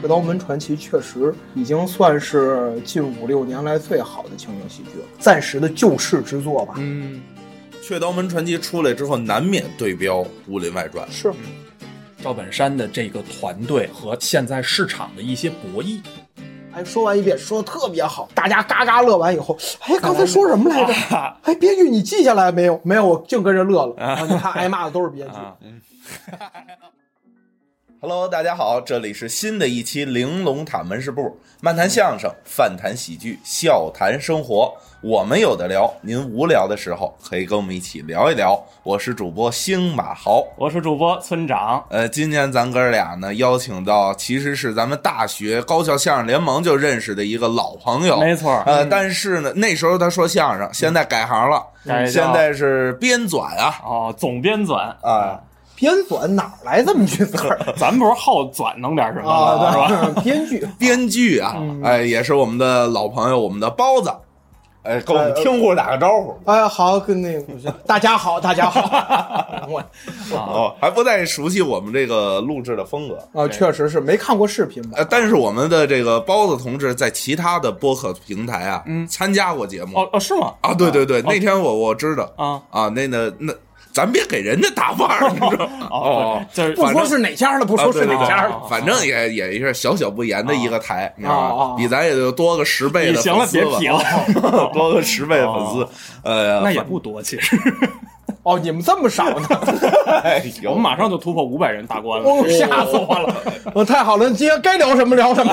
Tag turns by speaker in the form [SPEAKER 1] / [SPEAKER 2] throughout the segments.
[SPEAKER 1] 这刀门传奇》确实已经算是近五六年来最好的情景喜剧了，暂时的救世之作吧。
[SPEAKER 2] 嗯，
[SPEAKER 3] 《雀刀门传奇》出来之后，难免对标《武林外传》。
[SPEAKER 1] 是，
[SPEAKER 2] 赵本山的这个团队和现在市场的一些博弈，
[SPEAKER 1] 哎，说完一遍，说的特别好，大家嘎嘎乐完以后，哎，刚才说什么来着？哎，编剧你记下来没有？没有，我净跟着乐了。然后你看挨骂的都是编剧。
[SPEAKER 3] Hello，大家好，这里是新的一期《玲珑塔门市部》，漫谈相声，饭谈喜剧，笑谈生活，我们有的聊。您无聊的时候可以跟我们一起聊一聊。我是主播星马豪，
[SPEAKER 4] 我是主播村长，
[SPEAKER 3] 呃，今天咱哥俩呢邀请到，其实是咱们大学高校相声联盟就认识的一个老朋友，
[SPEAKER 4] 没错
[SPEAKER 3] 呃，但是呢，那时候他说相声，现在改行了，
[SPEAKER 4] 改叫
[SPEAKER 3] 现在是编纂啊
[SPEAKER 4] 哦，总编纂，
[SPEAKER 3] 啊，
[SPEAKER 1] 编纂哪儿来这么句词儿
[SPEAKER 4] 咱不是好纂弄点什么吗？是吧？
[SPEAKER 1] 啊？对，编剧。
[SPEAKER 3] 编剧啊，
[SPEAKER 4] 嗯
[SPEAKER 3] 哎，也是我们的老朋友，我们的包子，哎，跟我们听户打个招呼。
[SPEAKER 1] 哎，好，跟那个大家好，大家好。我
[SPEAKER 4] 啊
[SPEAKER 3] 哦，还不太熟悉我们这个录制的风格，
[SPEAKER 1] 啊，确实是没看过视频吧？
[SPEAKER 3] 呃，但是我们的这个包子同志在其他的播客平台啊，
[SPEAKER 4] 嗯
[SPEAKER 3] 参加过节目
[SPEAKER 4] 哦哦，是吗？
[SPEAKER 3] 啊，对对对，那天我我知道
[SPEAKER 4] 啊
[SPEAKER 3] 啊，那那那，咱别给人家打腕 儿，你知道吗？
[SPEAKER 4] 哦，就是
[SPEAKER 1] 不说是哪家了，不
[SPEAKER 3] 啊
[SPEAKER 1] 说是哪家了。
[SPEAKER 4] 哦
[SPEAKER 3] 反正也也是小小不言的一个台，你知道
[SPEAKER 1] 哦
[SPEAKER 3] 吧
[SPEAKER 1] 哦？
[SPEAKER 3] 比咱也就多个十倍
[SPEAKER 4] 你
[SPEAKER 3] 的
[SPEAKER 4] 行了
[SPEAKER 3] 粉，丝
[SPEAKER 4] 别
[SPEAKER 3] 吧
[SPEAKER 4] 提，了，
[SPEAKER 3] 多个十倍的粉丝
[SPEAKER 4] 哦，
[SPEAKER 3] 呃，
[SPEAKER 4] 那也不多，其实
[SPEAKER 1] 哦，你们这么少呢？
[SPEAKER 3] 哎
[SPEAKER 4] 我
[SPEAKER 3] 呦
[SPEAKER 4] 们马上就突破五百人大关了。
[SPEAKER 1] 哦，吓死我了！我太好了，今天该聊什么聊什么，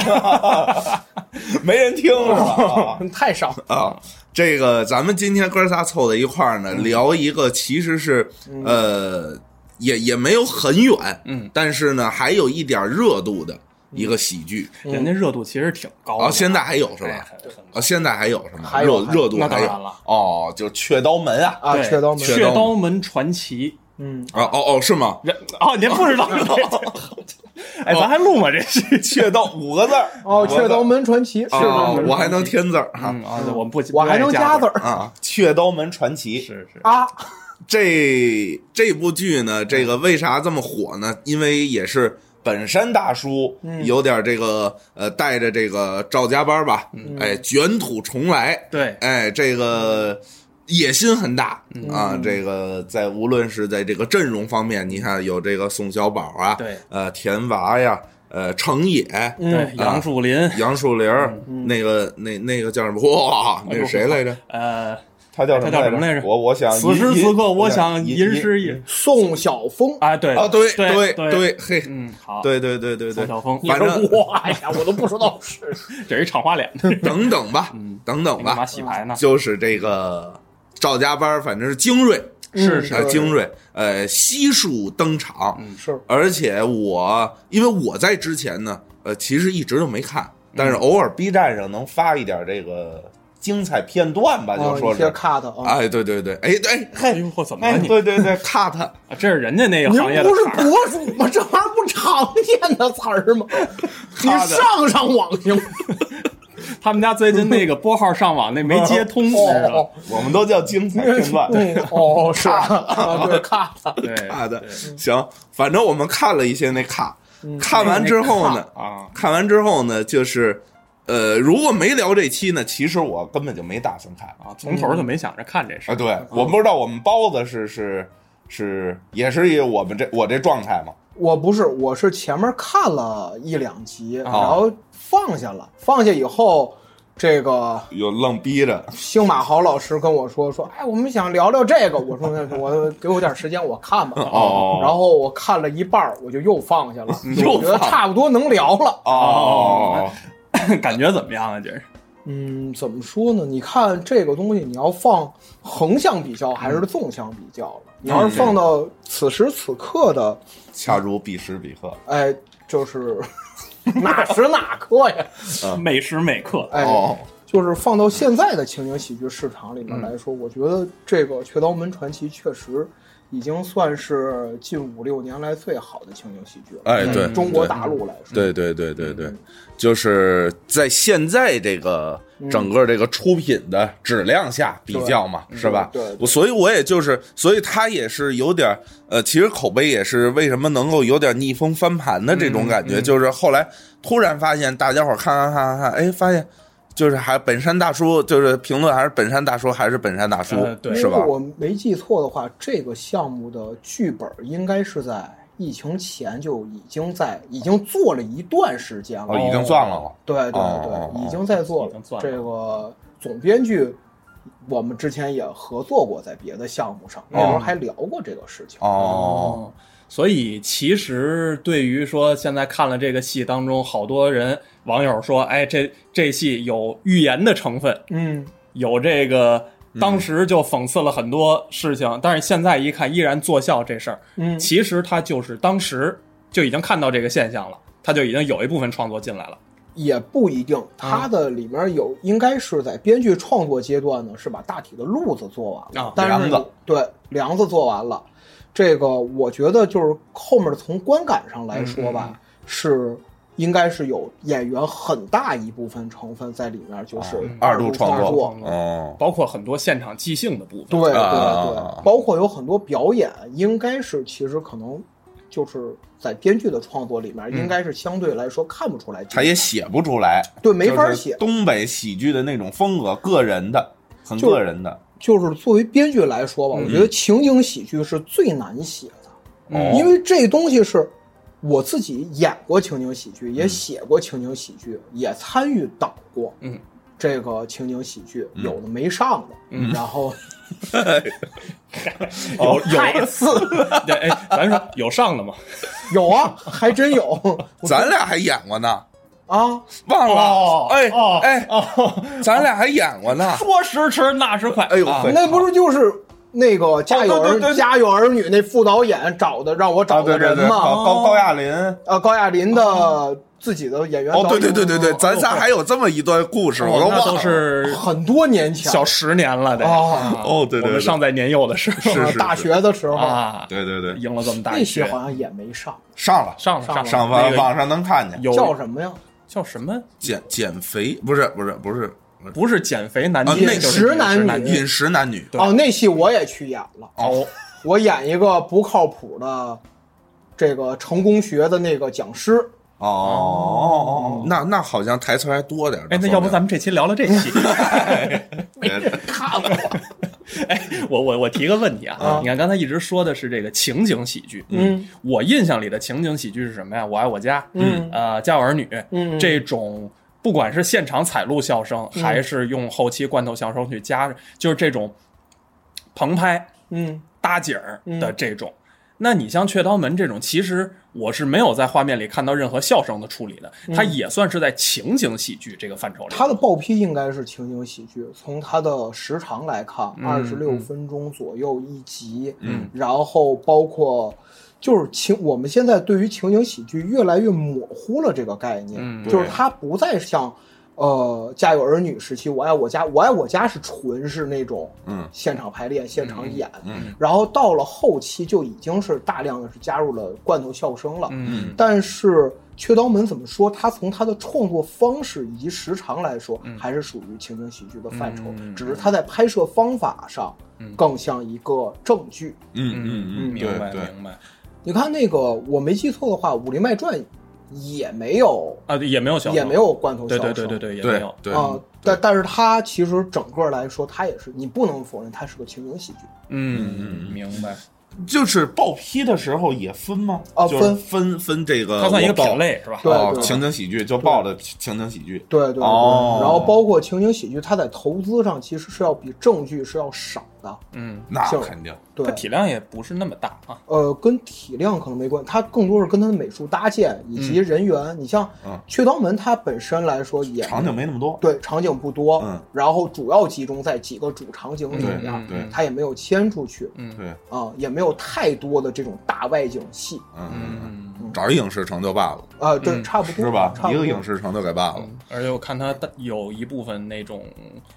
[SPEAKER 3] 没人听啊是吧？
[SPEAKER 1] 太少了。
[SPEAKER 3] 啊，这个咱们今天哥仨凑在一块儿呢，聊一个其实是呃，也也没有很远，
[SPEAKER 4] 嗯，
[SPEAKER 3] 但是呢，还有一点热度的一个喜剧
[SPEAKER 4] 人家热度其实挺高
[SPEAKER 3] 啊，
[SPEAKER 4] 的，
[SPEAKER 3] 现在还有是
[SPEAKER 4] 哎
[SPEAKER 3] 吧？
[SPEAKER 4] 很很高
[SPEAKER 3] 啊，现在还有是吗？
[SPEAKER 1] 还有
[SPEAKER 3] 热
[SPEAKER 1] 还有
[SPEAKER 3] 热度
[SPEAKER 4] 那
[SPEAKER 3] 还
[SPEAKER 4] 当然
[SPEAKER 3] 有
[SPEAKER 4] 了
[SPEAKER 3] 哦，就雀刀门啊
[SPEAKER 1] 啊，
[SPEAKER 4] 对
[SPEAKER 1] 缺刀
[SPEAKER 3] 缺
[SPEAKER 1] 门，
[SPEAKER 4] 雀刀门传奇》
[SPEAKER 1] 嗯，
[SPEAKER 3] 啊哦哦是吗？
[SPEAKER 4] 人哦，您不知道？哎，咱还录吗？这是
[SPEAKER 3] 雀刀五个字儿
[SPEAKER 1] 哦，雀刀门传奇是
[SPEAKER 3] 啊，
[SPEAKER 1] 吧？
[SPEAKER 3] 我还能添字儿哈
[SPEAKER 4] 嗯啊，我们不，
[SPEAKER 1] 我还能
[SPEAKER 4] 不愿意
[SPEAKER 1] 加
[SPEAKER 4] 加
[SPEAKER 1] 字，儿
[SPEAKER 3] 啊，雀刀门传奇
[SPEAKER 4] 是是
[SPEAKER 1] 啊，
[SPEAKER 3] 这这部剧呢，这
[SPEAKER 4] 嗯
[SPEAKER 3] 个为啥这么火呢？因为也是本山大叔
[SPEAKER 4] 嗯
[SPEAKER 3] 有点这个、呃，带着这个赵家班吧，哎，卷土重来，
[SPEAKER 4] 嗯对嗯
[SPEAKER 3] 哎，这个野心很大、啊。这个在无论是在这个阵容方面，你看有这个宋小宝啊，
[SPEAKER 4] 对嗯
[SPEAKER 3] 呃，田娃呀，呃，程野。
[SPEAKER 1] 嗯
[SPEAKER 4] 对，杨树林，
[SPEAKER 3] 杨树林儿、
[SPEAKER 4] 嗯
[SPEAKER 3] 那个那那个叫什么？哇，那是谁来着？
[SPEAKER 4] 呃，
[SPEAKER 3] 他叫
[SPEAKER 4] 他叫什么来着
[SPEAKER 3] 我我想
[SPEAKER 4] 此时
[SPEAKER 3] 吟
[SPEAKER 4] 此刻，
[SPEAKER 3] 吟
[SPEAKER 4] 我想
[SPEAKER 3] 吟
[SPEAKER 4] 吟
[SPEAKER 3] 吟
[SPEAKER 4] 诗一
[SPEAKER 1] 宋晓峰，
[SPEAKER 4] 啊，对
[SPEAKER 3] 啊，对
[SPEAKER 4] 对
[SPEAKER 3] 对对，嘿，
[SPEAKER 4] 嗯，好，，
[SPEAKER 3] 对对对对对
[SPEAKER 4] 宋，晓峰，
[SPEAKER 1] 你
[SPEAKER 3] 反
[SPEAKER 1] 说
[SPEAKER 3] 正
[SPEAKER 1] 我哎呀，我都不知道是
[SPEAKER 4] 这是一场花脸，
[SPEAKER 3] 等等吧，
[SPEAKER 4] 嗯
[SPEAKER 3] 等等
[SPEAKER 4] 干嘛
[SPEAKER 3] 吧，
[SPEAKER 4] 洗牌呢？
[SPEAKER 3] 就是这个赵家班儿，反正是精锐，
[SPEAKER 4] 是嗯
[SPEAKER 3] 啊，
[SPEAKER 1] 嗯
[SPEAKER 3] 精锐，呃，悉数登场。
[SPEAKER 1] 是
[SPEAKER 3] 而且我，因为我在之前呢，呃，其实一直都没看，但
[SPEAKER 4] 嗯
[SPEAKER 3] 是偶尔 B 站上能发一点这个精彩片段吧，
[SPEAKER 4] 哦
[SPEAKER 3] 就
[SPEAKER 1] 啊，
[SPEAKER 3] 说
[SPEAKER 1] 一些
[SPEAKER 3] 是，
[SPEAKER 1] cut 啊，
[SPEAKER 3] 哎，对对对，哎哎
[SPEAKER 4] 哎呦嚯，怎么
[SPEAKER 3] 哎，
[SPEAKER 4] 了你？
[SPEAKER 3] 对对对，cut，
[SPEAKER 4] 啊这是人家那个
[SPEAKER 1] 您
[SPEAKER 4] 行业的
[SPEAKER 1] 不是
[SPEAKER 4] 词儿
[SPEAKER 1] 博主吗？这玩意儿不常见的词儿吗？你
[SPEAKER 3] 的
[SPEAKER 1] 上上网行吗？
[SPEAKER 4] 他们家最近那个拨号上网那没接通，知道
[SPEAKER 1] 哦
[SPEAKER 4] 吧？
[SPEAKER 3] 我们都叫精 彩片段。
[SPEAKER 1] 嗯哦是啊，对 cut
[SPEAKER 4] 对 啊嗯
[SPEAKER 3] 卡的，啊行，反正我们看了一些那卡，看完之后呢，
[SPEAKER 4] 啊，
[SPEAKER 3] 看完之后呢，就是，呃，如果没聊这期呢，其实我根本就没打算看啊。
[SPEAKER 4] 啊，从头就没想着看这事儿。
[SPEAKER 3] 对，我不知道我们包子是是是也是以我们这我这状态嘛。
[SPEAKER 1] 我不是，我是前面看了一两集，
[SPEAKER 3] 啊
[SPEAKER 1] 然后放下了，放下以后，这个
[SPEAKER 3] 有愣逼着，
[SPEAKER 1] 星马豪老师跟我说说，哎，我们想聊聊这个，我说那我给我点时间，我看吧。
[SPEAKER 3] 哦
[SPEAKER 1] 然后我看了一半儿，我就又放下 了，
[SPEAKER 3] 又
[SPEAKER 1] 我觉得
[SPEAKER 3] 放
[SPEAKER 1] 差不多能聊了。
[SPEAKER 3] 哦，
[SPEAKER 4] 感觉怎么样啊？这是
[SPEAKER 1] 嗯，怎么说呢？你看这个东西，你要放横向比较还是纵向比较
[SPEAKER 3] 嗯
[SPEAKER 1] 了？你要是放到此时此刻的，
[SPEAKER 3] 恰如彼时彼刻。
[SPEAKER 1] 哎，就是 哪时哪刻呀？
[SPEAKER 4] 每时每刻，
[SPEAKER 1] 哎，
[SPEAKER 3] 哦，
[SPEAKER 1] 就是放
[SPEAKER 3] 嗯
[SPEAKER 1] 到现在的情景喜剧市场里面来说，我觉得这个《雀刀门传奇》确实已经算是近五六年来最好的情景喜剧了。
[SPEAKER 3] 哎
[SPEAKER 1] 在
[SPEAKER 3] 对
[SPEAKER 1] 中国
[SPEAKER 3] 对
[SPEAKER 1] 大陆来说，
[SPEAKER 3] 对对对对对，就是在现在这个整个这个出品的质量下比较嘛，是吧？
[SPEAKER 1] 对对
[SPEAKER 3] 我所以我也就是，所以他也是有点呃，其实口碑也是为什么能够有点逆风翻盘的这种感觉，就是后来突然发现大家伙儿看看看看看，哎，发现。就是还本山大叔，就是评论还是本山大叔，还是本山大叔，
[SPEAKER 2] 呃对
[SPEAKER 3] 是吧
[SPEAKER 1] 如？果我没记错的话，这个项目的剧本应该是在疫情前就已经在已经做了一段时间了。
[SPEAKER 3] 哦，已经算了，
[SPEAKER 1] 对对对，
[SPEAKER 3] 哦哦
[SPEAKER 1] 已经在做
[SPEAKER 4] 已经做了
[SPEAKER 1] 这个总编剧，我们之前也合作过，在别的项目上，那时候还聊过这个事情。
[SPEAKER 3] 哦，，
[SPEAKER 4] 所以其实对于说现在看了这个戏当中，好多人网友说，哎，这这戏有预言的成分，
[SPEAKER 1] 嗯，
[SPEAKER 4] 有这个。当时就讽刺了很多事情，但是现在一看依然作笑这事儿，
[SPEAKER 1] 嗯
[SPEAKER 4] 其实他就是当时就已经看到这个现象了，他就已经有一部分创作进来了。
[SPEAKER 1] 也不一
[SPEAKER 3] 啊
[SPEAKER 1] 定，它的里面有应该是在编剧创作阶段呢，是把大体的路子做完了
[SPEAKER 4] 啊，
[SPEAKER 1] 但是
[SPEAKER 3] 梁子
[SPEAKER 1] 对梁子做完了，这个我觉得就是后面从观感上来说
[SPEAKER 3] 嗯
[SPEAKER 1] 吧，是应该是有演员很大一部分成分在里面，就是
[SPEAKER 3] 哦啊
[SPEAKER 1] 嗯
[SPEAKER 3] 二
[SPEAKER 1] 度
[SPEAKER 3] 度创
[SPEAKER 1] 作，
[SPEAKER 3] 作
[SPEAKER 4] 创，作
[SPEAKER 3] 哦，
[SPEAKER 4] 包括很多现场即兴的部分。
[SPEAKER 1] 对对
[SPEAKER 3] 啊
[SPEAKER 1] 对，包括有很多表演，应该是其实可能就是在编剧的创作里面，应该是相对来说看不出来，
[SPEAKER 3] 他也写不出来，
[SPEAKER 1] 对没法
[SPEAKER 3] 就是
[SPEAKER 1] 写
[SPEAKER 3] 东北喜剧的那种风格，个人的，很
[SPEAKER 1] 就是
[SPEAKER 3] 个人的。
[SPEAKER 1] 就是作为编剧来说
[SPEAKER 3] 嗯
[SPEAKER 1] 吧，我觉得情景喜剧是最难写的，
[SPEAKER 3] 哦
[SPEAKER 1] 因为这东西是我自己演过情景喜剧，
[SPEAKER 3] 嗯
[SPEAKER 1] 也写过情景喜剧，也参与导过，
[SPEAKER 4] 嗯，
[SPEAKER 1] 这个情景喜剧
[SPEAKER 3] 嗯
[SPEAKER 1] 有的没上的，嗯然后
[SPEAKER 4] 有有，
[SPEAKER 1] 次
[SPEAKER 4] 对，哎，咱说有上的吗？
[SPEAKER 1] 有啊，还真 有
[SPEAKER 3] 咱俩还演过呢，
[SPEAKER 1] 啊，
[SPEAKER 3] 忘了
[SPEAKER 4] 哦，
[SPEAKER 3] 哎
[SPEAKER 4] 哦
[SPEAKER 3] 哎，咱俩还演过呢。
[SPEAKER 4] 说时迟，那时快。
[SPEAKER 3] 哎呦
[SPEAKER 4] 啊
[SPEAKER 3] 嘿
[SPEAKER 1] 那不是就是。那个家有
[SPEAKER 3] 哦对
[SPEAKER 1] 儿
[SPEAKER 3] 对对对
[SPEAKER 1] 家有儿女那副导演找的，让我
[SPEAKER 3] 啊，
[SPEAKER 1] 找
[SPEAKER 3] 对
[SPEAKER 1] 的
[SPEAKER 3] 对
[SPEAKER 1] 人
[SPEAKER 3] 对，
[SPEAKER 1] 嘛，
[SPEAKER 3] 高高高亚麟。
[SPEAKER 1] 呃，高亚麟的自己的演员
[SPEAKER 3] 哦，
[SPEAKER 1] 导
[SPEAKER 3] 对
[SPEAKER 1] 演
[SPEAKER 3] 对对对对，
[SPEAKER 4] 哦
[SPEAKER 3] 咱仨还有这么一段故事，我都
[SPEAKER 4] 哦那
[SPEAKER 3] 忘
[SPEAKER 4] 都
[SPEAKER 3] 了。
[SPEAKER 4] 是
[SPEAKER 1] 啊很多年前
[SPEAKER 4] 小十年了得。
[SPEAKER 1] 哦
[SPEAKER 3] 哦对对对
[SPEAKER 4] 我们尚在年幼的时候
[SPEAKER 3] 是是
[SPEAKER 1] 大学的时候，
[SPEAKER 4] 啊，
[SPEAKER 3] 对对对，
[SPEAKER 4] 赢了这么大
[SPEAKER 1] 那期
[SPEAKER 4] 一学，
[SPEAKER 1] 好像也没上，
[SPEAKER 3] 上了
[SPEAKER 4] 上了
[SPEAKER 1] 上了
[SPEAKER 4] 了
[SPEAKER 3] 上
[SPEAKER 4] 那
[SPEAKER 3] 网
[SPEAKER 4] 个
[SPEAKER 3] 网上能看见，
[SPEAKER 4] 有
[SPEAKER 1] 叫什么呀？
[SPEAKER 4] 叫什么？
[SPEAKER 3] 减减肥不是不是不是
[SPEAKER 4] 不是减肥男
[SPEAKER 3] 啊
[SPEAKER 4] 丁，
[SPEAKER 3] 那
[SPEAKER 4] 就是
[SPEAKER 1] 直男
[SPEAKER 4] 男
[SPEAKER 1] 女
[SPEAKER 3] 饮食男女。
[SPEAKER 1] 哦，那戏我也去演了，
[SPEAKER 3] 哦，
[SPEAKER 1] 我演一个不靠谱的这个成功学的那个讲师。
[SPEAKER 3] 哦哦哦，那那好像台词还多点儿。
[SPEAKER 4] 哎，那要不咱们这期聊聊这期？
[SPEAKER 3] 们
[SPEAKER 1] 看过，
[SPEAKER 4] 哎， 我我我提个问题
[SPEAKER 1] 啊
[SPEAKER 4] 啊，你看刚才一直说的是这个情景喜剧，
[SPEAKER 1] 嗯
[SPEAKER 4] 我印象里的情景喜剧是什么呀？我爱我家，
[SPEAKER 1] 嗯
[SPEAKER 4] 呃，家有儿女，
[SPEAKER 1] 嗯
[SPEAKER 4] 这种不管是现场采录笑声，还是用后期罐头笑声去加，就是这种棚拍
[SPEAKER 1] 嗯，
[SPEAKER 4] 搭景儿的这种。那你像《雀刀门》这种，其实我是没有在画面里看到任何笑声的处理的，它也算是在情景喜剧这个范畴里。
[SPEAKER 1] 他的报批应该是情景喜剧，从它的时长来看，
[SPEAKER 4] 嗯
[SPEAKER 1] 二十六分钟左右一集。嗯，然后包括。就是情，我们现在对于情景喜剧越来越模糊了这个概念，
[SPEAKER 4] 嗯
[SPEAKER 1] 就是它不再像，呃，《家有儿女》时期，《我爱我家》，《我爱我家》是纯是那种，
[SPEAKER 3] 嗯，
[SPEAKER 1] 现场排练、现场演，
[SPEAKER 3] 嗯
[SPEAKER 1] 然后到了后期就已经是大量的是加入了罐头笑声了，
[SPEAKER 4] 嗯，
[SPEAKER 1] 但是雀刀门怎么说？它从它的创作方式以及时长来说，还是属于情景喜剧的范畴，
[SPEAKER 4] 嗯
[SPEAKER 1] 只是它在拍摄方法上更像一个正剧。
[SPEAKER 3] 嗯嗯嗯，
[SPEAKER 4] 明白
[SPEAKER 3] 对对
[SPEAKER 4] 明白
[SPEAKER 1] 你看那个，我没记错的话，《武林外传》也没有
[SPEAKER 4] 啊，对也没有笑声，
[SPEAKER 1] 也没有罐头笑
[SPEAKER 4] 对，
[SPEAKER 1] 声，
[SPEAKER 4] 对对对对，也没
[SPEAKER 3] 对
[SPEAKER 4] 有。
[SPEAKER 3] 对
[SPEAKER 1] 啊、但但是它其实整个来说，它也是你不能否认它是个情景喜剧。
[SPEAKER 4] 嗯，明白。
[SPEAKER 3] 就是报批的时候也分吗？
[SPEAKER 1] 哦
[SPEAKER 3] 就是
[SPEAKER 1] 分
[SPEAKER 3] 分分这个，
[SPEAKER 4] 它算一个品。类是吧？
[SPEAKER 1] 对
[SPEAKER 3] 哦，
[SPEAKER 1] 对
[SPEAKER 3] 情景喜剧就报了情景喜剧。
[SPEAKER 1] 对对对，
[SPEAKER 3] 哦
[SPEAKER 1] 然后包括情景喜剧，它在投资上其实是要比正剧是要少的。
[SPEAKER 4] 嗯，
[SPEAKER 3] 那
[SPEAKER 1] 就
[SPEAKER 3] 肯定，
[SPEAKER 1] 对
[SPEAKER 4] 它，体量也不是那么大啊。
[SPEAKER 1] 呃，跟体量可能没关系，它更多是跟它的美术搭建以及人员。你像
[SPEAKER 3] 嗯
[SPEAKER 1] 《雀刀门》，它本身来说也
[SPEAKER 3] 场景没那么多。
[SPEAKER 1] 对场景不多，
[SPEAKER 3] 嗯
[SPEAKER 1] 然后主要集中在几个主场景里
[SPEAKER 3] 对
[SPEAKER 1] 面，
[SPEAKER 4] 嗯
[SPEAKER 3] 对
[SPEAKER 1] 它也没有迁出去，
[SPEAKER 4] 嗯
[SPEAKER 3] 对，
[SPEAKER 1] 啊、也没有太多的这种大外景戏。
[SPEAKER 3] 嗯，
[SPEAKER 4] 嗯，
[SPEAKER 1] 嗯，
[SPEAKER 3] 找一影视城就罢了，
[SPEAKER 1] 啊，对，差不多
[SPEAKER 3] 是吧？
[SPEAKER 1] 差
[SPEAKER 3] 一
[SPEAKER 1] 不
[SPEAKER 3] 个
[SPEAKER 1] 多
[SPEAKER 3] 影视城就给罢了。
[SPEAKER 4] 嗯而且我看它有一部分那种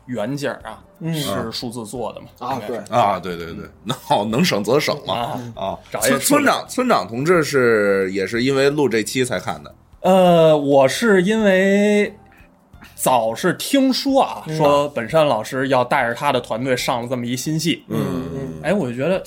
[SPEAKER 4] 原件儿啊，是数字做的嘛，
[SPEAKER 1] 嗯啊
[SPEAKER 4] 应，该是
[SPEAKER 1] 对，嗯
[SPEAKER 3] 啊，对对对， 那好，能省则省嘛。
[SPEAKER 4] 啊。
[SPEAKER 3] 啊，
[SPEAKER 4] 找
[SPEAKER 3] 村
[SPEAKER 4] 一个
[SPEAKER 3] 村长村长同志是也是因为录这期才看的，
[SPEAKER 4] 呃，我是因为早是听说啊，
[SPEAKER 1] 嗯
[SPEAKER 4] 说本山老师要带着他的团队上了这么一新戏，
[SPEAKER 1] 嗯嗯
[SPEAKER 4] 哎，我就觉得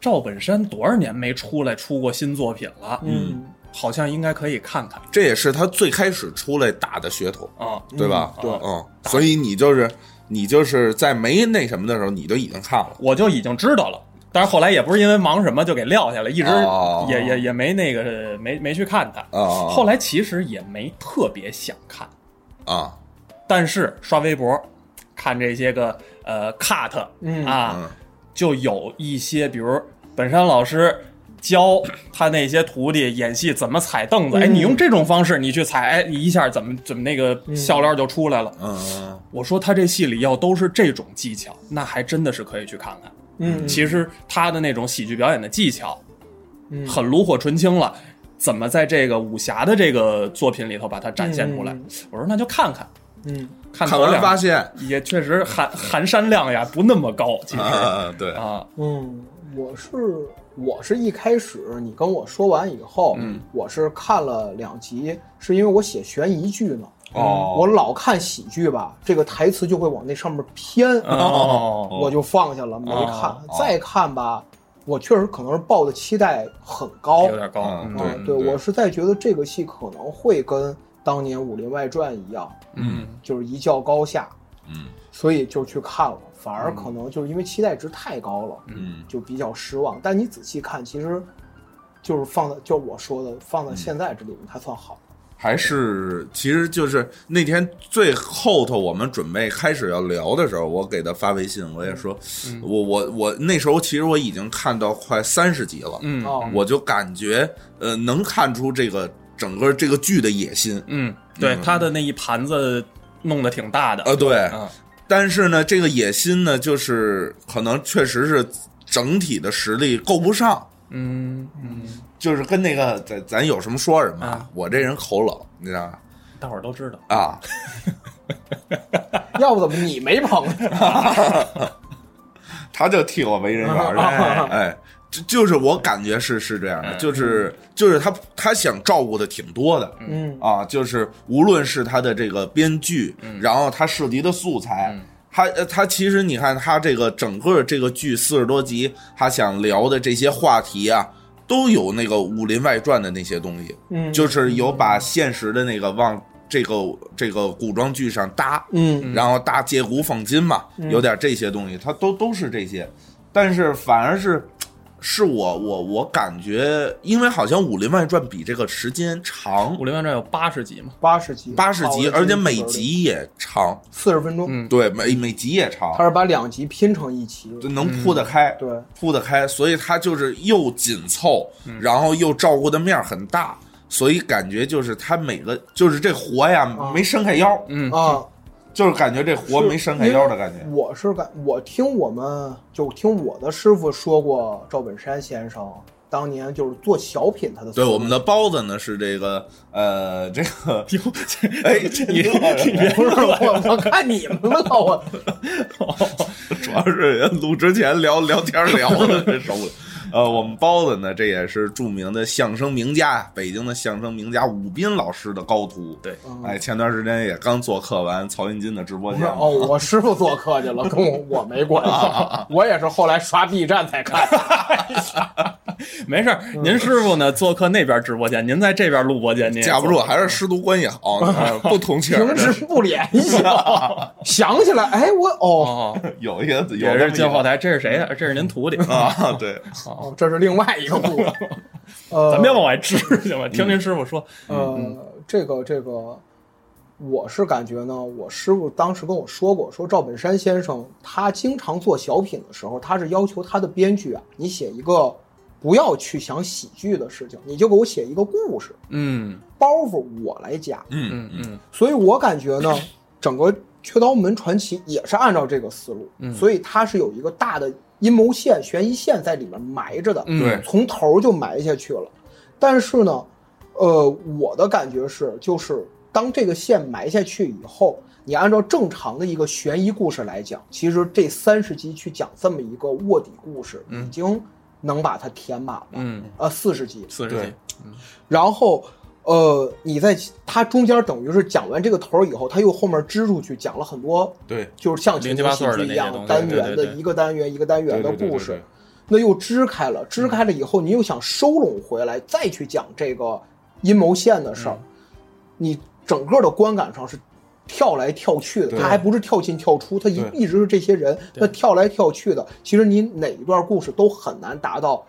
[SPEAKER 4] 赵本山多少年没出来出过新作品了，
[SPEAKER 1] 嗯，
[SPEAKER 4] 好像应该可以看看
[SPEAKER 3] 这也是他最开始出来打的噱头，
[SPEAKER 4] 啊。
[SPEAKER 3] 对吧？
[SPEAKER 4] 对
[SPEAKER 3] 嗯，所以你就是你就是在没那什么的时候，你就已经看了。
[SPEAKER 4] 我就已经知道了。但是后来也不是因为忙什么就给撂下了，一直也、
[SPEAKER 3] 哦
[SPEAKER 4] 也也没那个没没去看它。
[SPEAKER 3] 哦
[SPEAKER 4] 后来其实也没特别想看，
[SPEAKER 3] 啊，
[SPEAKER 4] 但是刷微博看这些个呃 cut
[SPEAKER 1] 嗯
[SPEAKER 4] 啊，
[SPEAKER 3] 嗯
[SPEAKER 4] 就有一些比如本山老师教他那些徒弟演戏怎么踩凳
[SPEAKER 1] 嗯
[SPEAKER 4] 子，哎，你用这种方式你去踩，哎，你一下怎么怎么那个
[SPEAKER 1] 嗯
[SPEAKER 4] 笑料就出来了。
[SPEAKER 3] 嗯嗯
[SPEAKER 4] 我说他这戏里要都是这种技巧，那还真的是可以去看看。
[SPEAKER 1] 嗯，
[SPEAKER 4] 其实他的那种喜剧表演的技巧，
[SPEAKER 1] 嗯
[SPEAKER 4] 很炉火纯青了。怎么在这个武侠的这个作品里头把它展现出来？
[SPEAKER 1] 嗯
[SPEAKER 4] 我说那就看看，
[SPEAKER 1] 嗯
[SPEAKER 3] 看
[SPEAKER 4] 看头
[SPEAKER 3] 完
[SPEAKER 4] 两
[SPEAKER 3] 发现，
[SPEAKER 4] 也确实含含山量呀不那么高，其实啊
[SPEAKER 3] 啊， 对，
[SPEAKER 1] 嗯，我是我是一开始你跟我说完以后，
[SPEAKER 4] 嗯
[SPEAKER 1] 我是看了两集，是因为我写悬疑剧呢。
[SPEAKER 3] 哦
[SPEAKER 4] 嗯
[SPEAKER 1] 我老看喜剧吧，这个台词就会往那上面偏，
[SPEAKER 4] 哦
[SPEAKER 1] 我就放下了，没看
[SPEAKER 4] 哦。
[SPEAKER 1] 再看吧，我确实可能是抱的期待很高，
[SPEAKER 4] 哦有点高，
[SPEAKER 3] 嗯
[SPEAKER 1] 啊
[SPEAKER 3] 对
[SPEAKER 1] 对，我是在觉得这个戏可能会跟当年《武林外传》一样，
[SPEAKER 4] 嗯
[SPEAKER 1] 就是一较高下，
[SPEAKER 3] 嗯
[SPEAKER 1] 所以就去看了，反而可能就是因为期待值太高了，
[SPEAKER 3] 嗯
[SPEAKER 1] 就比较失望。但你仔细看，其实就是放在就是我说的放
[SPEAKER 3] 嗯
[SPEAKER 1] 在现在这里面，它算好的。
[SPEAKER 3] 还是其实就是那天最后头我们准备开始要聊的时候，我给他发微信，我也说，
[SPEAKER 4] 嗯
[SPEAKER 3] 我我我那时候其实我已经看到快三十集了，
[SPEAKER 4] 嗯
[SPEAKER 1] 哦，
[SPEAKER 3] 我就感觉呃能看出这个整个这个剧的野心，
[SPEAKER 4] 嗯，对，他的那一盘子弄得挺大的，
[SPEAKER 3] 呃，对，
[SPEAKER 4] 嗯
[SPEAKER 3] 但是呢，这个野心呢，就是可能确实是整体的实力够不上，
[SPEAKER 4] 嗯嗯，
[SPEAKER 3] 就是跟那个咱咱有什么说什么，
[SPEAKER 4] 啊
[SPEAKER 3] 我这人口冷，你知道吧？
[SPEAKER 4] 大伙儿都知道，
[SPEAKER 3] 啊，
[SPEAKER 1] 要不怎么你没朋友？
[SPEAKER 3] 他就替我为人缘 儿了，哎哎，就就是我感觉是是这样
[SPEAKER 4] 嗯
[SPEAKER 3] 的，就是就是他他想照顾的挺多的，
[SPEAKER 1] 嗯
[SPEAKER 3] 啊，就是无论是他的这个编剧，然后他涉及的素材。他呃他其实你看，他这个整个这个剧四十多集，他想聊的这些话题啊，都有那个《武林外传》的那些东西，
[SPEAKER 1] 嗯
[SPEAKER 3] 就是有把现实的那个往这个这个古装剧上搭，
[SPEAKER 1] 嗯
[SPEAKER 3] 然后搭借古讽今嘛，有点这些东西，它都都是这些，但是反而是。是我我我感觉，因为好像《武林外传》比这个时间长
[SPEAKER 4] 《武，林外传》有八十集嘛，
[SPEAKER 1] 八十集，
[SPEAKER 3] 八十集，
[SPEAKER 1] 好
[SPEAKER 3] 而且每集也长，
[SPEAKER 1] 四十分钟，
[SPEAKER 4] 嗯
[SPEAKER 3] 对，每每集也长
[SPEAKER 1] 它，是把两集拼成一集。
[SPEAKER 3] 就能铺得开，
[SPEAKER 1] 对，
[SPEAKER 3] 铺得开，所以它就是又紧凑，
[SPEAKER 1] 嗯
[SPEAKER 3] 然后又照顾的面儿很大，所以感觉就是它每个就是这活呀没伸开腰，
[SPEAKER 4] 嗯
[SPEAKER 1] 啊，
[SPEAKER 3] 就是感觉这活没伸开腰的感觉，
[SPEAKER 1] 我是感，我听我们就听我的师傅说过，赵本山先生当年就是做小品，他的
[SPEAKER 3] 对，
[SPEAKER 1] 思路
[SPEAKER 3] 我们的包子呢是这个呃，这个
[SPEAKER 4] 哟，
[SPEAKER 3] 哎，
[SPEAKER 4] 你你 别
[SPEAKER 1] 不是我， 我看你们了，我
[SPEAKER 3] 主要是录之前聊聊天聊的这受不了。呃，我们包子呢，这也是著名的相声名家，北京的相声名家武斌老师的高徒。
[SPEAKER 4] 对
[SPEAKER 1] 嗯
[SPEAKER 3] 哎，前段时间也刚做客完曹云金的直播
[SPEAKER 1] 不
[SPEAKER 3] 间
[SPEAKER 1] 是
[SPEAKER 3] 嘛。
[SPEAKER 1] 哦，我师傅做客去了，跟我我没
[SPEAKER 3] 啊
[SPEAKER 1] 关系，我也是后来刷 B 站才 看
[SPEAKER 4] 没事儿，您师傅呢做客那边直播间，您在这边录播间，您也
[SPEAKER 3] 架不住啊还是师徒关系 好，哎不同气儿
[SPEAKER 1] 平时不联系， 想起来，哎，我哦
[SPEAKER 4] 哦，
[SPEAKER 3] 有一些有这
[SPEAKER 4] 也是
[SPEAKER 3] 么一
[SPEAKER 4] 进后
[SPEAKER 3] 个
[SPEAKER 4] 台，这是谁呀？这是您徒 弟，
[SPEAKER 3] 啊，对，
[SPEAKER 1] 哦，这是另外一个故 事。呃，
[SPEAKER 4] 咱别往外支行吗？听您师傅说，
[SPEAKER 1] 呃，这个这个，我是感觉呢，我师傅当时跟我说过，说赵本山先生他经常做小品的时候，他是要求他的编剧啊，你写一个不要去想喜剧的事情，你就给我写一个故事，
[SPEAKER 4] 嗯
[SPEAKER 1] 包袱我来加。
[SPEAKER 3] 嗯，
[SPEAKER 4] 嗯嗯
[SPEAKER 1] 所以我感觉呢，整个《雀刀门传奇》也是按照这个思路，所以它是有一个大的阴谋线、悬疑线在里面埋着的，
[SPEAKER 4] 嗯
[SPEAKER 3] 对
[SPEAKER 1] 从头就埋下去了。但是呢，呃，我的感觉是，就是当这个线埋下去以后，你按照正常的一个悬疑故事来讲，其实这三十集去讲这么一个卧底故事，已经能把它填满了。
[SPEAKER 4] 嗯，
[SPEAKER 1] 呃，四十集，
[SPEAKER 4] 四十
[SPEAKER 3] 对
[SPEAKER 4] 集，
[SPEAKER 1] 然后，呃，你在它中间等于是讲完这个头儿以后，它又后面支出去讲了很多，
[SPEAKER 3] 对，
[SPEAKER 1] 就是像情
[SPEAKER 4] 零七
[SPEAKER 1] 景
[SPEAKER 4] 八
[SPEAKER 1] 喜
[SPEAKER 4] 碎儿
[SPEAKER 1] 剧
[SPEAKER 4] 的
[SPEAKER 1] 一
[SPEAKER 4] 那
[SPEAKER 1] 样
[SPEAKER 4] 些东西
[SPEAKER 1] 单
[SPEAKER 4] 对
[SPEAKER 1] 元
[SPEAKER 4] 对
[SPEAKER 1] 的
[SPEAKER 4] 对
[SPEAKER 1] 一个单元一个单元的
[SPEAKER 3] 对对对
[SPEAKER 1] 故
[SPEAKER 3] 对
[SPEAKER 1] 事
[SPEAKER 3] 对，
[SPEAKER 1] 那又支开了，支开了以后，你又想收拢回来，再去讲这个阴谋线的事儿，你整个的观感上是。跳来跳去的，
[SPEAKER 3] 对
[SPEAKER 1] 它还不是跳进跳出，它一
[SPEAKER 3] 对
[SPEAKER 1] 一直是这些人，那跳来跳去的，其实你哪一段故事都很难达到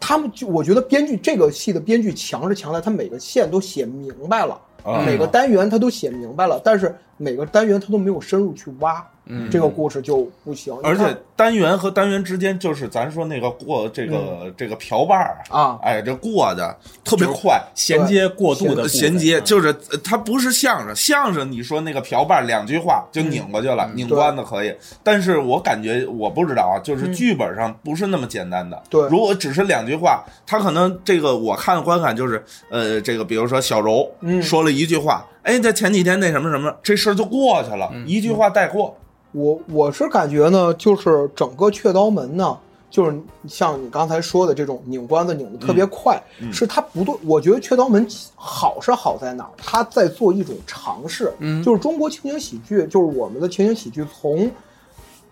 [SPEAKER 1] 他们就我觉得编剧这个戏的编剧强是强在他每个线都写明白了，
[SPEAKER 3] 啊
[SPEAKER 1] 每嗯个单元他都写明白了，但是每个单元他都没有深入去挖，嗯、这个故事就不行。
[SPEAKER 3] 而
[SPEAKER 1] 你
[SPEAKER 3] 且
[SPEAKER 1] 看
[SPEAKER 3] 单元和单元之间，就是咱说那个过这个、
[SPEAKER 1] 嗯
[SPEAKER 3] 这个瓢把儿
[SPEAKER 1] 啊
[SPEAKER 3] 哎，这过的特别快，
[SPEAKER 4] 衔接过渡的部分
[SPEAKER 3] 衔接，就是呃它不是相声，相声你说那个瓢把儿两句话就拧过去了，拧关子可以。但是我感觉我不知道啊，就是剧本上不是那么简单的。
[SPEAKER 1] 对
[SPEAKER 3] 如果只是两句话，他可能这个我看观感就是，呃，这个比如说小柔说了一句话，哎，在前几天那什么什么，这事儿就过去了，一句话带过。
[SPEAKER 1] 我我是感觉呢，就是整个雀刀门呢，就是像你刚才说的这种拧关子拧的特
[SPEAKER 4] 嗯
[SPEAKER 1] 别快，是它不对。我觉得雀刀门好是好在哪儿？它在做一种尝试，
[SPEAKER 4] 嗯
[SPEAKER 1] 就是中国情景喜剧，就是我们的情景喜剧从，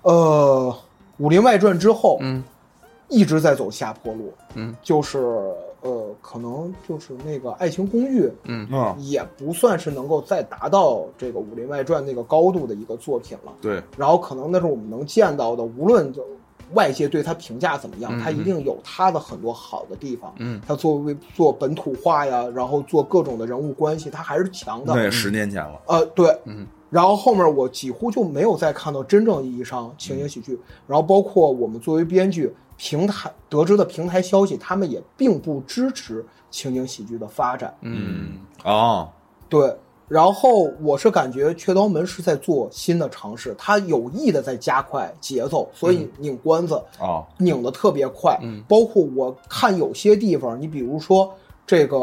[SPEAKER 1] 呃，《武林外传》之后，
[SPEAKER 4] 嗯，
[SPEAKER 1] 一直在走下坡路，
[SPEAKER 4] 嗯，
[SPEAKER 1] 就是呃，可能就是那个《爱情公寓》，
[SPEAKER 4] 哦
[SPEAKER 3] 嗯，
[SPEAKER 1] 也不算是能够再达到这个《武林外传》那个高度的一个作品了。
[SPEAKER 3] 对，
[SPEAKER 1] 然后可能那是我们能见到的，无论外界对他评价怎么样，他一定有他的很多好的地方。嗯，他作为做本土化呀，然后做各种的人物关系，他还是强
[SPEAKER 3] 那
[SPEAKER 1] 的。
[SPEAKER 3] 也十年前了。
[SPEAKER 1] 呃，对，嗯。然后后面我几乎就没有再看到真正意义上情景喜剧，然后包括我们作为编剧平台得知的平台消息，他们也并不支持情景喜剧的发展。
[SPEAKER 3] 嗯，哦，
[SPEAKER 1] 对，然后我是感觉雀刀门是在做新的尝试，它有意的在加快节奏，所以拧关子、
[SPEAKER 4] 嗯
[SPEAKER 3] 哦，
[SPEAKER 1] 拧的特别快。嗯，包括我看有些地方，你比如说这个，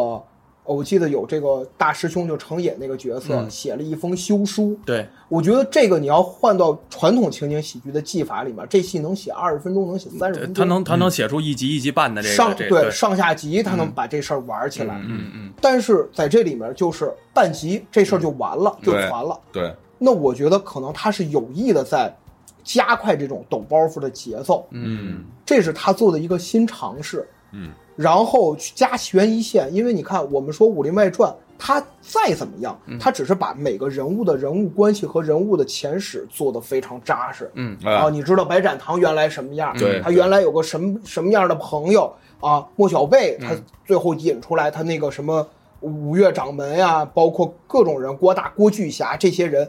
[SPEAKER 1] 呃我记得有这个大师兄就程野那个角色、
[SPEAKER 4] 嗯
[SPEAKER 1] 写了一封休书。
[SPEAKER 4] 对，
[SPEAKER 1] 我觉得这个你要换到传统情景喜剧的技法里面，这戏能写二十分钟，能写三十分钟，
[SPEAKER 4] 他能他能写出一集一集半的这
[SPEAKER 1] 上
[SPEAKER 4] 个嗯这个
[SPEAKER 1] 上下集，他能把这事儿玩起来。嗯嗯。但是在这里面就是半集，这事儿就完
[SPEAKER 4] 嗯
[SPEAKER 1] 了，就
[SPEAKER 3] 对
[SPEAKER 1] 传了。
[SPEAKER 3] 对，
[SPEAKER 1] 那我觉得可能他是有意的在加快这种抖包袱的节奏，
[SPEAKER 3] 嗯，
[SPEAKER 1] 这是他做的一个新尝试。
[SPEAKER 3] 嗯，
[SPEAKER 1] 然后去加悬疑线，因为你看，我们说《武林外传》，它再怎么样，
[SPEAKER 3] 嗯
[SPEAKER 1] 它只是把每个人物的人物关系和人物的前史做得非常扎实。嗯，
[SPEAKER 3] 啊嗯
[SPEAKER 1] 啊，你知道白展堂原来什么样？
[SPEAKER 3] 对
[SPEAKER 1] 他原来有个什么什么样的朋友啊？莫小贝，
[SPEAKER 3] 嗯
[SPEAKER 1] 他最后引出来他那个什么五岳掌门呀、包括各种人，郭大、郭巨侠这些人，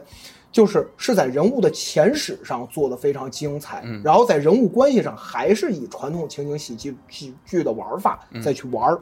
[SPEAKER 1] 就是是在人物的前史上做的非常精彩，
[SPEAKER 3] 嗯
[SPEAKER 1] 然后在人物关系上还是以传统情景喜剧喜剧的玩法
[SPEAKER 3] 嗯
[SPEAKER 1] 再去玩儿。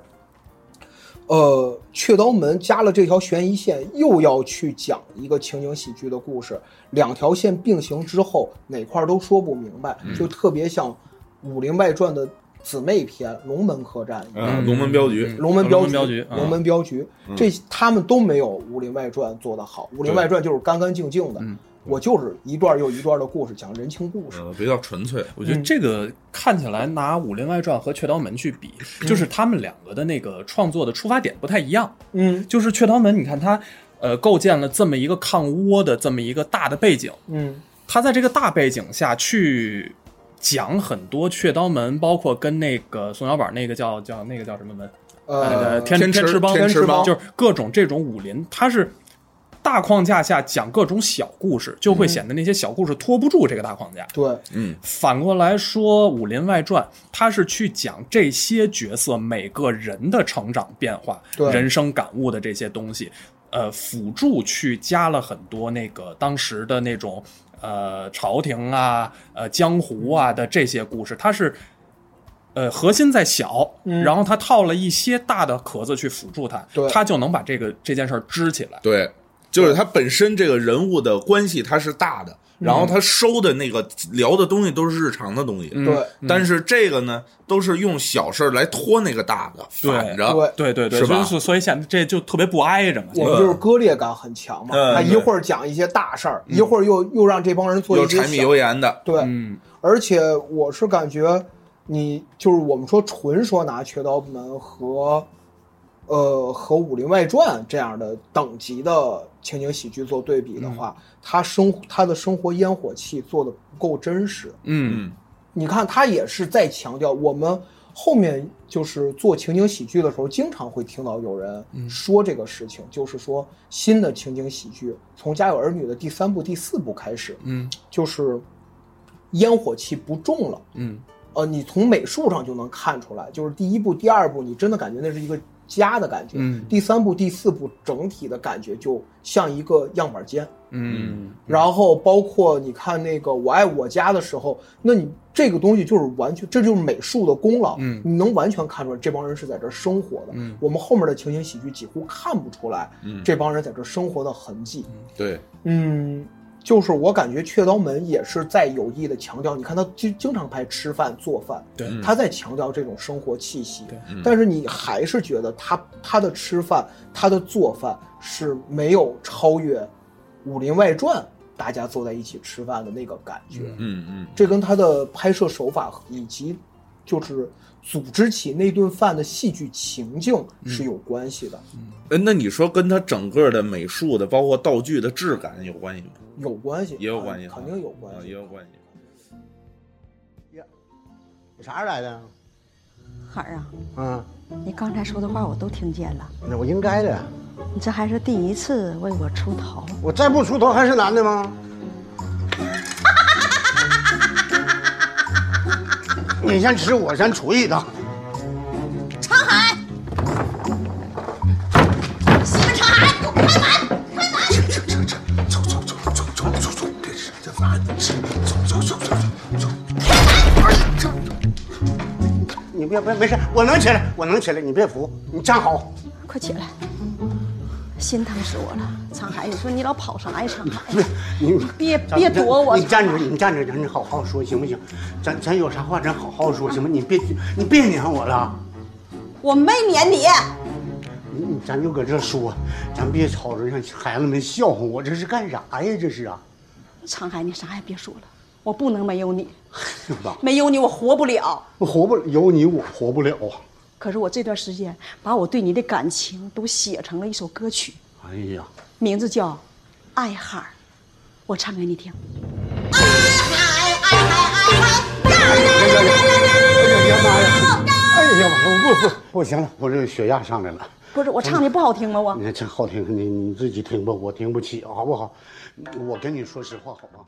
[SPEAKER 1] 呃，雀刀门加了这条悬疑线，又要去讲一个情景喜剧的故事，两条线并行之后，哪块儿都说不明白，就特别像《武林外传》的姊妹篇《龙门客栈》一样。
[SPEAKER 3] 嗯，龙门镖局，
[SPEAKER 1] 龙门
[SPEAKER 4] 龙
[SPEAKER 1] 镖
[SPEAKER 4] 门镖局啊
[SPEAKER 1] 龙门镖局，这他们都没有《武林外传》做得好，《武林外传》就是干干净净的，我就是一段又一段的故事，讲人情故事。
[SPEAKER 3] 呃，比较纯粹。
[SPEAKER 4] 我觉得这个看起来拿《武林外传》和《雀刀门》去比，
[SPEAKER 3] 嗯
[SPEAKER 4] 就是他们两个的那个创作的出发点不太一样。
[SPEAKER 1] 嗯
[SPEAKER 4] 就是《雀刀门》，你看它，呃，构建了这么一个抗倭的这么一个大的背景，
[SPEAKER 1] 嗯
[SPEAKER 4] 他在这个大背景下去讲很多《雀刀门》，包括跟那个宋小宝那个叫叫那个叫什么门，
[SPEAKER 2] 哎
[SPEAKER 1] 呃，
[SPEAKER 4] 天
[SPEAKER 3] 天
[SPEAKER 4] 天
[SPEAKER 3] 池
[SPEAKER 4] 池帮，
[SPEAKER 3] 天池帮
[SPEAKER 4] 就是各种这种武林，它是大框架下讲各种小故事，就会显得那些小故事拖不住这个大框架。
[SPEAKER 1] 对，
[SPEAKER 4] 反过来说，《武林外传》它是去讲这些角色每个人的成长变化、
[SPEAKER 1] 对
[SPEAKER 4] 人生感悟的这些东西，呃，辅助去加了很多那个当时的那种呃朝廷啊、呃江湖啊的这些故事，它是。呃，核心在小，然后它套了一些大的壳子去辅助它
[SPEAKER 1] 嗯对，
[SPEAKER 4] 它就能把这个这件事儿支起来。
[SPEAKER 3] 对，就是他本身这个人物的关系他是大的，然后他收的那个聊的东西都是日常的东西，
[SPEAKER 1] 对
[SPEAKER 3] 但是这个呢，都是用小事儿来拖那个大的，
[SPEAKER 4] 对
[SPEAKER 3] 反着，
[SPEAKER 4] 对对对，
[SPEAKER 3] 是
[SPEAKER 4] 所
[SPEAKER 3] 吧
[SPEAKER 4] 以所以现在这就特别不挨着嘛。
[SPEAKER 1] 我们就是割裂感很强嘛，
[SPEAKER 3] 嗯
[SPEAKER 1] 他一会儿讲一些大事儿，一会儿又又让这帮人做
[SPEAKER 3] 有
[SPEAKER 1] 一些
[SPEAKER 3] 柴
[SPEAKER 1] 小
[SPEAKER 3] 米油盐的，
[SPEAKER 1] 对，
[SPEAKER 4] 嗯，
[SPEAKER 1] 而且我是感觉你就是我们说纯说拿《雀刀门》和呃和《武林外传》这样的等级的情景喜剧做对比
[SPEAKER 3] 嗯
[SPEAKER 1] 的话，他生他的生活烟火气做的不够真实。
[SPEAKER 4] 嗯
[SPEAKER 3] 嗯
[SPEAKER 1] 你看，他也是在强调我们后面就是做情景喜剧的时候，经常会听到有人
[SPEAKER 4] 嗯
[SPEAKER 1] 说这个事情，就是说新的情景喜剧从《家有儿女》的第三部、第四部开始，
[SPEAKER 4] 嗯
[SPEAKER 1] 就是烟火气不重了。
[SPEAKER 4] 嗯
[SPEAKER 1] 呃，你从美术上就能看出来，就是第一部、第二部，你真的感觉那是一个家的感觉；
[SPEAKER 4] 嗯
[SPEAKER 1] 第三部、第四部整体的感觉就像一个样板间。
[SPEAKER 4] 嗯
[SPEAKER 1] 然后包括你看那个《我爱我家》的时候，那你这个东西就是完全，这就是美术的功劳。
[SPEAKER 4] 嗯
[SPEAKER 1] 你能完全看出来这帮人是在这儿生活的。
[SPEAKER 4] 嗯
[SPEAKER 1] 我们后面的情景喜剧几乎看不出来
[SPEAKER 3] 嗯，
[SPEAKER 1] 这帮人在这儿生活的痕迹。
[SPEAKER 3] 对，
[SPEAKER 1] 嗯，就是我感觉《雀刀门》也是在有意的强调，你看他经经常拍吃饭做饭，
[SPEAKER 4] 对
[SPEAKER 3] 嗯
[SPEAKER 1] 他在强调这种生活气息，
[SPEAKER 4] 对
[SPEAKER 3] 嗯
[SPEAKER 1] 但是你还是觉得他他的吃饭，他的做饭是没有超越《武林外传》大家坐在一起吃饭的那个感觉，
[SPEAKER 4] 嗯
[SPEAKER 3] 嗯嗯，
[SPEAKER 1] 这跟他的拍摄手法以及就是组织起那顿饭的戏剧情境
[SPEAKER 4] 嗯
[SPEAKER 1] 是有关系的，
[SPEAKER 3] 哎，那你说跟他整个的美术的，包括道具的质感有关系吗？
[SPEAKER 1] 有关系，
[SPEAKER 3] 也有关系
[SPEAKER 1] 肯定有关
[SPEAKER 3] 啊，
[SPEAKER 1] 系，
[SPEAKER 3] 也有关系。
[SPEAKER 5] 你啥时候来的？
[SPEAKER 6] 海儿啊，
[SPEAKER 5] 嗯，
[SPEAKER 6] 你刚才说的话我都听见了，
[SPEAKER 5] 那我应该的。
[SPEAKER 6] 你这还是第一次为我出头。
[SPEAKER 5] 我再不出头还是男的 吗？你先吃，我先厨艺的。
[SPEAKER 7] 长海，媳妇长海，给我开门！
[SPEAKER 8] 走走走走走走走，别吃这饭，吃走走走走走走。
[SPEAKER 5] 你别别没事，我能起来，我能起来，你别扶，你站好。
[SPEAKER 6] 快起来，心疼死我了！沧海，你说你老跑啥呀？沧海，
[SPEAKER 5] 你
[SPEAKER 6] 别
[SPEAKER 5] 咱
[SPEAKER 6] 别
[SPEAKER 5] 咱
[SPEAKER 6] 躲我
[SPEAKER 5] 你站着，你站着，咱好好说行不行？咱咱有啥话咱好好说行吗？你别你别撵我了，
[SPEAKER 7] 我没撵你，
[SPEAKER 5] 你你咱就搁这说，咱别吵着让孩子们笑话我，这是干啥呀？这是啊，
[SPEAKER 6] 沧海，你啥也别说了，我不能没有你，
[SPEAKER 5] 对吧？
[SPEAKER 6] 没有你我活不了。
[SPEAKER 5] 我活不了，有你我活不了啊！
[SPEAKER 6] 可是我这段时间把我对你的感情都写成了一首歌曲，
[SPEAKER 5] 哎呀，
[SPEAKER 6] 名字叫《爱海儿》，我唱给你听。
[SPEAKER 7] 哎哎哎哎哎，
[SPEAKER 5] 哎呀呀呀！哎呀妈呀！哎呀妈呀！我不不不行了，我这血压上来了。
[SPEAKER 6] 不是我唱的不好听吗？我
[SPEAKER 5] 你看真好听，你你自己听吧，我听不起，啊好不好？我跟你说实话，好吗？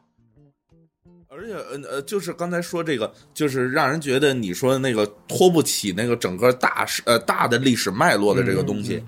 [SPEAKER 3] 而且，呃呃，就是刚才说这个，就是让人觉得你说的那个拖不起那个整个大史呃大的历史脉络的这个东西，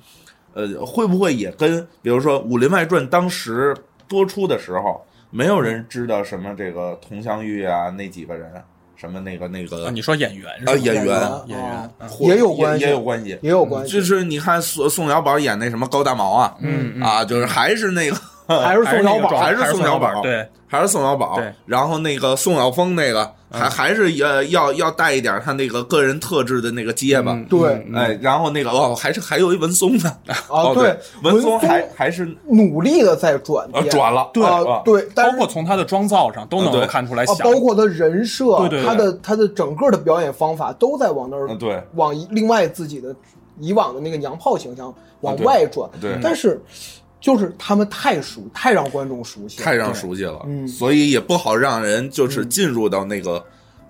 [SPEAKER 3] 呃，会不会也跟比如说《武林外传》当时播出的时候，没有人知道什么这个佟湘玉啊那几个人，什么那个那个
[SPEAKER 4] 啊，你说演员是吧
[SPEAKER 3] 啊演员
[SPEAKER 1] 啊
[SPEAKER 4] 演员嗯
[SPEAKER 3] 或
[SPEAKER 1] 也有关系
[SPEAKER 3] 也有关系，嗯
[SPEAKER 1] 也有关系，
[SPEAKER 3] 就是你看宋宋小宝演那什么高大毛啊，
[SPEAKER 4] 嗯嗯
[SPEAKER 3] 啊，就是还是那个。
[SPEAKER 1] 还是
[SPEAKER 4] 还
[SPEAKER 1] 宋
[SPEAKER 4] 是那
[SPEAKER 1] 小
[SPEAKER 4] 个
[SPEAKER 1] 宝
[SPEAKER 4] 状态
[SPEAKER 3] 还是
[SPEAKER 4] 还是
[SPEAKER 3] 宋
[SPEAKER 4] 宋
[SPEAKER 3] 小
[SPEAKER 4] 小宝
[SPEAKER 3] 宝，
[SPEAKER 4] 对，
[SPEAKER 3] 还是宋小宝，
[SPEAKER 4] 对嗯
[SPEAKER 3] 然后那个宋晓峰那个还还是要要要带一点他那个个人特质的那个结巴，
[SPEAKER 4] 嗯
[SPEAKER 1] 对
[SPEAKER 4] 嗯嗯
[SPEAKER 3] 哎，然后那个哦，还是还有一文松呢，
[SPEAKER 1] 啊，
[SPEAKER 3] 哦
[SPEAKER 1] 对，
[SPEAKER 3] 文松
[SPEAKER 1] 松
[SPEAKER 3] 还还是
[SPEAKER 1] 努力的在转
[SPEAKER 3] 呃
[SPEAKER 1] 变，
[SPEAKER 3] 转了，
[SPEAKER 1] 对
[SPEAKER 3] 啊
[SPEAKER 1] 对，但
[SPEAKER 4] 包
[SPEAKER 1] 是
[SPEAKER 4] 括从他的妆造上都能
[SPEAKER 3] 啊对
[SPEAKER 4] 够看出来
[SPEAKER 1] 啊
[SPEAKER 4] 想，，
[SPEAKER 1] 包括他人设，
[SPEAKER 4] 对对对
[SPEAKER 1] 他的他的整个的表演方法都在往那儿、
[SPEAKER 3] 嗯对
[SPEAKER 1] 往一另外自己的以往的那个娘炮形象往
[SPEAKER 3] 啊对
[SPEAKER 1] 外转，
[SPEAKER 3] 对
[SPEAKER 1] 但是就是他们太熟，太让观众熟悉了，
[SPEAKER 3] 太让熟悉了，
[SPEAKER 1] 嗯
[SPEAKER 3] 所以也不好让人就是进入到那个、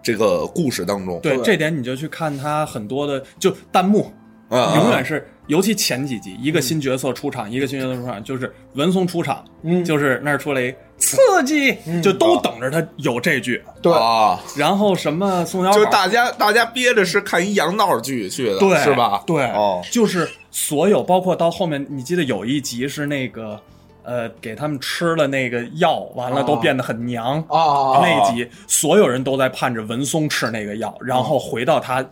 [SPEAKER 3] 这个故事当中，
[SPEAKER 4] 对
[SPEAKER 1] 对
[SPEAKER 4] 这点你就去看他很多的就弹幕，
[SPEAKER 3] 啊，
[SPEAKER 4] 永远是，尤其前几集，一个新角色出场，一个新角色出场，就是文松出场，
[SPEAKER 1] 嗯
[SPEAKER 4] 就是那儿出来一刺激，就都等着他有这句。
[SPEAKER 1] 对、
[SPEAKER 3] 啊，
[SPEAKER 4] 然后什么宋小宝，
[SPEAKER 3] 就是大家大家憋着是看一洋闹剧去的，
[SPEAKER 4] 对
[SPEAKER 3] 是吧？
[SPEAKER 4] 对，
[SPEAKER 3] 哦，
[SPEAKER 4] 就是所有，包括到后面，你记得有一集是那个，呃，给他们吃了那个药，完了都变得很娘
[SPEAKER 1] 啊啊啊
[SPEAKER 4] 那一集所有人都在盼着文松吃那个药，然后回到他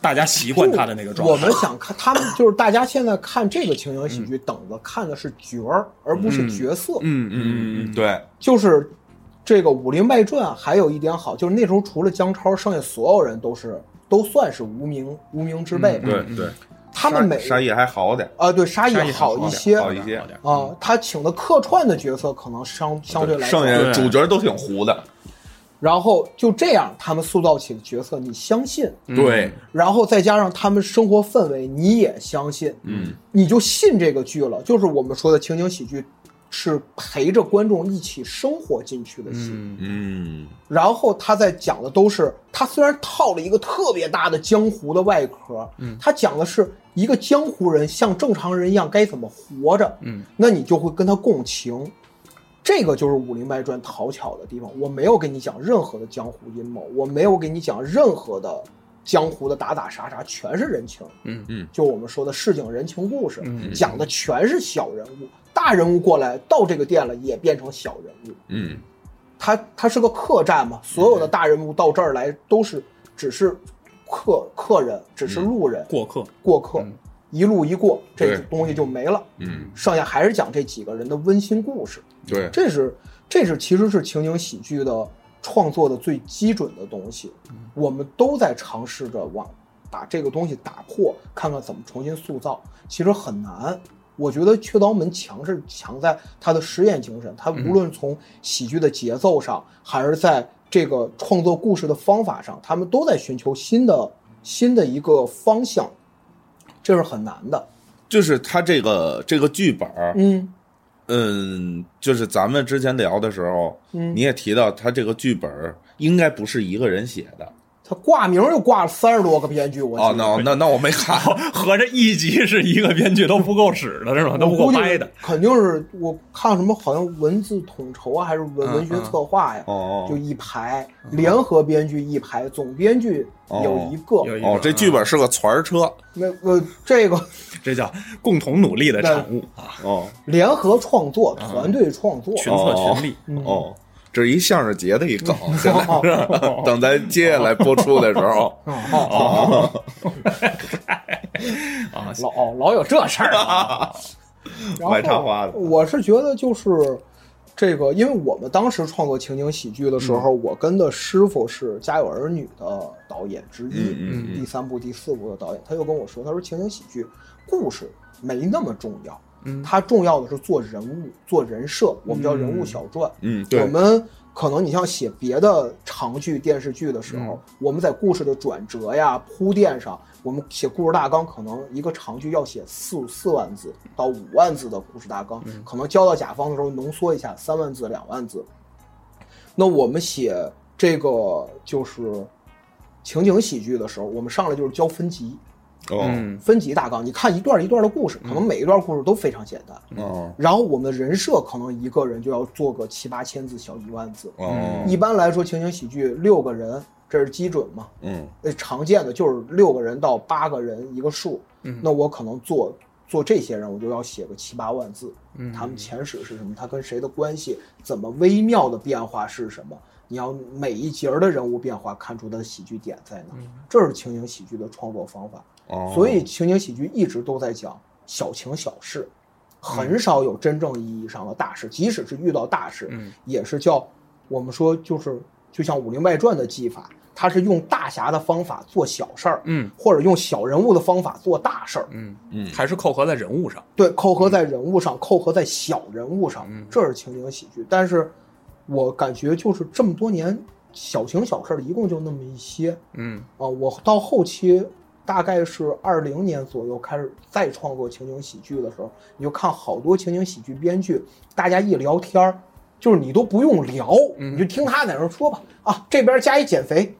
[SPEAKER 4] 大家习惯他的那个状态。
[SPEAKER 1] 我们想看他们，就是大家现在看这个情景喜
[SPEAKER 3] 嗯
[SPEAKER 1] 剧，等着看的是角儿，而不是角色。
[SPEAKER 4] 嗯嗯嗯，
[SPEAKER 3] 嗯，对，
[SPEAKER 1] 就是这个《武林外传》，还有一点好，就是那时候除了姜超，剩下所有人都是都算是无名无名之辈。
[SPEAKER 3] 嗯
[SPEAKER 1] 嗯
[SPEAKER 3] 对对，
[SPEAKER 1] 他们每
[SPEAKER 3] 沙溢还好点，
[SPEAKER 1] 啊，对沙溢
[SPEAKER 4] 沙溢
[SPEAKER 1] 好
[SPEAKER 4] 好
[SPEAKER 1] 一
[SPEAKER 4] 点
[SPEAKER 1] 些
[SPEAKER 3] 好一些
[SPEAKER 4] 好点
[SPEAKER 1] 啊，他请的客串的角色可能相相对来说
[SPEAKER 3] 剩下的主角都挺糊的，
[SPEAKER 1] 然后就这样，他们塑造起的角色，你相信，
[SPEAKER 3] 对，
[SPEAKER 1] 然后再加上他们生活氛围，你也相信，
[SPEAKER 3] 嗯，
[SPEAKER 1] 你就信这个剧了。就是我们说的情景喜剧，是陪着观众一起生活进去的戏。
[SPEAKER 3] 嗯，
[SPEAKER 1] 然后他在讲的都是，他虽然套了一个特别大的江湖的外壳，嗯，他讲的是一个江湖人像正常人一样该怎么活着，嗯，那你就会跟他共情。这个就是《武林外传》讨巧的地方。我没有给你讲任何的江湖阴谋，我没有给你讲任何的江湖的打打杀杀，全是人情。
[SPEAKER 4] 嗯
[SPEAKER 3] 嗯
[SPEAKER 1] 就我们说的市井人情故事，讲的全是小人物，大人物过来到这个店了也变成小人物。
[SPEAKER 3] 嗯，
[SPEAKER 1] 它它是个客栈嘛，所有的大人物到这儿来都是只是客客人，只是路人、
[SPEAKER 4] 过客。
[SPEAKER 1] 过客，一路一过，这
[SPEAKER 3] 对
[SPEAKER 1] 东西就没了。
[SPEAKER 3] 嗯，
[SPEAKER 1] 剩下还是讲这几个人的温馨故事，
[SPEAKER 3] 对，
[SPEAKER 1] 这是这是其实是情景喜剧的创作的最基准的东西。
[SPEAKER 3] 嗯
[SPEAKER 1] 我们都在尝试着往把这个东西打破，看看怎么重新塑造，其实很难。我觉得《雀刀门》强是强在它的实验精神，它
[SPEAKER 3] 嗯
[SPEAKER 1] 无论从喜剧的节奏上，还是在这个创作故事的方法上，他们都在寻求新的新的一个方向，这是很难的。
[SPEAKER 3] 就是他这个这个剧本儿，
[SPEAKER 1] 嗯，
[SPEAKER 3] 嗯，就是咱们之前聊的时候，
[SPEAKER 1] 嗯
[SPEAKER 3] 你也提到他这个剧本儿应该不是一个人写的。
[SPEAKER 1] 他挂名又挂了三十多个编剧，我记得
[SPEAKER 3] 哦，那那那我没 看，
[SPEAKER 4] 合着一集是一个编剧都不够使的是吗？都不
[SPEAKER 1] 我
[SPEAKER 4] 够
[SPEAKER 1] 估计
[SPEAKER 4] 拍的。
[SPEAKER 1] 肯定是我看什么好像文字统筹啊，还是文
[SPEAKER 4] 嗯
[SPEAKER 1] 文学策划呀，
[SPEAKER 3] 嗯哦
[SPEAKER 1] 就一排，联合编剧一排，总编剧有一个。
[SPEAKER 4] 有一个
[SPEAKER 3] 哦，这剧本是个团儿车，
[SPEAKER 1] 那呃，这个
[SPEAKER 4] 这叫共同努力的产物啊，
[SPEAKER 3] 哦
[SPEAKER 1] 联合创作、
[SPEAKER 4] 嗯
[SPEAKER 1] 团队创作，
[SPEAKER 4] 群策群力。
[SPEAKER 1] 嗯
[SPEAKER 3] 哦，这是一相声节的一 梗，现在等咱接下来播出的时候，
[SPEAKER 1] 嗯
[SPEAKER 4] 啊
[SPEAKER 1] 老老有这事儿、啊。然
[SPEAKER 3] 买插花的
[SPEAKER 1] 后我是觉得就是这个，因为我们当时创作情景喜剧的时候，
[SPEAKER 3] 嗯
[SPEAKER 1] 我跟的师傅是《家有儿女》的导演之一，
[SPEAKER 3] 嗯嗯
[SPEAKER 1] 第三部、第四部的导演，他就跟我说，他说情景喜剧故事没那么重要。它重要的是做人物、做人设，我们叫人物小传。
[SPEAKER 3] 嗯对
[SPEAKER 1] 我们可能你像写别的长剧、电视剧的时
[SPEAKER 3] 嗯
[SPEAKER 1] 候，我们在故事的转折呀、铺垫上，我们写故事大纲，可能一个长剧要写四四万字到五万字的故事大纲，
[SPEAKER 3] 嗯
[SPEAKER 1] 可能交到甲方的时候浓缩一下，三万字、两万字。那我们写这个就是情景喜剧的时候，我们上来就是教分级，
[SPEAKER 3] 哦
[SPEAKER 1] 分级大纲。你看一段一段的故
[SPEAKER 3] 嗯
[SPEAKER 1] 事，可能每一段故事都非常简单，
[SPEAKER 3] 哦
[SPEAKER 1] 然后我们的人设可能一个人就要做个七八千字，小一万字。
[SPEAKER 3] 哦，
[SPEAKER 1] 一般来说，情景喜剧六个人，这是基准嘛？
[SPEAKER 3] 嗯
[SPEAKER 1] 呃，常见的就是六个人到八个人一个数。那我可能做做这些人，我就要写个七八万字。他们前史是什么？他跟谁的关系？怎么微妙的变化是什么？你要每一节儿的人物变化看出他的喜剧点在哪？这是情景喜剧的创作方法。
[SPEAKER 3] 哦，
[SPEAKER 1] 所以情景喜剧一直都在讲小情小事，很少有真正意义上的大事。即使是遇到大事，也是叫我们说就是就像《武林外传》的技法，它是用大侠的方法做小事儿，
[SPEAKER 4] 嗯，
[SPEAKER 1] 或者用小人物的方法做大事儿，
[SPEAKER 4] 嗯
[SPEAKER 3] 嗯
[SPEAKER 4] 还是扣合在人物上。
[SPEAKER 1] 对，扣合在人物上，扣合在小人物上，这是情景喜剧。但是我感觉就是这么多年小情小事儿，一共就那么一些，
[SPEAKER 4] 嗯
[SPEAKER 1] 啊，我到后期大概是二零年左右开始再创作情景喜剧的时候，你就看好多情景喜剧编剧，大家一聊天儿，就是你都不用聊，你就听他在那儿说吧。啊，这边加一减肥，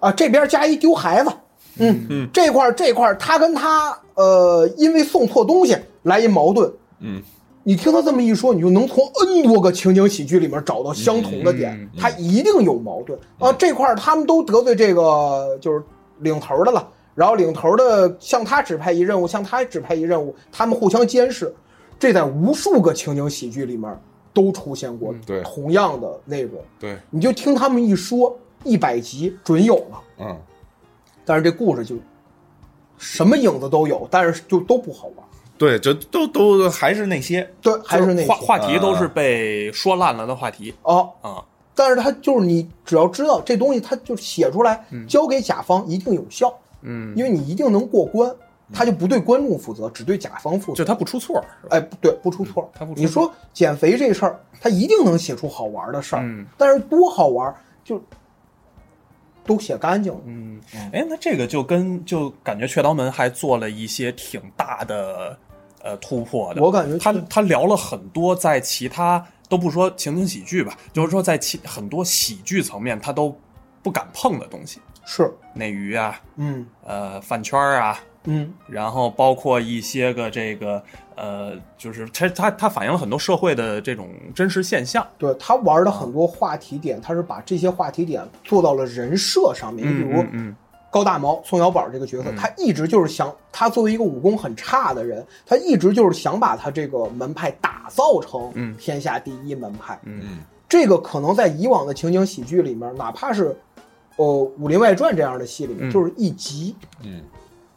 [SPEAKER 1] 啊，这边加一丢孩子，嗯，这块儿这块儿他跟他呃，因为送错东西来一矛盾，
[SPEAKER 3] 嗯。
[SPEAKER 1] 你听他这么一说，你就能从 N 多个情景喜剧里面找到相同的点，他一定有矛盾啊。这块儿他们都得罪这个就是领头的了，然后领头的向他指派一任务，向他指派一任务，他们互相监视，这在无数个情景喜剧里面都出现过
[SPEAKER 3] 对
[SPEAKER 1] 同样的内容。
[SPEAKER 3] 对，
[SPEAKER 1] 你就听他们一说，一百集准有了，
[SPEAKER 3] 嗯
[SPEAKER 1] 但是这故事就什么影子都有，但是就都不好玩。
[SPEAKER 3] 对，就都都还是那些，嗯
[SPEAKER 1] 对，还是那
[SPEAKER 4] 话
[SPEAKER 1] 些
[SPEAKER 4] 话题都是被说烂了的话题
[SPEAKER 1] 啊。
[SPEAKER 4] 啊。
[SPEAKER 1] 但是它就是你只要知道这东西，它就写出来交给甲方一定有效，
[SPEAKER 4] 嗯，
[SPEAKER 1] 因为你一定能过关，他就不对观众负责，只对甲方负责。
[SPEAKER 4] 就他不出错儿，是吧
[SPEAKER 1] 哎，不对，不出错。
[SPEAKER 4] 他不出错
[SPEAKER 1] 你说减肥这事儿，他一定能写出好玩的事儿，
[SPEAKER 4] 嗯
[SPEAKER 1] 但是多好玩儿就都写干净了。
[SPEAKER 4] 嗯，哎，那这个就跟就感觉雀刀门还做了一些挺大的呃突破的。
[SPEAKER 1] 我感觉
[SPEAKER 4] 他
[SPEAKER 1] 是
[SPEAKER 4] 他聊了很多在其他都不说情景喜剧吧，就是说在其很多喜剧层面他都不敢碰的东西，
[SPEAKER 1] 是，
[SPEAKER 4] 内娱啊，
[SPEAKER 1] 嗯
[SPEAKER 4] 呃，饭圈儿啊，
[SPEAKER 1] 嗯，
[SPEAKER 4] 然后包括一些个这个呃，就是它它它反映了很多社会的这种真实现象。
[SPEAKER 1] 对他玩的很多话题点，他是把这些话题点做到了人设上面，比如。
[SPEAKER 4] 嗯嗯
[SPEAKER 1] 高大毛宋小宝这个角色，他一直就是想，他作为一个武功很差的人，他一直就是想把他这个门派打造成
[SPEAKER 4] 嗯
[SPEAKER 1] 天下第一门派。
[SPEAKER 3] 嗯，
[SPEAKER 1] 这个可能在以往的情景喜剧里面，哪怕是呃《武林外传》这样的戏里面，
[SPEAKER 4] 嗯
[SPEAKER 1] 就是一集，
[SPEAKER 3] 嗯，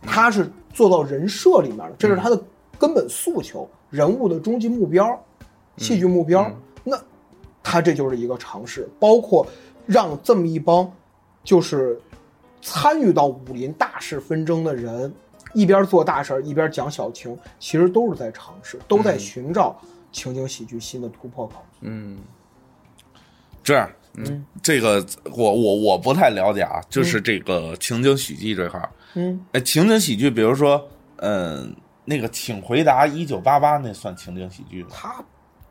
[SPEAKER 1] 他是做到人设里面的，
[SPEAKER 4] 嗯
[SPEAKER 1] 这是他的根本诉求，人物的终极目标，戏剧目标。
[SPEAKER 4] 嗯
[SPEAKER 1] 那他这就是一个尝试，包括让这么一帮就是参与到武林大事纷争的人，一边做大事儿一边讲小情，其实都是在尝试，都
[SPEAKER 3] 嗯
[SPEAKER 1] 在寻找情景喜剧新的突破口。
[SPEAKER 4] 嗯
[SPEAKER 3] 这样，嗯，这个我我我不太了解啊，就是这个情景喜剧这块儿，
[SPEAKER 1] 嗯，
[SPEAKER 3] 哎，情景喜剧，比如说，嗯，那个《请回答一九八八》那算情景喜剧吗？
[SPEAKER 1] 他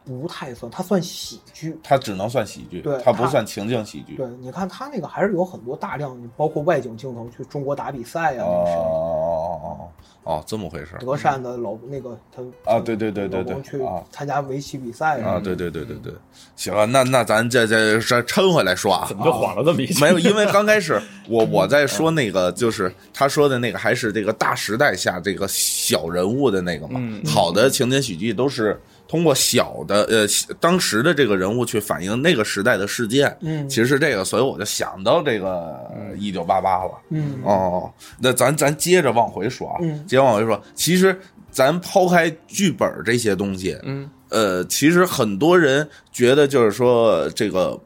[SPEAKER 1] 不太算，他算喜剧。
[SPEAKER 3] 它只能算喜剧
[SPEAKER 1] 对，
[SPEAKER 3] 它不
[SPEAKER 1] 它
[SPEAKER 3] 算情景喜剧。
[SPEAKER 1] 对，你看他那个还是有很多大量，包括外景镜头去中国打比赛呀、
[SPEAKER 3] 哦
[SPEAKER 1] 那个时候
[SPEAKER 3] 哦哦哦哦，这么回事儿
[SPEAKER 1] 德善的老那个他
[SPEAKER 3] 啊对对对对对
[SPEAKER 1] 老公去
[SPEAKER 3] 啊
[SPEAKER 1] 参加围棋比赛
[SPEAKER 3] 啊！对对对对对，行啊，那那咱这这这抻回来说啊，
[SPEAKER 2] 怎么就晃了这么一下？
[SPEAKER 3] 没有，因为刚开始我我在说那个，就是他说的那个，还是这个大时代下这个小人物的那个嘛。
[SPEAKER 1] 嗯
[SPEAKER 3] 好的情景喜剧都是通过小的呃当时的这个人物去反映那个时代的事件。
[SPEAKER 1] 嗯
[SPEAKER 3] 其实是这个，所以我就想到这个一九八八了。
[SPEAKER 1] 嗯
[SPEAKER 3] 哦，那咱咱接着往回说啊，
[SPEAKER 1] 嗯
[SPEAKER 3] 接着往回说。其实咱抛开剧本这些东西，
[SPEAKER 4] 嗯，
[SPEAKER 3] 呃，其实很多人觉得就是说这个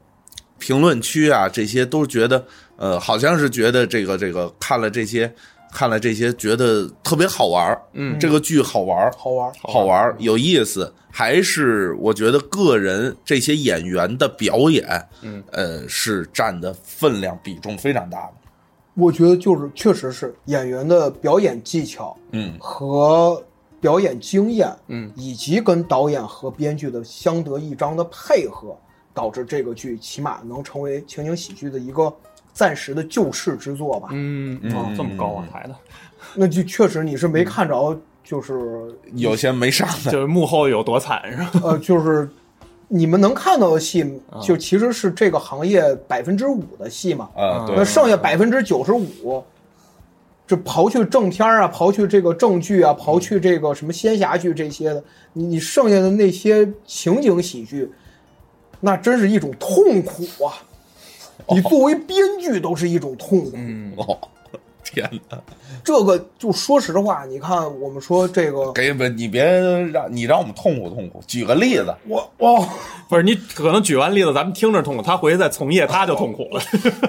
[SPEAKER 3] 评论区啊，这些都觉得呃，好像是觉得这个这个看了这些看了这些，觉得特别好玩儿
[SPEAKER 4] 嗯
[SPEAKER 3] 这个剧好玩儿
[SPEAKER 1] 好玩儿。
[SPEAKER 3] 好玩儿有意思，还是我觉得个人这些演员的表演，
[SPEAKER 4] 嗯，
[SPEAKER 3] 呃，是占的分量比重非常大的，
[SPEAKER 1] 我觉得就是确实是演员的表演技巧
[SPEAKER 3] 嗯。
[SPEAKER 1] 和表演经验，
[SPEAKER 4] 嗯，
[SPEAKER 1] 以及跟导演和编剧的相得益彰的配合，导致这个剧起码能成为情景喜剧的一个暂时的救世之作吧。
[SPEAKER 4] 嗯哦，这么高往抬的，
[SPEAKER 1] 那就确实你是
[SPEAKER 4] 嗯
[SPEAKER 1] 没看着，就是
[SPEAKER 3] 有些没上的，
[SPEAKER 4] 就是幕后有多惨是吧？
[SPEAKER 1] 呃，就是你们能看到的戏，
[SPEAKER 4] 嗯
[SPEAKER 1] 就其实是这个行业百分之五的戏嘛。
[SPEAKER 3] 啊，对
[SPEAKER 1] 那，剩下百分之九十五，就刨去正片儿啊，刨去这个正剧啊，刨去这个什么仙侠剧这些的，你你剩下的那些情景喜剧，那真是一种痛苦啊！你作为编剧都是一种痛苦。
[SPEAKER 3] 哦，天哪！
[SPEAKER 1] 这个就说实话，你看我们说这个，
[SPEAKER 3] 给不，你别让你让我们痛苦痛苦。举个例子，
[SPEAKER 1] 我哇，
[SPEAKER 4] 不是你可能举完例子，咱们听着痛苦，他回去再从业他就痛苦 了。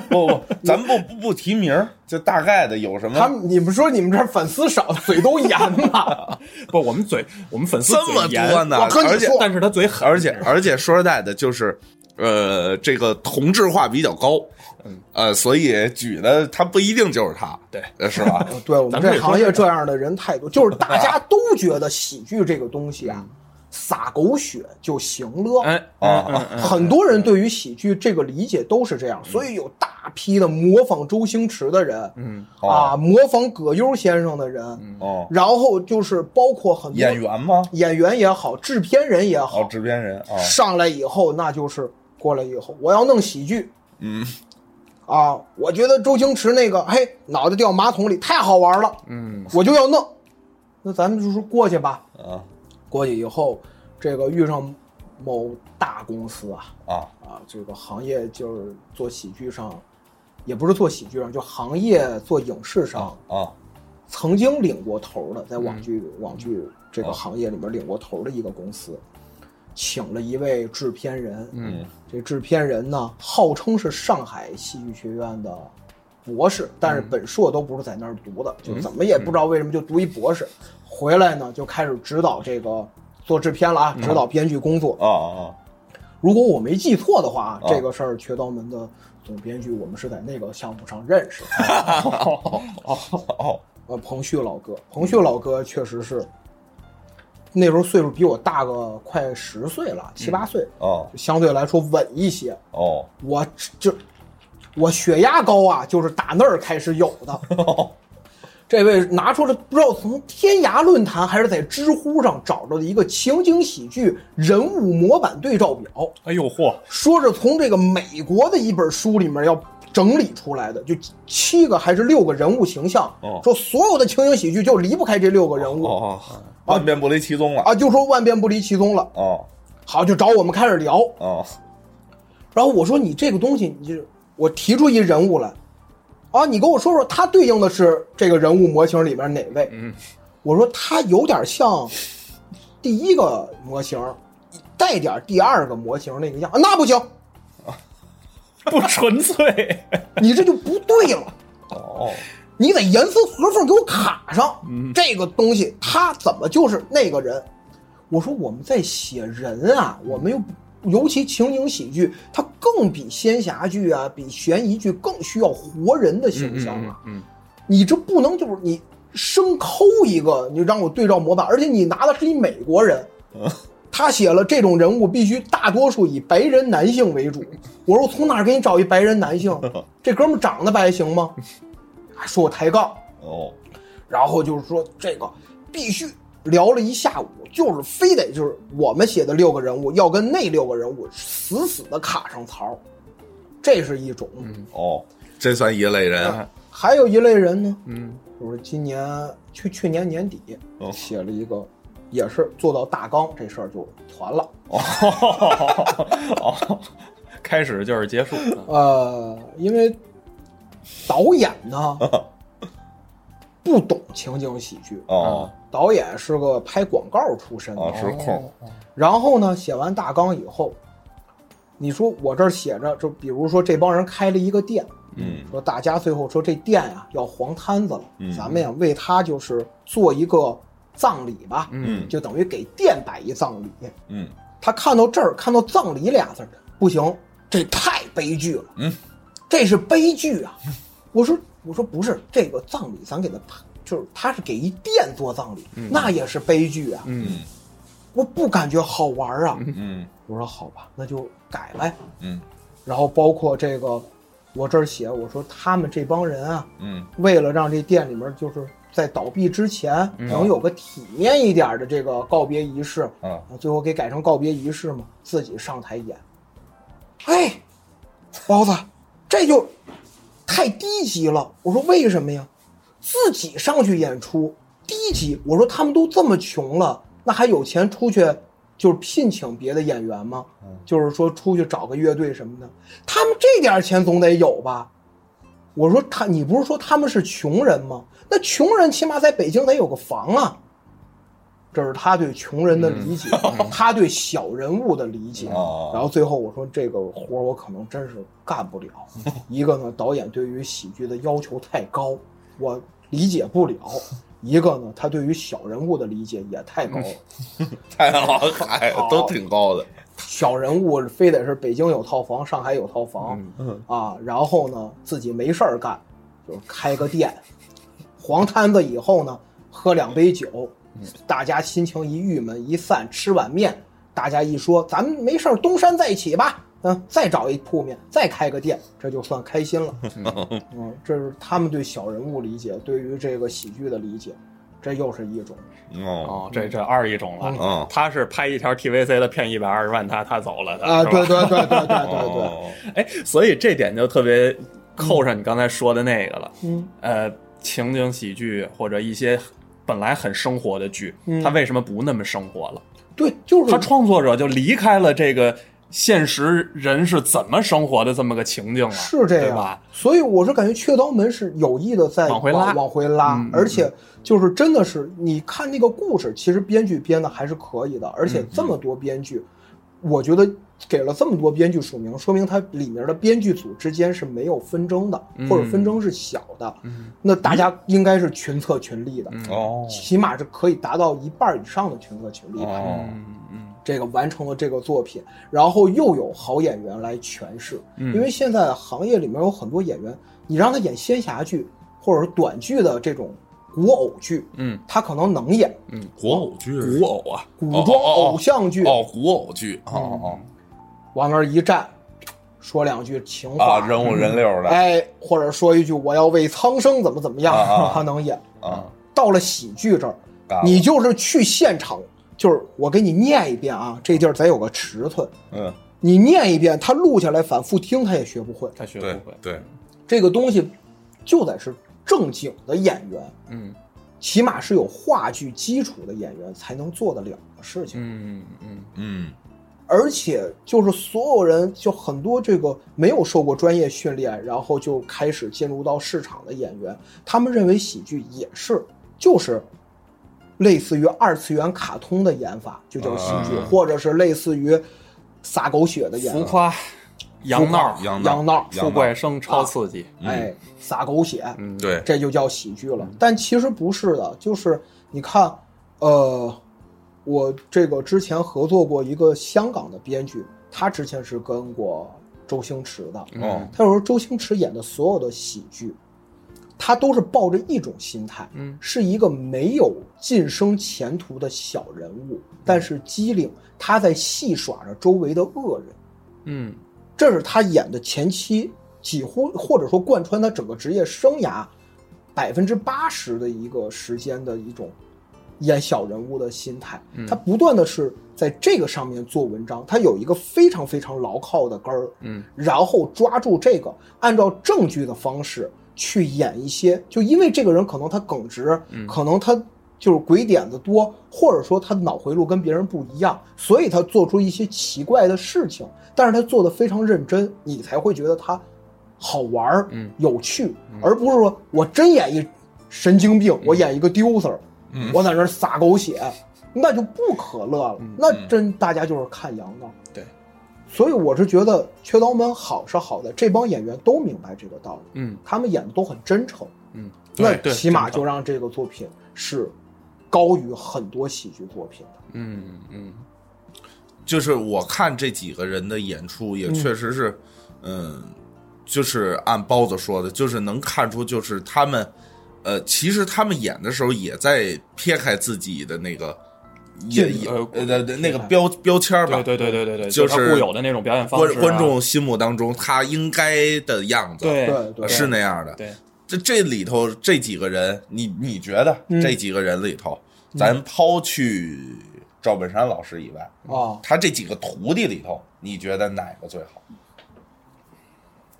[SPEAKER 3] 不不，咱不不不提名儿，就大概的有什么？
[SPEAKER 1] 他们你们说你们这儿粉丝少，嘴都严了。
[SPEAKER 4] 不，我们嘴我们粉丝
[SPEAKER 3] 这么
[SPEAKER 4] 嘴严
[SPEAKER 3] 多呢
[SPEAKER 1] 我跟你
[SPEAKER 3] 而且
[SPEAKER 1] 说
[SPEAKER 4] 但是他嘴 狠，
[SPEAKER 3] 而且而且说实在的，就是呃，这个同质化比较高，呃，所以举的他不一定就是他，
[SPEAKER 4] 对
[SPEAKER 3] 呃，是吧？
[SPEAKER 1] 对我们
[SPEAKER 4] 咱们
[SPEAKER 1] 这
[SPEAKER 4] 也说
[SPEAKER 1] 行业这样的人太多，就是大家都觉得喜剧这个东西啊，撒狗血就行了。
[SPEAKER 4] 哎
[SPEAKER 3] 啊
[SPEAKER 4] 嗯嗯
[SPEAKER 1] 很多人对于喜剧这个理解都是这样，所以有大批的模仿周星驰的人，嗯啊，模仿葛优先生的人，
[SPEAKER 3] 哦，
[SPEAKER 1] 然后就是包括很多
[SPEAKER 3] 演员吗？
[SPEAKER 1] 演员也好，制片人也
[SPEAKER 3] 哦
[SPEAKER 1] 好，，
[SPEAKER 3] 制片人啊，
[SPEAKER 1] 上来以后那就是过来以后，我要弄喜剧，
[SPEAKER 3] 嗯，
[SPEAKER 1] 啊，我觉得周星驰那个，嘿，脑袋掉马桶里太好玩了，嗯，我就要弄。那咱们就是过去吧，
[SPEAKER 3] 啊
[SPEAKER 1] 过去以后，这个遇上某大公司啊，
[SPEAKER 3] 啊，
[SPEAKER 1] 啊，这个行业就是做喜剧上，也不是做喜剧上，就行业做影视上
[SPEAKER 3] 啊，
[SPEAKER 1] 曾经领过头的，在网剧、网剧这个行业里面领过头的一个公司，请了一位制片人。嗯，这制片人呢，号称是上海戏剧学院的博士，但是本硕都不是在那儿读的，就怎么也不知道为什么就读一博士。回来呢，就开始指导这个做制片了啊，指导编剧工作。
[SPEAKER 3] 哦哦
[SPEAKER 1] 如果我没记错的话，
[SPEAKER 3] 哦
[SPEAKER 1] 这个事儿缺刀门的总编剧，我们是在那个项目上认识的。
[SPEAKER 3] 哦哦，
[SPEAKER 1] 呃，彭旭老哥，彭旭老哥确实是那时候岁数比我大个快十岁了，七八岁，
[SPEAKER 3] 哦
[SPEAKER 1] 就相对来说稳一些。
[SPEAKER 3] 哦，
[SPEAKER 1] 我这我血压高啊，就是打那儿开始有的。这位拿出了不知道从天涯论坛还是在知乎上找着的一个情景喜剧人物模板对照表，
[SPEAKER 4] 哎呦 嚯，
[SPEAKER 1] 说是从这个美国的一本书里面要整理出来的，就七个还是六个人物形象，
[SPEAKER 3] 哦
[SPEAKER 1] 说所有的情景喜剧就离不开这六个人物、
[SPEAKER 3] 哦哦，万变不离其宗了。
[SPEAKER 1] 啊，就说万变不离其宗了。
[SPEAKER 3] 哦
[SPEAKER 1] 好，就找我们开始聊。
[SPEAKER 3] 哦
[SPEAKER 1] 然后我说你这个东西，你这我提出一人物来，啊，你给我说说他对应的是这个人物模型里面哪位？嗯，我说他有点像第一个模型，带点第二个模型那个样，啊、那不行，
[SPEAKER 4] 不纯粹，
[SPEAKER 3] 嗯
[SPEAKER 1] 你这就不对了。
[SPEAKER 3] 哦
[SPEAKER 1] 你得严丝合缝给我卡上。
[SPEAKER 4] 嗯
[SPEAKER 1] 这个东西他怎么就是那个人？我说我们在写人啊，我们又不尤其情景喜剧，它更比仙侠剧啊，比悬疑剧更需要活人的形象啊。
[SPEAKER 4] 嗯，
[SPEAKER 1] 你这不能就是你生抠一个，你让我对照模板，而且你拿的是一美国人，他写了这种人物必须大多数以白人男性为主。我说我从哪儿给你找一白人男性？这哥们儿长得白行吗？还说我抬杠，
[SPEAKER 3] 哦
[SPEAKER 1] 然后就是说这个必须聊了一下午，就是非得就是我们写的六个人物要跟那六个人物死死的卡上槽儿，这是一种。
[SPEAKER 3] 哦，这算一类人。
[SPEAKER 1] 还有一类人呢，
[SPEAKER 4] 嗯，
[SPEAKER 1] 我说今年去去年年底
[SPEAKER 3] 哦
[SPEAKER 1] 写了一个，也是做到大纲这事儿就团了。
[SPEAKER 4] 哦，开始就是结束，
[SPEAKER 3] 嗯
[SPEAKER 4] 嗯
[SPEAKER 1] 呃，因为导演 呢不懂情景喜剧，
[SPEAKER 3] 哦
[SPEAKER 1] 导演是个拍广告出身的，
[SPEAKER 3] 哦，是空。
[SPEAKER 1] 然后呢，写完大纲以后，你说我这儿写着，就比如说这帮人开了一个店，
[SPEAKER 3] 嗯
[SPEAKER 1] 说大家最后说这店呀、要黄摊子了，
[SPEAKER 3] 嗯
[SPEAKER 1] 咱们呀为他就是做一个葬礼吧，
[SPEAKER 3] 嗯
[SPEAKER 1] 就等于给店摆一葬礼。
[SPEAKER 3] 嗯
[SPEAKER 1] 他看到这儿，看到葬礼俩字儿，不行，这太悲剧了。
[SPEAKER 3] 嗯，
[SPEAKER 1] 这是悲剧啊！我说，我说不是这个葬礼，咱给他拍，就是他是给一店做葬礼，那也是悲剧啊。
[SPEAKER 4] 嗯
[SPEAKER 3] 嗯
[SPEAKER 1] 我不感觉好玩儿啊。
[SPEAKER 3] 嗯
[SPEAKER 1] 我说好吧，那就改呗。
[SPEAKER 3] 嗯
[SPEAKER 1] 然后包括这个，我这儿写我说他们这帮人啊，
[SPEAKER 3] 嗯
[SPEAKER 1] 为了让这店里面就是在倒闭之前能有个体面一点儿的这个告别仪式，
[SPEAKER 3] 啊
[SPEAKER 1] 最后给改成告别仪式嘛，自己上台演。哎，包子，这就太低级了。我说为什么呀？自己上去演出低级。我说他们都这么穷了，那还有钱出去就是聘请别的演员吗？就是说出去找个乐队什么的，他们这点钱总得有吧？我说他，你不是说他们是穷人吗？那穷人起码在北京得有个房啊。这是他对穷人的理解，他对小人物的理解。
[SPEAKER 3] 哦
[SPEAKER 1] 然后最后我说这个活儿我可能真是干不了。一个呢，导演对于喜剧的要求太高，我理解不了；一个呢，他对于小人物的理解也太高了。
[SPEAKER 3] 太好了，嗨，都挺高的。
[SPEAKER 1] 小人物非得是北京有套房，上海有套房，啊，然后呢自己没事儿干，就是开个店，黄摊子以后呢，喝两杯酒，大家心情一郁闷一散，吃碗面，大家一说咱们没事儿东山再起吧，嗯，再找一铺面，再开个店，这就算开心了。嗯，这是他们对小人物理解，对于这个喜剧的理解，这又是一种。
[SPEAKER 3] 哦
[SPEAKER 4] 哦，这这二一种了，
[SPEAKER 1] 啊
[SPEAKER 3] 嗯
[SPEAKER 4] 他是拍一条 TVC 的骗一百二十万，他他走了的
[SPEAKER 1] 啊，
[SPEAKER 4] 是吧
[SPEAKER 1] 对对对对对对对，
[SPEAKER 3] 哦
[SPEAKER 4] 哎，所以这点就特别扣上你刚才说的那个了。
[SPEAKER 1] 嗯，
[SPEAKER 4] 呃，情景喜剧或者一些本来很生活的剧，
[SPEAKER 1] 嗯
[SPEAKER 4] 它为什么不那么生活了？
[SPEAKER 1] 对，就是
[SPEAKER 4] 它创作者就离开了这个现实人是怎么生活的这么个情境了，
[SPEAKER 1] 是这
[SPEAKER 4] 对
[SPEAKER 1] 样
[SPEAKER 4] 吧？，
[SPEAKER 1] 所以我是感觉雀刀门是有意的在
[SPEAKER 4] 往回拉
[SPEAKER 1] 往回拉，
[SPEAKER 4] 嗯嗯
[SPEAKER 1] 而且就是真的是你看那个故事，其实编剧编的还是可以的，而且这么多编剧，我觉得给了这么多编剧署名，说明它里面的编剧组之间是没有纷争的，
[SPEAKER 4] 嗯
[SPEAKER 1] 或者纷争是小的，那大家应该是群策群力
[SPEAKER 4] 嗯
[SPEAKER 1] 的，
[SPEAKER 3] 哦
[SPEAKER 1] 起码是可以达到一半以上的群策群力吧。
[SPEAKER 3] 哦，
[SPEAKER 4] 嗯
[SPEAKER 1] 这个完成了这个作品，然后又有好演员来诠释，
[SPEAKER 3] 嗯
[SPEAKER 1] 因为现在行业里面有很多演员，你让他演仙侠剧或者是短剧的这种古偶剧，
[SPEAKER 4] 嗯，
[SPEAKER 1] 他可能能演
[SPEAKER 3] 古偶剧，
[SPEAKER 4] 古偶啊，嗯
[SPEAKER 1] 古
[SPEAKER 3] 哦
[SPEAKER 1] 装
[SPEAKER 3] 哦哦
[SPEAKER 1] 偶像剧，
[SPEAKER 3] 嗯哦，古偶剧，哦哦
[SPEAKER 1] 往那儿一站，说两句情
[SPEAKER 3] 哦
[SPEAKER 1] 话，
[SPEAKER 3] 啊，人五人六的
[SPEAKER 1] 哎，或者说一句我要为苍生怎么怎么样，
[SPEAKER 3] 啊啊
[SPEAKER 1] 他能演。
[SPEAKER 3] 啊，
[SPEAKER 1] 到了喜剧这儿，
[SPEAKER 3] 嘎
[SPEAKER 1] 你就是去现场，就是我给你念一遍啊，这地儿得有个尺寸。
[SPEAKER 3] 嗯，
[SPEAKER 1] 你念一遍，他录下来反复听，他也学不会。
[SPEAKER 4] 他学
[SPEAKER 3] 对
[SPEAKER 4] 不会，
[SPEAKER 3] 对，
[SPEAKER 1] 这个东西就得是正经的演员，
[SPEAKER 4] 嗯
[SPEAKER 1] 起码是有话剧基础的演员才能做得了的事情。
[SPEAKER 4] 嗯嗯
[SPEAKER 3] 嗯
[SPEAKER 1] 而且就是所有人，就很多这个没有受过专业训练，然后就开始进入到市场的演员，他们认为喜剧也是就是类似于二次元卡通的演法，就叫喜剧，
[SPEAKER 3] 啊
[SPEAKER 1] 或者是类似于撒狗血的演
[SPEAKER 4] 浮
[SPEAKER 1] 法，
[SPEAKER 4] 夸、洋闹、
[SPEAKER 3] 杨
[SPEAKER 1] 洋闹
[SPEAKER 3] 杨
[SPEAKER 4] 富贵生超刺激，
[SPEAKER 1] 哎，撒狗血，
[SPEAKER 4] 嗯，
[SPEAKER 3] 对，
[SPEAKER 1] 这就叫喜剧了。但其实不是的，就是你看，呃，我这个之前合作过一个香港的编剧，他之前是跟过周星驰的。
[SPEAKER 4] 嗯
[SPEAKER 3] 哦
[SPEAKER 1] 他有时候周星驰演的所有的喜剧，他都是抱着一种心态，
[SPEAKER 4] 嗯
[SPEAKER 1] 是一个没有晋升前途的小人物，但是机灵，他在戏耍着周围的恶人。
[SPEAKER 4] 嗯
[SPEAKER 1] 这是他演的前期几乎或者说贯穿他整个职业生涯百分之八十的一个时间的一种演小人物的心态。他不断的是在这个上面做文章，他有一个非常非常牢靠的根儿，
[SPEAKER 4] 嗯，
[SPEAKER 1] 然后抓住这个，按照正剧的方式去演一些，就因为这个人可能他耿直，可能他。就是鬼点子多，或者说他的脑回路跟别人不一样，所以他做出一些奇怪的事情，但是他做的非常认真，你才会觉得他好玩儿、
[SPEAKER 4] 嗯
[SPEAKER 1] 有趣，而不是说我真演一神经病，
[SPEAKER 4] 嗯
[SPEAKER 1] 我演一个丢 Sir，、我在那儿撒狗血，那就不可乐了，那真大家就是看洋的。
[SPEAKER 4] 嗯对，
[SPEAKER 1] 所以我是觉得《缺刀门》好是好的，这帮演员都明白这个道理，
[SPEAKER 4] 嗯
[SPEAKER 1] 他们演的都很真诚，
[SPEAKER 4] 嗯，
[SPEAKER 1] 那
[SPEAKER 4] 对对
[SPEAKER 1] 起码
[SPEAKER 4] 真诚
[SPEAKER 1] 就让这个作品是高于很多喜剧作品的。
[SPEAKER 4] 嗯嗯
[SPEAKER 3] 就是我看这几个人的演出，也确实是，嗯，就是按包子说的，就是能看出，就是他们，呃，其实他们演的时候也在撇开自己的那个，也也
[SPEAKER 4] 呃
[SPEAKER 3] 呃的那个标标签儿吧，
[SPEAKER 4] 对对对对对对，
[SPEAKER 3] 就是
[SPEAKER 4] 他固有的那种表演方式
[SPEAKER 3] 观观
[SPEAKER 4] 啊，
[SPEAKER 3] 众心目当中他应该的样子，
[SPEAKER 4] 对
[SPEAKER 1] 对对
[SPEAKER 3] 呃是那样的。
[SPEAKER 4] 对，
[SPEAKER 3] 这这里头这几个人，你你觉得
[SPEAKER 1] 嗯
[SPEAKER 3] 这几个人里头，咱抛去赵本山老师以外，
[SPEAKER 1] 啊，
[SPEAKER 3] 他这几个徒弟里头，你觉得哪个最好？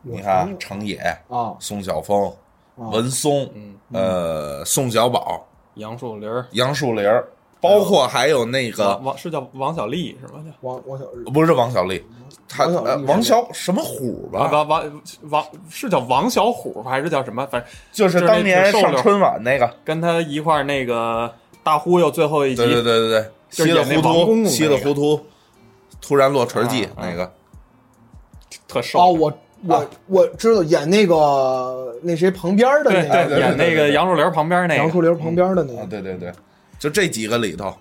[SPEAKER 3] 你看啊程野、
[SPEAKER 1] 啊
[SPEAKER 3] 宋晓峰、文松、
[SPEAKER 4] 嗯
[SPEAKER 3] 呃宋小宝、
[SPEAKER 4] 杨树林儿，
[SPEAKER 3] 杨树林儿，包括还有那
[SPEAKER 4] 王
[SPEAKER 3] 个
[SPEAKER 4] 王是叫王小利是吗？
[SPEAKER 1] 王王小
[SPEAKER 3] 不是王小利，他
[SPEAKER 1] 王小利
[SPEAKER 3] 呃
[SPEAKER 1] 是
[SPEAKER 3] 王小什么虎
[SPEAKER 4] 王
[SPEAKER 3] 吧，
[SPEAKER 4] 啊王王王是叫王小虎还是叫什么？反正
[SPEAKER 3] 就是
[SPEAKER 4] 就是那
[SPEAKER 3] 当年
[SPEAKER 4] 挺瘦溜
[SPEAKER 3] 上春晚那个，
[SPEAKER 4] 跟他一块儿那个大忽悠最后一集
[SPEAKER 3] 对对对对对，
[SPEAKER 4] 就
[SPEAKER 3] 稀
[SPEAKER 4] 是
[SPEAKER 3] 里
[SPEAKER 4] 演那
[SPEAKER 3] 糊
[SPEAKER 4] 王公公
[SPEAKER 3] 涂，
[SPEAKER 4] 那
[SPEAKER 3] 稀里
[SPEAKER 4] 个
[SPEAKER 3] 糊涂，突然落锤记
[SPEAKER 4] 啊啊
[SPEAKER 3] 那个，
[SPEAKER 4] 特瘦
[SPEAKER 1] 哦，我
[SPEAKER 3] 啊
[SPEAKER 1] 我我知道演那个那谁旁边的
[SPEAKER 4] 对
[SPEAKER 1] 那
[SPEAKER 3] 对
[SPEAKER 1] 个
[SPEAKER 4] 演那个杨树林儿旁边那
[SPEAKER 1] 杨树
[SPEAKER 4] 个，
[SPEAKER 1] 林旁边的那
[SPEAKER 3] 啊
[SPEAKER 1] 个，
[SPEAKER 3] 对对对，就这几个里头，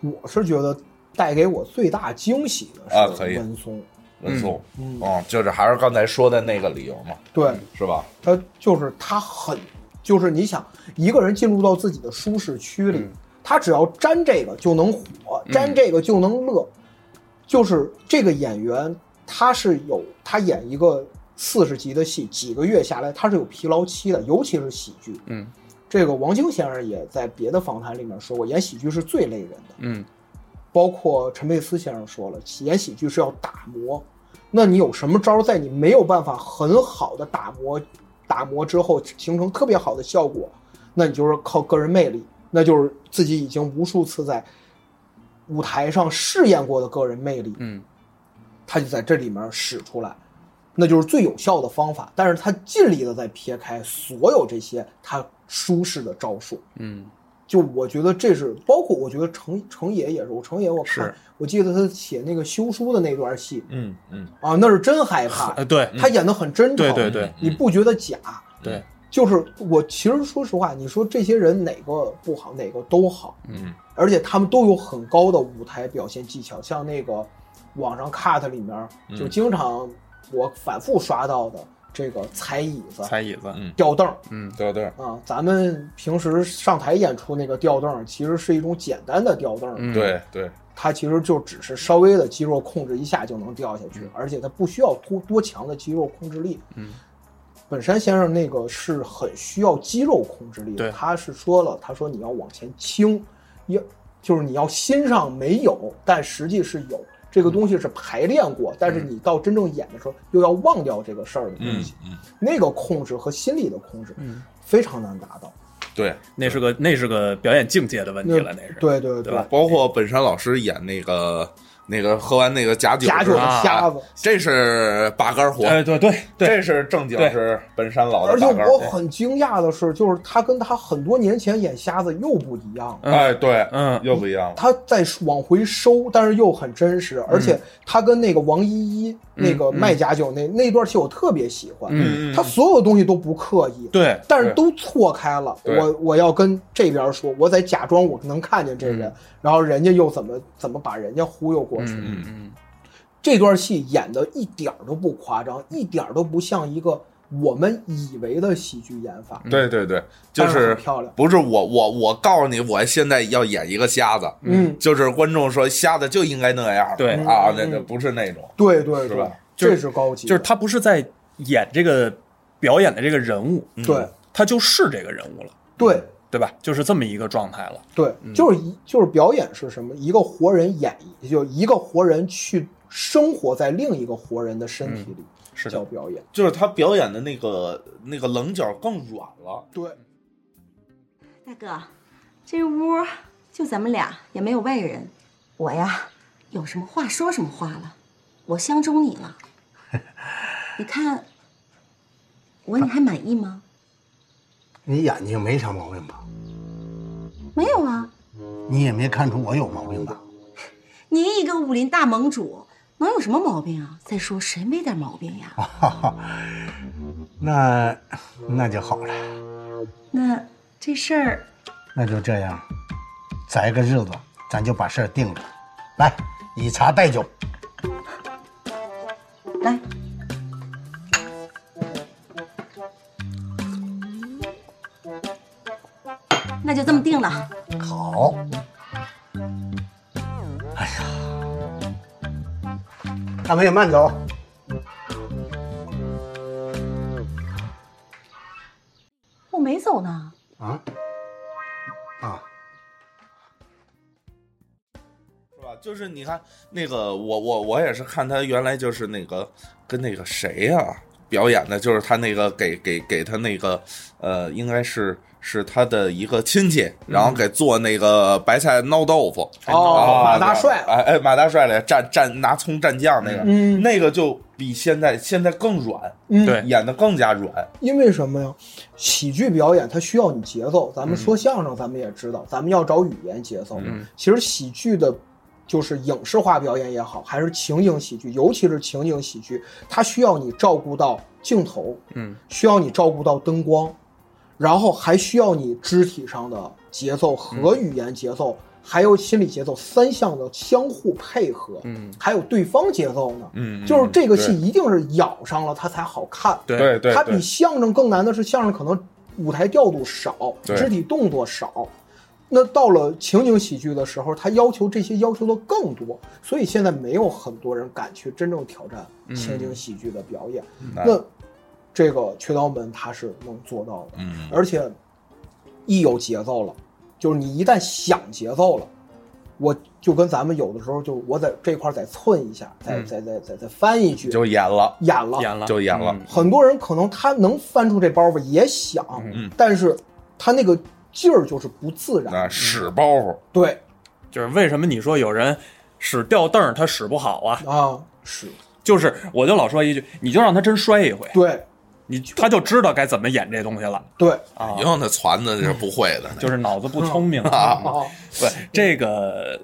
[SPEAKER 1] 我是觉得带给我最大惊喜
[SPEAKER 3] 啊
[SPEAKER 1] 的
[SPEAKER 3] 可以
[SPEAKER 1] 是文松，
[SPEAKER 3] 文松，嗯，就是还是刚才说的那个理由嘛，
[SPEAKER 1] 对
[SPEAKER 3] 是吧？
[SPEAKER 1] 他就是他很，就是你想一个人进入到自己的舒适区里，
[SPEAKER 4] 嗯
[SPEAKER 1] 他只要沾这个就能火，沾这个就能乐，就是这个演员他是有他演一个四十集的戏，几个月下来他是有疲劳期的，尤其是喜剧，
[SPEAKER 4] 嗯。
[SPEAKER 1] 这个王晶先生也在别的访谈里面说过，演喜剧是最累人的。
[SPEAKER 4] 嗯
[SPEAKER 1] 包括陈佩斯先生说了，演喜剧是要打磨。那你有什么招儿，在你没有办法很好的打磨、打磨之后形成特别好的效果，那你就是靠个人魅力，那就是自己已经无数次在舞台上试验过的个人魅力。
[SPEAKER 4] 嗯，
[SPEAKER 1] 他就在这里面使出来，那就是最有效的方法。但是他尽力的在撇开所有这些他舒适的招数，
[SPEAKER 4] 嗯，
[SPEAKER 1] 就我觉得这是包括我觉得程程野也是，我程野我看
[SPEAKER 4] 是
[SPEAKER 1] 我记得他写那个修书的那段戏
[SPEAKER 3] 嗯嗯，
[SPEAKER 1] 啊，那是真害怕，
[SPEAKER 4] 呃，对，
[SPEAKER 1] 他演的很真诚，
[SPEAKER 4] 对对对
[SPEAKER 1] 你不觉得假？
[SPEAKER 4] 对，
[SPEAKER 1] 就是我其实说实话，你说这些人哪个不好，哪个都好，
[SPEAKER 3] 嗯，
[SPEAKER 1] 而且他们都有很高的舞台表现技巧，像那个网上 cut 里面
[SPEAKER 4] 嗯
[SPEAKER 1] 就经常我反复刷到的这个踩椅子、
[SPEAKER 4] 踩嗯椅子，
[SPEAKER 1] 吊凳儿
[SPEAKER 3] 对对
[SPEAKER 1] 啊，咱们平时上台演出那个吊凳儿其实是一种简单的吊凳儿，
[SPEAKER 4] 嗯
[SPEAKER 3] 对对，
[SPEAKER 1] 它其实就只是稍微的肌肉控制一下就能掉下
[SPEAKER 4] 嗯
[SPEAKER 1] 去，而且它不需要多多强的肌肉控制力。嗯，本山先生那个是很需要肌肉控制力的，
[SPEAKER 4] 对
[SPEAKER 1] 他是说了，他说你要往前倾，要就是你要心上没有，但实际是有。这
[SPEAKER 4] 嗯
[SPEAKER 1] 个东西是排练过，但是你到真正演的时候，又要忘掉这个事儿的东
[SPEAKER 3] 嗯
[SPEAKER 1] 西，
[SPEAKER 3] 嗯，
[SPEAKER 1] 那个控制和心理的控制，
[SPEAKER 4] 嗯
[SPEAKER 1] 非常难达到。
[SPEAKER 3] 对，
[SPEAKER 4] 那是个那是个表演境界的问题了，那是
[SPEAKER 1] 对对
[SPEAKER 4] 对吧
[SPEAKER 3] 包括本山老师演那个那个喝完那个假酒
[SPEAKER 1] 假
[SPEAKER 3] 之
[SPEAKER 1] 酒
[SPEAKER 3] 后，
[SPEAKER 1] 的
[SPEAKER 4] 啊
[SPEAKER 1] 瞎子，
[SPEAKER 3] 这是拔杆活，
[SPEAKER 4] 哎，对对对，
[SPEAKER 3] 这是正经
[SPEAKER 4] 对
[SPEAKER 3] 是本山老
[SPEAKER 1] 而
[SPEAKER 3] 的
[SPEAKER 1] 且
[SPEAKER 3] 拔杆
[SPEAKER 1] 我
[SPEAKER 3] 活。
[SPEAKER 1] 很惊讶的是，就是他跟他很多年前演瞎子又不一样了。
[SPEAKER 4] 嗯
[SPEAKER 3] 哎，对，
[SPEAKER 4] 嗯
[SPEAKER 3] 又不一样了。
[SPEAKER 1] 他在往回收，但是又很真实，而且他跟那个王依依、那个卖假酒那、那段戏我特别喜欢，
[SPEAKER 4] 嗯
[SPEAKER 1] 他所有东西都不刻意，
[SPEAKER 4] 对
[SPEAKER 1] 但是都错开了。
[SPEAKER 3] 对
[SPEAKER 1] 我我要跟这边说，我得假装我能看见这人，然后人家又怎么怎么把人家忽悠过去。
[SPEAKER 4] 嗯嗯
[SPEAKER 1] 这段戏演的一点儿都不夸张，一点儿都不像一个我们以为的喜剧演
[SPEAKER 4] 嗯
[SPEAKER 1] 法。
[SPEAKER 3] 对对对，就
[SPEAKER 1] 当然
[SPEAKER 3] 是
[SPEAKER 1] 很漂亮
[SPEAKER 3] 不是我我我告诉你，我现在要演一个瞎子，
[SPEAKER 1] 嗯
[SPEAKER 3] 就是观众说瞎子就应该那样，
[SPEAKER 4] 对
[SPEAKER 3] 啊，那那不是那种，
[SPEAKER 1] 对对
[SPEAKER 3] 是
[SPEAKER 1] 对
[SPEAKER 3] 吧，
[SPEAKER 1] 这是高级的，
[SPEAKER 4] 嗯，就是他不是在演这个表演的这个人物，
[SPEAKER 1] 对
[SPEAKER 4] 他嗯就是这个人物了，
[SPEAKER 1] 对
[SPEAKER 4] 对吧？就是这么一个状态了。
[SPEAKER 1] 对，就是一就是表演是什么？一个活人演绎，就一个活人去生活在另一个活人的身体里，
[SPEAKER 4] 嗯是的
[SPEAKER 1] 叫表演。
[SPEAKER 3] 就是他表演的那个那个棱角更软了。
[SPEAKER 1] 对，
[SPEAKER 6] 大哥，这屋就咱们俩，也没有外人。我呀，有什么话说什么话了，我相中你了。你看，我你还满意吗？
[SPEAKER 5] 你眼睛没啥毛病吧？
[SPEAKER 6] 没有啊，
[SPEAKER 5] 你也没看出我有毛病吧？
[SPEAKER 6] 您一个武林大盟主，能有什么毛病啊？再说谁没点毛病呀？
[SPEAKER 5] 哈哈，那那就好了，
[SPEAKER 6] 那这事儿，
[SPEAKER 5] 那就这样，择个日子，咱就把事儿定了。来，以茶代酒。
[SPEAKER 6] 来，那就这么定了。
[SPEAKER 5] 好。哎呀，大美慢走。
[SPEAKER 6] 我没走呢。
[SPEAKER 5] 啊啊，
[SPEAKER 3] 是吧？就是你看那个，我我我也是看他原来就是那个跟那个谁呀、表演的，就是他那个给给给他那个呃，应该是是他的一个亲戚，然后给做那个白菜闹豆腐。
[SPEAKER 1] 哦，
[SPEAKER 3] 啊
[SPEAKER 1] 马大帅，
[SPEAKER 3] 哎哎，马大帅来蘸蘸拿葱蘸酱那个，
[SPEAKER 1] 嗯
[SPEAKER 3] 那个就比现在现在更软，
[SPEAKER 1] 嗯，
[SPEAKER 4] 对
[SPEAKER 3] 演的更加软。
[SPEAKER 1] 因为什么呀？喜剧表演它需要你节奏，咱
[SPEAKER 3] 嗯
[SPEAKER 1] 们说相声，咱们也知道，咱们要找语言节奏。其实喜剧的，就是影视化表演也好，还是情景喜剧，尤其是情景喜剧，它需要你照顾到镜头，
[SPEAKER 4] 嗯，
[SPEAKER 1] 需要你照顾到灯光，然后还需要你肢体上的节奏
[SPEAKER 3] 嗯
[SPEAKER 1] 和语言节奏，还有心理节奏三项的相互配合，
[SPEAKER 4] 嗯，
[SPEAKER 1] 还有对方节奏呢，
[SPEAKER 3] 嗯嗯
[SPEAKER 1] 就是这个戏
[SPEAKER 3] 对
[SPEAKER 1] 一定是咬上了它才好看，
[SPEAKER 4] 对
[SPEAKER 3] 对对，
[SPEAKER 1] 它
[SPEAKER 3] 对
[SPEAKER 1] 比相声更难的是，相声可能舞台调度少，
[SPEAKER 3] 对
[SPEAKER 1] 肢体动作少。那到了情景喜剧的时候，它要求这些要求的更多，所以现在没有很多人敢去真正挑战
[SPEAKER 3] 嗯
[SPEAKER 1] 情景喜剧的表演。那这个缺刀门它是能做到的，
[SPEAKER 3] 嗯
[SPEAKER 1] 而且一有节奏了，就是你一旦想节奏了。我就跟咱们有的时候就我在这块儿再蹭一下，再再再再再翻一句，
[SPEAKER 3] 嗯就演了，
[SPEAKER 1] 演了，
[SPEAKER 4] 演了嗯
[SPEAKER 3] 就演了。
[SPEAKER 1] 很多人可能他能翻出这包袱，也想，
[SPEAKER 3] 嗯
[SPEAKER 1] 但是他那个劲儿就是不自然。
[SPEAKER 3] 那屎包袱，
[SPEAKER 1] 对
[SPEAKER 4] 就是为什么你说有人使吊凳儿他使不好啊？
[SPEAKER 1] 啊，是
[SPEAKER 4] 就是我就老说一句，你就让他真摔一回，
[SPEAKER 1] 对
[SPEAKER 4] 你他就知道该怎么演这东西了
[SPEAKER 1] 对
[SPEAKER 4] 啊
[SPEAKER 3] 以，后哎那攒的是不会的，
[SPEAKER 4] 就是脑子不聪明
[SPEAKER 3] 啊
[SPEAKER 1] 啊，
[SPEAKER 4] 对， 这个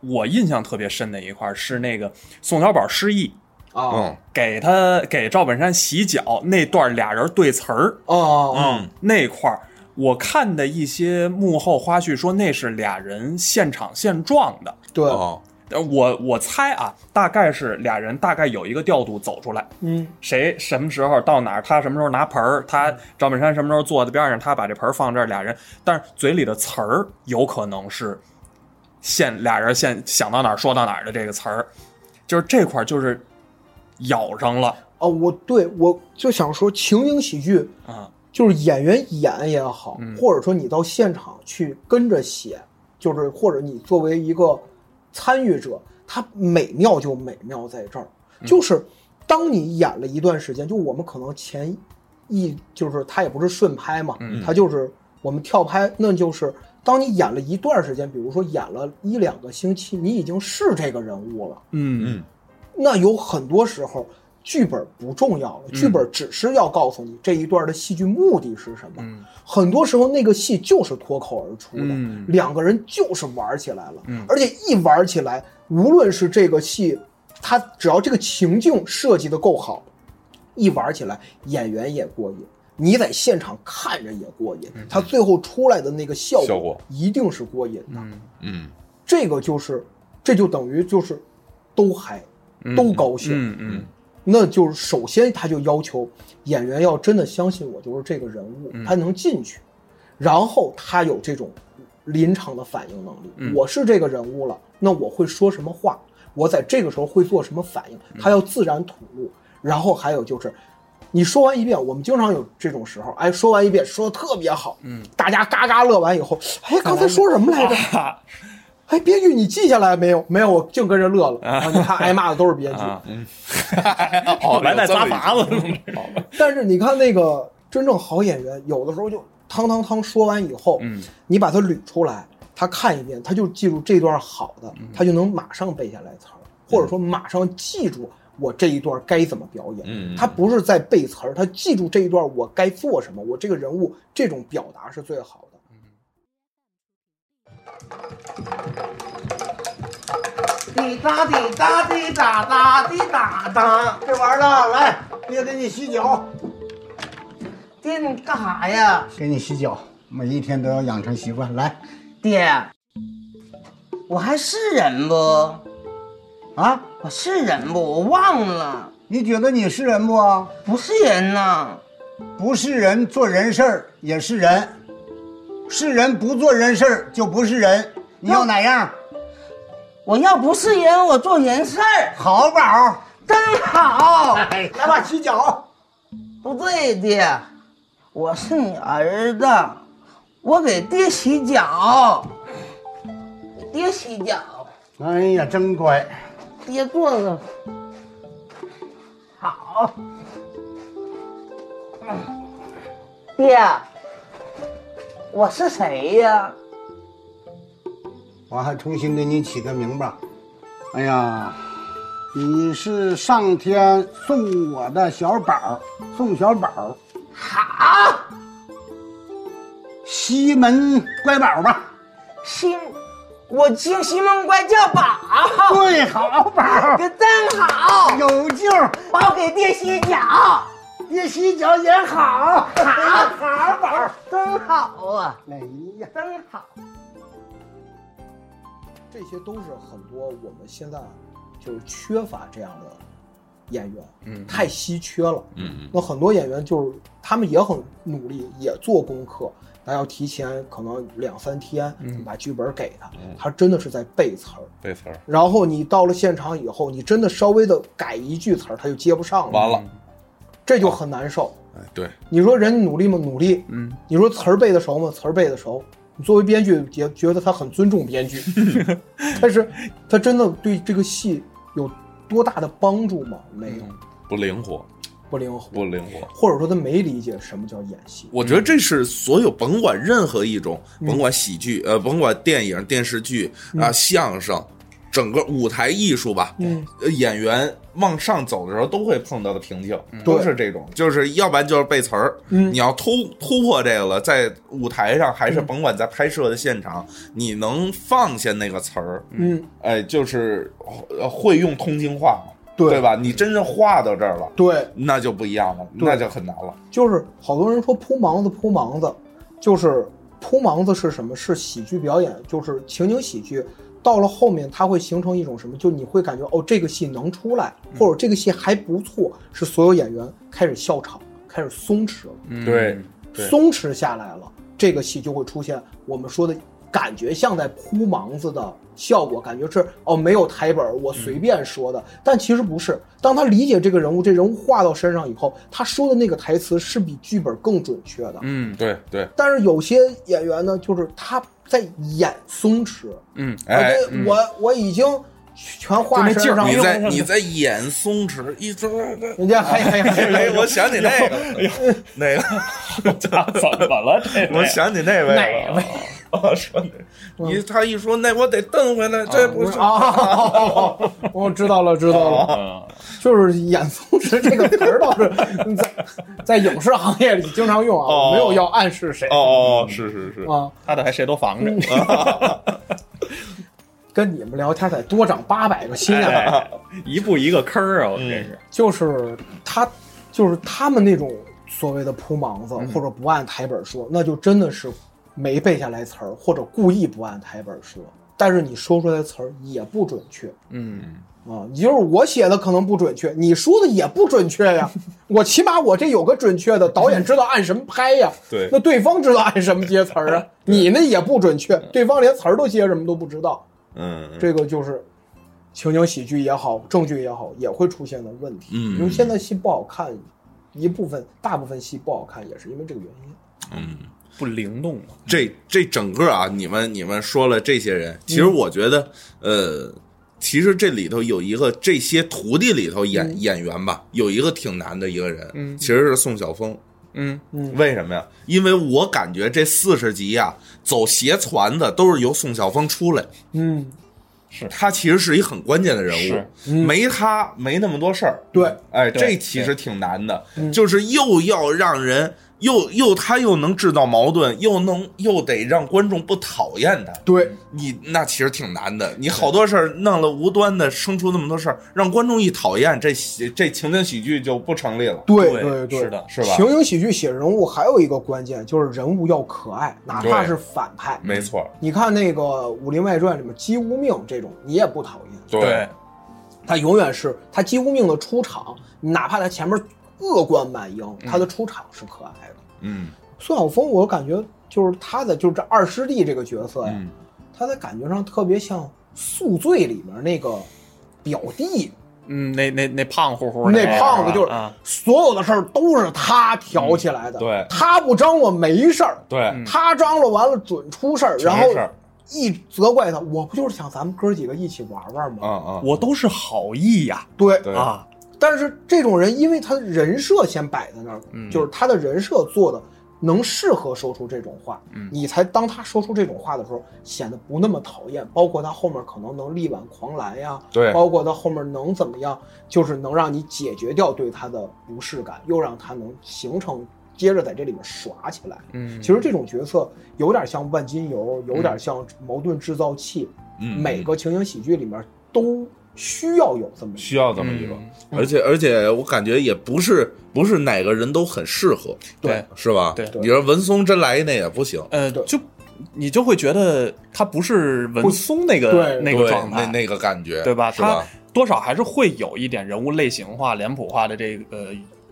[SPEAKER 4] 我印象特别深的一块儿是那个宋小宝失忆，
[SPEAKER 1] 啊
[SPEAKER 3] 嗯
[SPEAKER 4] 给他给赵本山洗脚那段，俩人对词儿
[SPEAKER 1] 啊
[SPEAKER 3] 嗯
[SPEAKER 4] 那块儿，我看的一些呃幕后花絮说那是俩人现场现撞的。
[SPEAKER 1] 对，
[SPEAKER 3] 哦，
[SPEAKER 4] 呃我我猜啊，大概是俩人大概有一个调度走出来，
[SPEAKER 1] 嗯
[SPEAKER 4] 谁什么时候到哪儿，他什么时候拿盆儿，
[SPEAKER 3] 嗯
[SPEAKER 4] 他赵本山什么时候坐在边上，他把这盆儿放这儿，俩人，但是嘴里的词儿有可能是现俩人现想到哪儿说到哪儿的这个词儿，就是这块儿就是咬上 了
[SPEAKER 1] 啊，我对我就想说情景喜剧
[SPEAKER 4] 啊，
[SPEAKER 1] 就是演员演也好，或者说你到现场去跟着写，就是或者你作为一个参与者，它美妙就美妙在这儿，就是当你演了一段时间，就我们可能前一就是它也不是顺拍嘛，它就是我们跳拍，那就是当你演了一段时间，比如说演了一两个星期，你已经是这个人物了。
[SPEAKER 4] 嗯
[SPEAKER 3] 嗯
[SPEAKER 1] 那有很多时候剧本不重要了，剧本只是要告诉你这一段的戏剧目的是什么。很多时候那个戏就是脱口而出的，
[SPEAKER 4] 嗯
[SPEAKER 1] 两个人就是玩起来了，而且一玩起来，无论是这个戏，它只要这个情境设计的够好，一玩起来演员也过瘾。你在现场看着也过瘾，它最后出来的那个效
[SPEAKER 3] 效果
[SPEAKER 1] 果一定是过瘾的。
[SPEAKER 3] 嗯
[SPEAKER 1] 这个就是，这就等于就是都嗨，都高兴。
[SPEAKER 4] 嗯嗯
[SPEAKER 1] 那就是首先他就要求演员要真的相信我就是这个人物，他能进去，然后他有这种临场的反应能力。我是这个人物了，那我会说什么话，我在这个时候会做什么反应，他要自然吐露。然后还有就是。你说完一遍，我们经常有这种时候，哎，说完一遍说的特别好，嗯，大家嘎嘎乐完以后，哎，刚才说什么来着？
[SPEAKER 4] 啊
[SPEAKER 1] 哎，编剧你记下来没有？没有，我净跟着乐了。然后你看挨骂的都是编剧，
[SPEAKER 4] 啊，
[SPEAKER 3] 哦，
[SPEAKER 4] 来 再
[SPEAKER 3] 有这么
[SPEAKER 4] 砸
[SPEAKER 3] 一
[SPEAKER 4] 法子，
[SPEAKER 1] 但是你看那个真正好演员，有的时候就汤汤汤说完以后，
[SPEAKER 4] 嗯，
[SPEAKER 1] 你把它捋出来，他看一遍，他就记住这段好的，他就能马上背下来词儿，或者说马上记住我这一段该怎么表演。
[SPEAKER 3] 嗯
[SPEAKER 1] 他不是在背词儿，他记住这一段我该做什么，我这个人物这种表达是最好的。
[SPEAKER 9] 滴答滴答滴答答滴答答，
[SPEAKER 5] 这玩意儿呢，来，爹给你洗脚，
[SPEAKER 9] 爹你干啥呀？
[SPEAKER 5] 给你洗脚，每一天都要养成习惯。来，
[SPEAKER 9] 爹，我还是人不？
[SPEAKER 5] 啊，
[SPEAKER 9] 我是人不？我忘了，
[SPEAKER 5] 你觉得你是人不啊？
[SPEAKER 9] 不是人呐。
[SPEAKER 5] 不是人做人事儿也是人，是人不做人事儿就不是人。你要哪样？
[SPEAKER 9] 我要不是人，我做人事儿，
[SPEAKER 5] 好宝，
[SPEAKER 9] 真好。
[SPEAKER 5] 来吧，洗脚。
[SPEAKER 9] 不对，爹，我是你儿子，我给爹洗脚，给爹洗脚，
[SPEAKER 5] 哎呀，真乖。
[SPEAKER 9] 爹坐着。好，爹，我是谁呀？
[SPEAKER 5] 我还重新给你起个名吧。哎呀，你是上天送我的小宝儿，宋小宝儿，
[SPEAKER 9] 好，
[SPEAKER 5] 西门乖宝吧。
[SPEAKER 9] 西，我姓西门乖叫宝，
[SPEAKER 5] 对，好宝儿，
[SPEAKER 9] 这真好，
[SPEAKER 5] 有救儿，
[SPEAKER 9] 把我给爹洗脚，
[SPEAKER 5] 别洗脚也好。
[SPEAKER 9] 好好 宝，真好啊，
[SPEAKER 5] 哎呀，
[SPEAKER 9] 真好。
[SPEAKER 1] 这些都是很多我们现在就是缺乏这样的演员，嗯，太稀缺了，嗯，那很多演员就是他们也很努力，也做功课，但要提前可能两三天把剧本给他，他真的是在背词儿，
[SPEAKER 3] 背词儿
[SPEAKER 1] 然后你到了现场以后，你真的稍微的改一句词儿，他就接不上了，
[SPEAKER 3] 完了，
[SPEAKER 1] 嗯这就很难受。
[SPEAKER 3] 哎，对，
[SPEAKER 1] 你说人家努力吗？努力。嗯，你说词儿背得熟吗？词儿背得熟。你作为编剧，也觉得他很尊重编剧，但是他真的对这个戏有多大的帮助吗？没有，
[SPEAKER 3] 不灵活，
[SPEAKER 1] 不灵活，
[SPEAKER 3] 不灵活。
[SPEAKER 1] 或者说他没理解什么叫演戏。
[SPEAKER 3] 我觉得这是所有甭管
[SPEAKER 1] 嗯
[SPEAKER 3] 任何一种，甭管喜剧，呃，甭管电影、电视剧啊、相声，整个舞台艺术吧，
[SPEAKER 1] 嗯
[SPEAKER 3] 呃，演员往上走的时候都会碰到的瓶颈，
[SPEAKER 1] 嗯对
[SPEAKER 3] 都是这种，就是要不然就是背词儿，
[SPEAKER 1] 嗯
[SPEAKER 3] 你要突突破这个了，在舞台上还是甭管在拍摄的现场，你能放下那个词儿，
[SPEAKER 1] 嗯，
[SPEAKER 3] 哎，就是呃会用通京话嘛，
[SPEAKER 1] 对
[SPEAKER 3] 吧？你真正画到这儿了，
[SPEAKER 1] 对，
[SPEAKER 3] 那就不一样了，
[SPEAKER 1] 对
[SPEAKER 3] 那就很难了。
[SPEAKER 1] 就是好多人说铺盲子，铺盲子，就是铺盲子是什么？是喜剧表演，就是情景喜剧。到了后面，它会形成一种什么？就你会感觉哦，这个戏能出来，或者这个戏还不错，是所有演员开始笑场，开始松弛了，
[SPEAKER 4] 嗯
[SPEAKER 3] 对，对
[SPEAKER 1] 松弛下来了，这个戏就会出现我们说的感觉像在铺盲子的效果，感觉是哦没有台本，我随便说
[SPEAKER 3] 嗯
[SPEAKER 1] 的，但其实不是。当他理解这个人物，这人物画到身上以后，他说的那个台词是比剧本更准确的。
[SPEAKER 4] 嗯
[SPEAKER 3] 对对，
[SPEAKER 1] 但是有些演员呢，就是他在演松弛，
[SPEAKER 4] 嗯，
[SPEAKER 1] 啊
[SPEAKER 3] 哎
[SPEAKER 1] 这，我我已经全画身上了，
[SPEAKER 3] 你在你在演松弛，一直
[SPEAKER 1] 人家还 还还
[SPEAKER 3] 哎，我想起那个了， 那个，
[SPEAKER 4] 他怎么了？这
[SPEAKER 3] 我想起那位了。我说那，哦你他一说那我得蹬回来，这不是
[SPEAKER 1] 啊，我知道了，知道了，
[SPEAKER 3] 哦
[SPEAKER 4] 嗯
[SPEAKER 1] 就是演松弛这个词儿倒是在 在影视行业里经常用啊，
[SPEAKER 3] 哦
[SPEAKER 1] 我没有要暗示谁
[SPEAKER 3] 哦，是是是，
[SPEAKER 1] 啊，
[SPEAKER 4] 他的还谁都防着。
[SPEAKER 1] 跟你们聊天得多长八百个心啊
[SPEAKER 4] 哎
[SPEAKER 1] 眼，
[SPEAKER 4] 一步一个坑儿啊！我这是，
[SPEAKER 1] 就是他就是他们那种所谓的铺盲子或者不按台本说，那就真的是没背下来词儿，或者故意不按台本说，但是你说出来的词儿也不准确，
[SPEAKER 4] 嗯，
[SPEAKER 1] 啊，也就是我写的可能不准确，你说的也不准确呀。我起码我这有个准确的，导演知道按什么拍呀。
[SPEAKER 3] 对
[SPEAKER 1] 那对方知道按什么接词儿啊？你那也不准确，对方连词儿都接什么都不知道。
[SPEAKER 3] 嗯，
[SPEAKER 1] 这个就是情景喜剧也好，正剧也好，也会出现的问题。
[SPEAKER 3] 嗯
[SPEAKER 1] 因为现在戏不好看，一部分大部分戏不好看也是因为这个原因。
[SPEAKER 4] 不灵动啊嘛。
[SPEAKER 3] 这这整个啊，你们你们说了这些人，其实
[SPEAKER 4] 嗯
[SPEAKER 3] 我觉得，呃，其实这里头有一个这些徒弟里头
[SPEAKER 4] 嗯
[SPEAKER 3] 演、演员吧，有一个挺难的一个人，嗯，其实是宋晓峰。
[SPEAKER 4] 嗯，
[SPEAKER 3] 为什么呀？因为我感觉这四十集呀、走斜传的都是由宋晓峰出来，
[SPEAKER 1] 嗯，
[SPEAKER 3] 他其实是一很关键的人物
[SPEAKER 4] 是，
[SPEAKER 3] 没他没那么多事儿。
[SPEAKER 1] 对，嗯
[SPEAKER 3] 哎，
[SPEAKER 4] 对
[SPEAKER 3] 这其实挺难的，就是又要让人又又他又能制造矛盾，又能又得让观众不讨厌他。
[SPEAKER 1] 对，
[SPEAKER 3] 你那其实挺难的，你好多事儿弄了无端的生出那么多事儿，让观众一讨厌，这喜这情景喜剧就不成立了，
[SPEAKER 1] 对，对，对，
[SPEAKER 4] 是的，
[SPEAKER 3] 是吧？
[SPEAKER 1] 情景喜剧写人物还有一个关键就是人物要可爱，哪怕
[SPEAKER 3] 对
[SPEAKER 1] 是反派。
[SPEAKER 3] 没错，
[SPEAKER 1] 你看那个《武林外传》里面姬无命这种，你也不讨厌，
[SPEAKER 3] 对，
[SPEAKER 1] 他永远是他姬无命的出场，哪怕他前面恶贯满盈，他的出场是可爱的。
[SPEAKER 3] 嗯
[SPEAKER 1] 孙晓峰，我感觉就是他在就是这二师弟这个角色呀，
[SPEAKER 3] 嗯
[SPEAKER 1] 他在感觉上特别像《宿醉》里面那个表弟，
[SPEAKER 4] 嗯，那那那胖乎乎的
[SPEAKER 1] 那胖子就是
[SPEAKER 4] 啊，
[SPEAKER 1] 所有的事儿都是他挑起来的，
[SPEAKER 3] 嗯对
[SPEAKER 1] 他不张罗没事儿，
[SPEAKER 3] 对
[SPEAKER 1] 他张罗完了准出事儿，
[SPEAKER 3] 全
[SPEAKER 1] 嗯然
[SPEAKER 3] 是
[SPEAKER 1] 后
[SPEAKER 3] 事儿
[SPEAKER 1] 一责怪他，我不就是想咱们哥几个一起玩玩吗？
[SPEAKER 3] 啊啊，
[SPEAKER 4] 我都是好意呀
[SPEAKER 1] 对，
[SPEAKER 3] 对
[SPEAKER 4] 啊，
[SPEAKER 1] 但是这种人，因为他人设先摆在那儿，
[SPEAKER 3] 嗯
[SPEAKER 1] 就是他的人设做的能适合说出这种话，
[SPEAKER 3] 嗯
[SPEAKER 1] 你才当他说出这种话的时候，显得不那么讨厌。包括他后面可能能力挽狂澜呀，
[SPEAKER 3] 对
[SPEAKER 1] 包括他后面能怎么样，就是能让你解决掉对他的不适感，又让他能形成。接着在这里面耍起来，
[SPEAKER 4] 嗯
[SPEAKER 1] 其实这种角色有点像万金油，有点像矛盾制造器，
[SPEAKER 3] 嗯
[SPEAKER 1] 每个情景喜剧里面都需要有这么一个
[SPEAKER 3] 需要这么一个，
[SPEAKER 4] 嗯
[SPEAKER 3] 而且而且我感觉也不是不是哪个人都很适合，
[SPEAKER 4] 对，
[SPEAKER 3] 是吧？
[SPEAKER 4] 对
[SPEAKER 3] 你说文松真来一那也不行，
[SPEAKER 4] 呃，
[SPEAKER 1] 对
[SPEAKER 4] 就你就会觉得他不是文松那
[SPEAKER 1] 不
[SPEAKER 4] 个
[SPEAKER 1] 对
[SPEAKER 4] 那
[SPEAKER 3] 对
[SPEAKER 4] 个状
[SPEAKER 3] 那
[SPEAKER 4] 态，
[SPEAKER 3] 那个感觉，
[SPEAKER 4] 对吧？
[SPEAKER 3] 是
[SPEAKER 4] 他
[SPEAKER 3] 吧？
[SPEAKER 4] 多少还是会有一点人物类型化、脸谱化的这个呃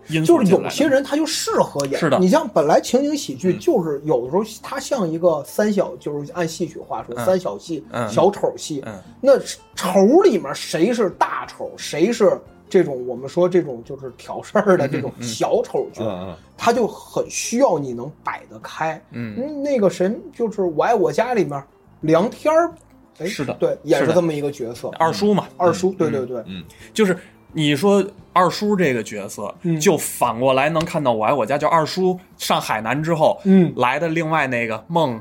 [SPEAKER 4] 因素
[SPEAKER 1] 就是
[SPEAKER 4] 进来
[SPEAKER 1] 有
[SPEAKER 4] 的
[SPEAKER 1] 些人他就适合演，
[SPEAKER 4] 是的嗯
[SPEAKER 1] 你像本来情景喜剧，就是有的时候它像一个三小，就是按戏曲话说，三小戏、
[SPEAKER 4] 嗯
[SPEAKER 1] 小丑戏。
[SPEAKER 4] 嗯
[SPEAKER 1] 那丑里面谁是大丑，谁是这种我们说这种就是挑事
[SPEAKER 4] 嗯
[SPEAKER 1] 儿的这种小丑角，
[SPEAKER 3] 嗯
[SPEAKER 1] 他就很需要你能摆得开。
[SPEAKER 4] 嗯，
[SPEAKER 1] 那个谁就是《我爱我家》里面梁天儿，哎
[SPEAKER 4] 是的
[SPEAKER 1] 对，也
[SPEAKER 4] 是
[SPEAKER 1] 是
[SPEAKER 4] 的
[SPEAKER 1] 这么一个角色。
[SPEAKER 4] 二嗯叔嘛，
[SPEAKER 1] 二叔，对对对，
[SPEAKER 4] 就是你说二叔这个角色，
[SPEAKER 1] 嗯
[SPEAKER 4] 就反过来能看到我爱我家。就二叔上海南之后，
[SPEAKER 1] 嗯
[SPEAKER 4] 来的另外那个孟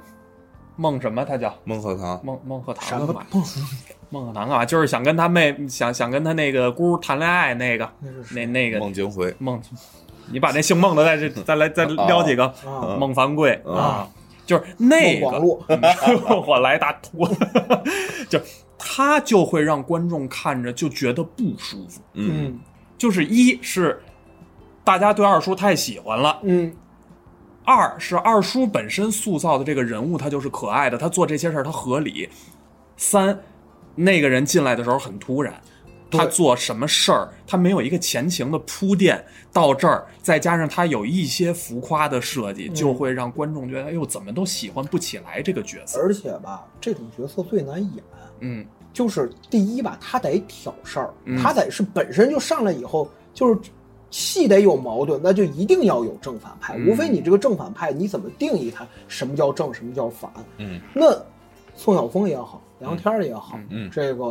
[SPEAKER 4] 孟什么，他叫
[SPEAKER 3] 孟鹤堂，
[SPEAKER 4] 孟孟鹤堂
[SPEAKER 1] 什么
[SPEAKER 4] 干嘛
[SPEAKER 1] 碰
[SPEAKER 4] 孟鹤堂啊，就是想跟他妹，想想跟他那个姑谈恋爱那个，那那个
[SPEAKER 3] 孟京辉，
[SPEAKER 4] 孟，你把那姓孟的再这再来再撩几个，
[SPEAKER 1] 啊
[SPEAKER 4] 孟凡贵
[SPEAKER 3] 啊
[SPEAKER 4] 啊，就是那
[SPEAKER 1] 网
[SPEAKER 4] 个，
[SPEAKER 1] 络，
[SPEAKER 3] 哦
[SPEAKER 4] 我来大托，就他就会让观众看着就觉得不舒服，
[SPEAKER 3] 嗯，
[SPEAKER 1] 嗯
[SPEAKER 4] 就是一是大家对二叔太喜欢了，
[SPEAKER 1] 嗯
[SPEAKER 4] 二是二叔本身塑造的这个人物，他就是可爱的，他做这些事儿他合理。三，那个人进来的时候很突然，他做什么事儿，他没有一个前情的铺垫，到这儿再加上他有一些浮夸的设计，就会让观众觉得，哎呦，怎么都喜欢不起来这个角色。
[SPEAKER 1] 而且吧，这种角色最难演，
[SPEAKER 4] 嗯
[SPEAKER 1] 就是第一吧，他得挑事儿，
[SPEAKER 4] 嗯
[SPEAKER 1] 他得是本身就上来以后就是戏得有矛盾，那就一定要有正反派，
[SPEAKER 4] 嗯
[SPEAKER 1] 无非你这个正反派你怎么定义它，什么叫正，什么叫反？
[SPEAKER 3] 嗯，
[SPEAKER 1] 那宋晓峰也好，梁天儿也好，
[SPEAKER 3] 嗯嗯
[SPEAKER 1] 这个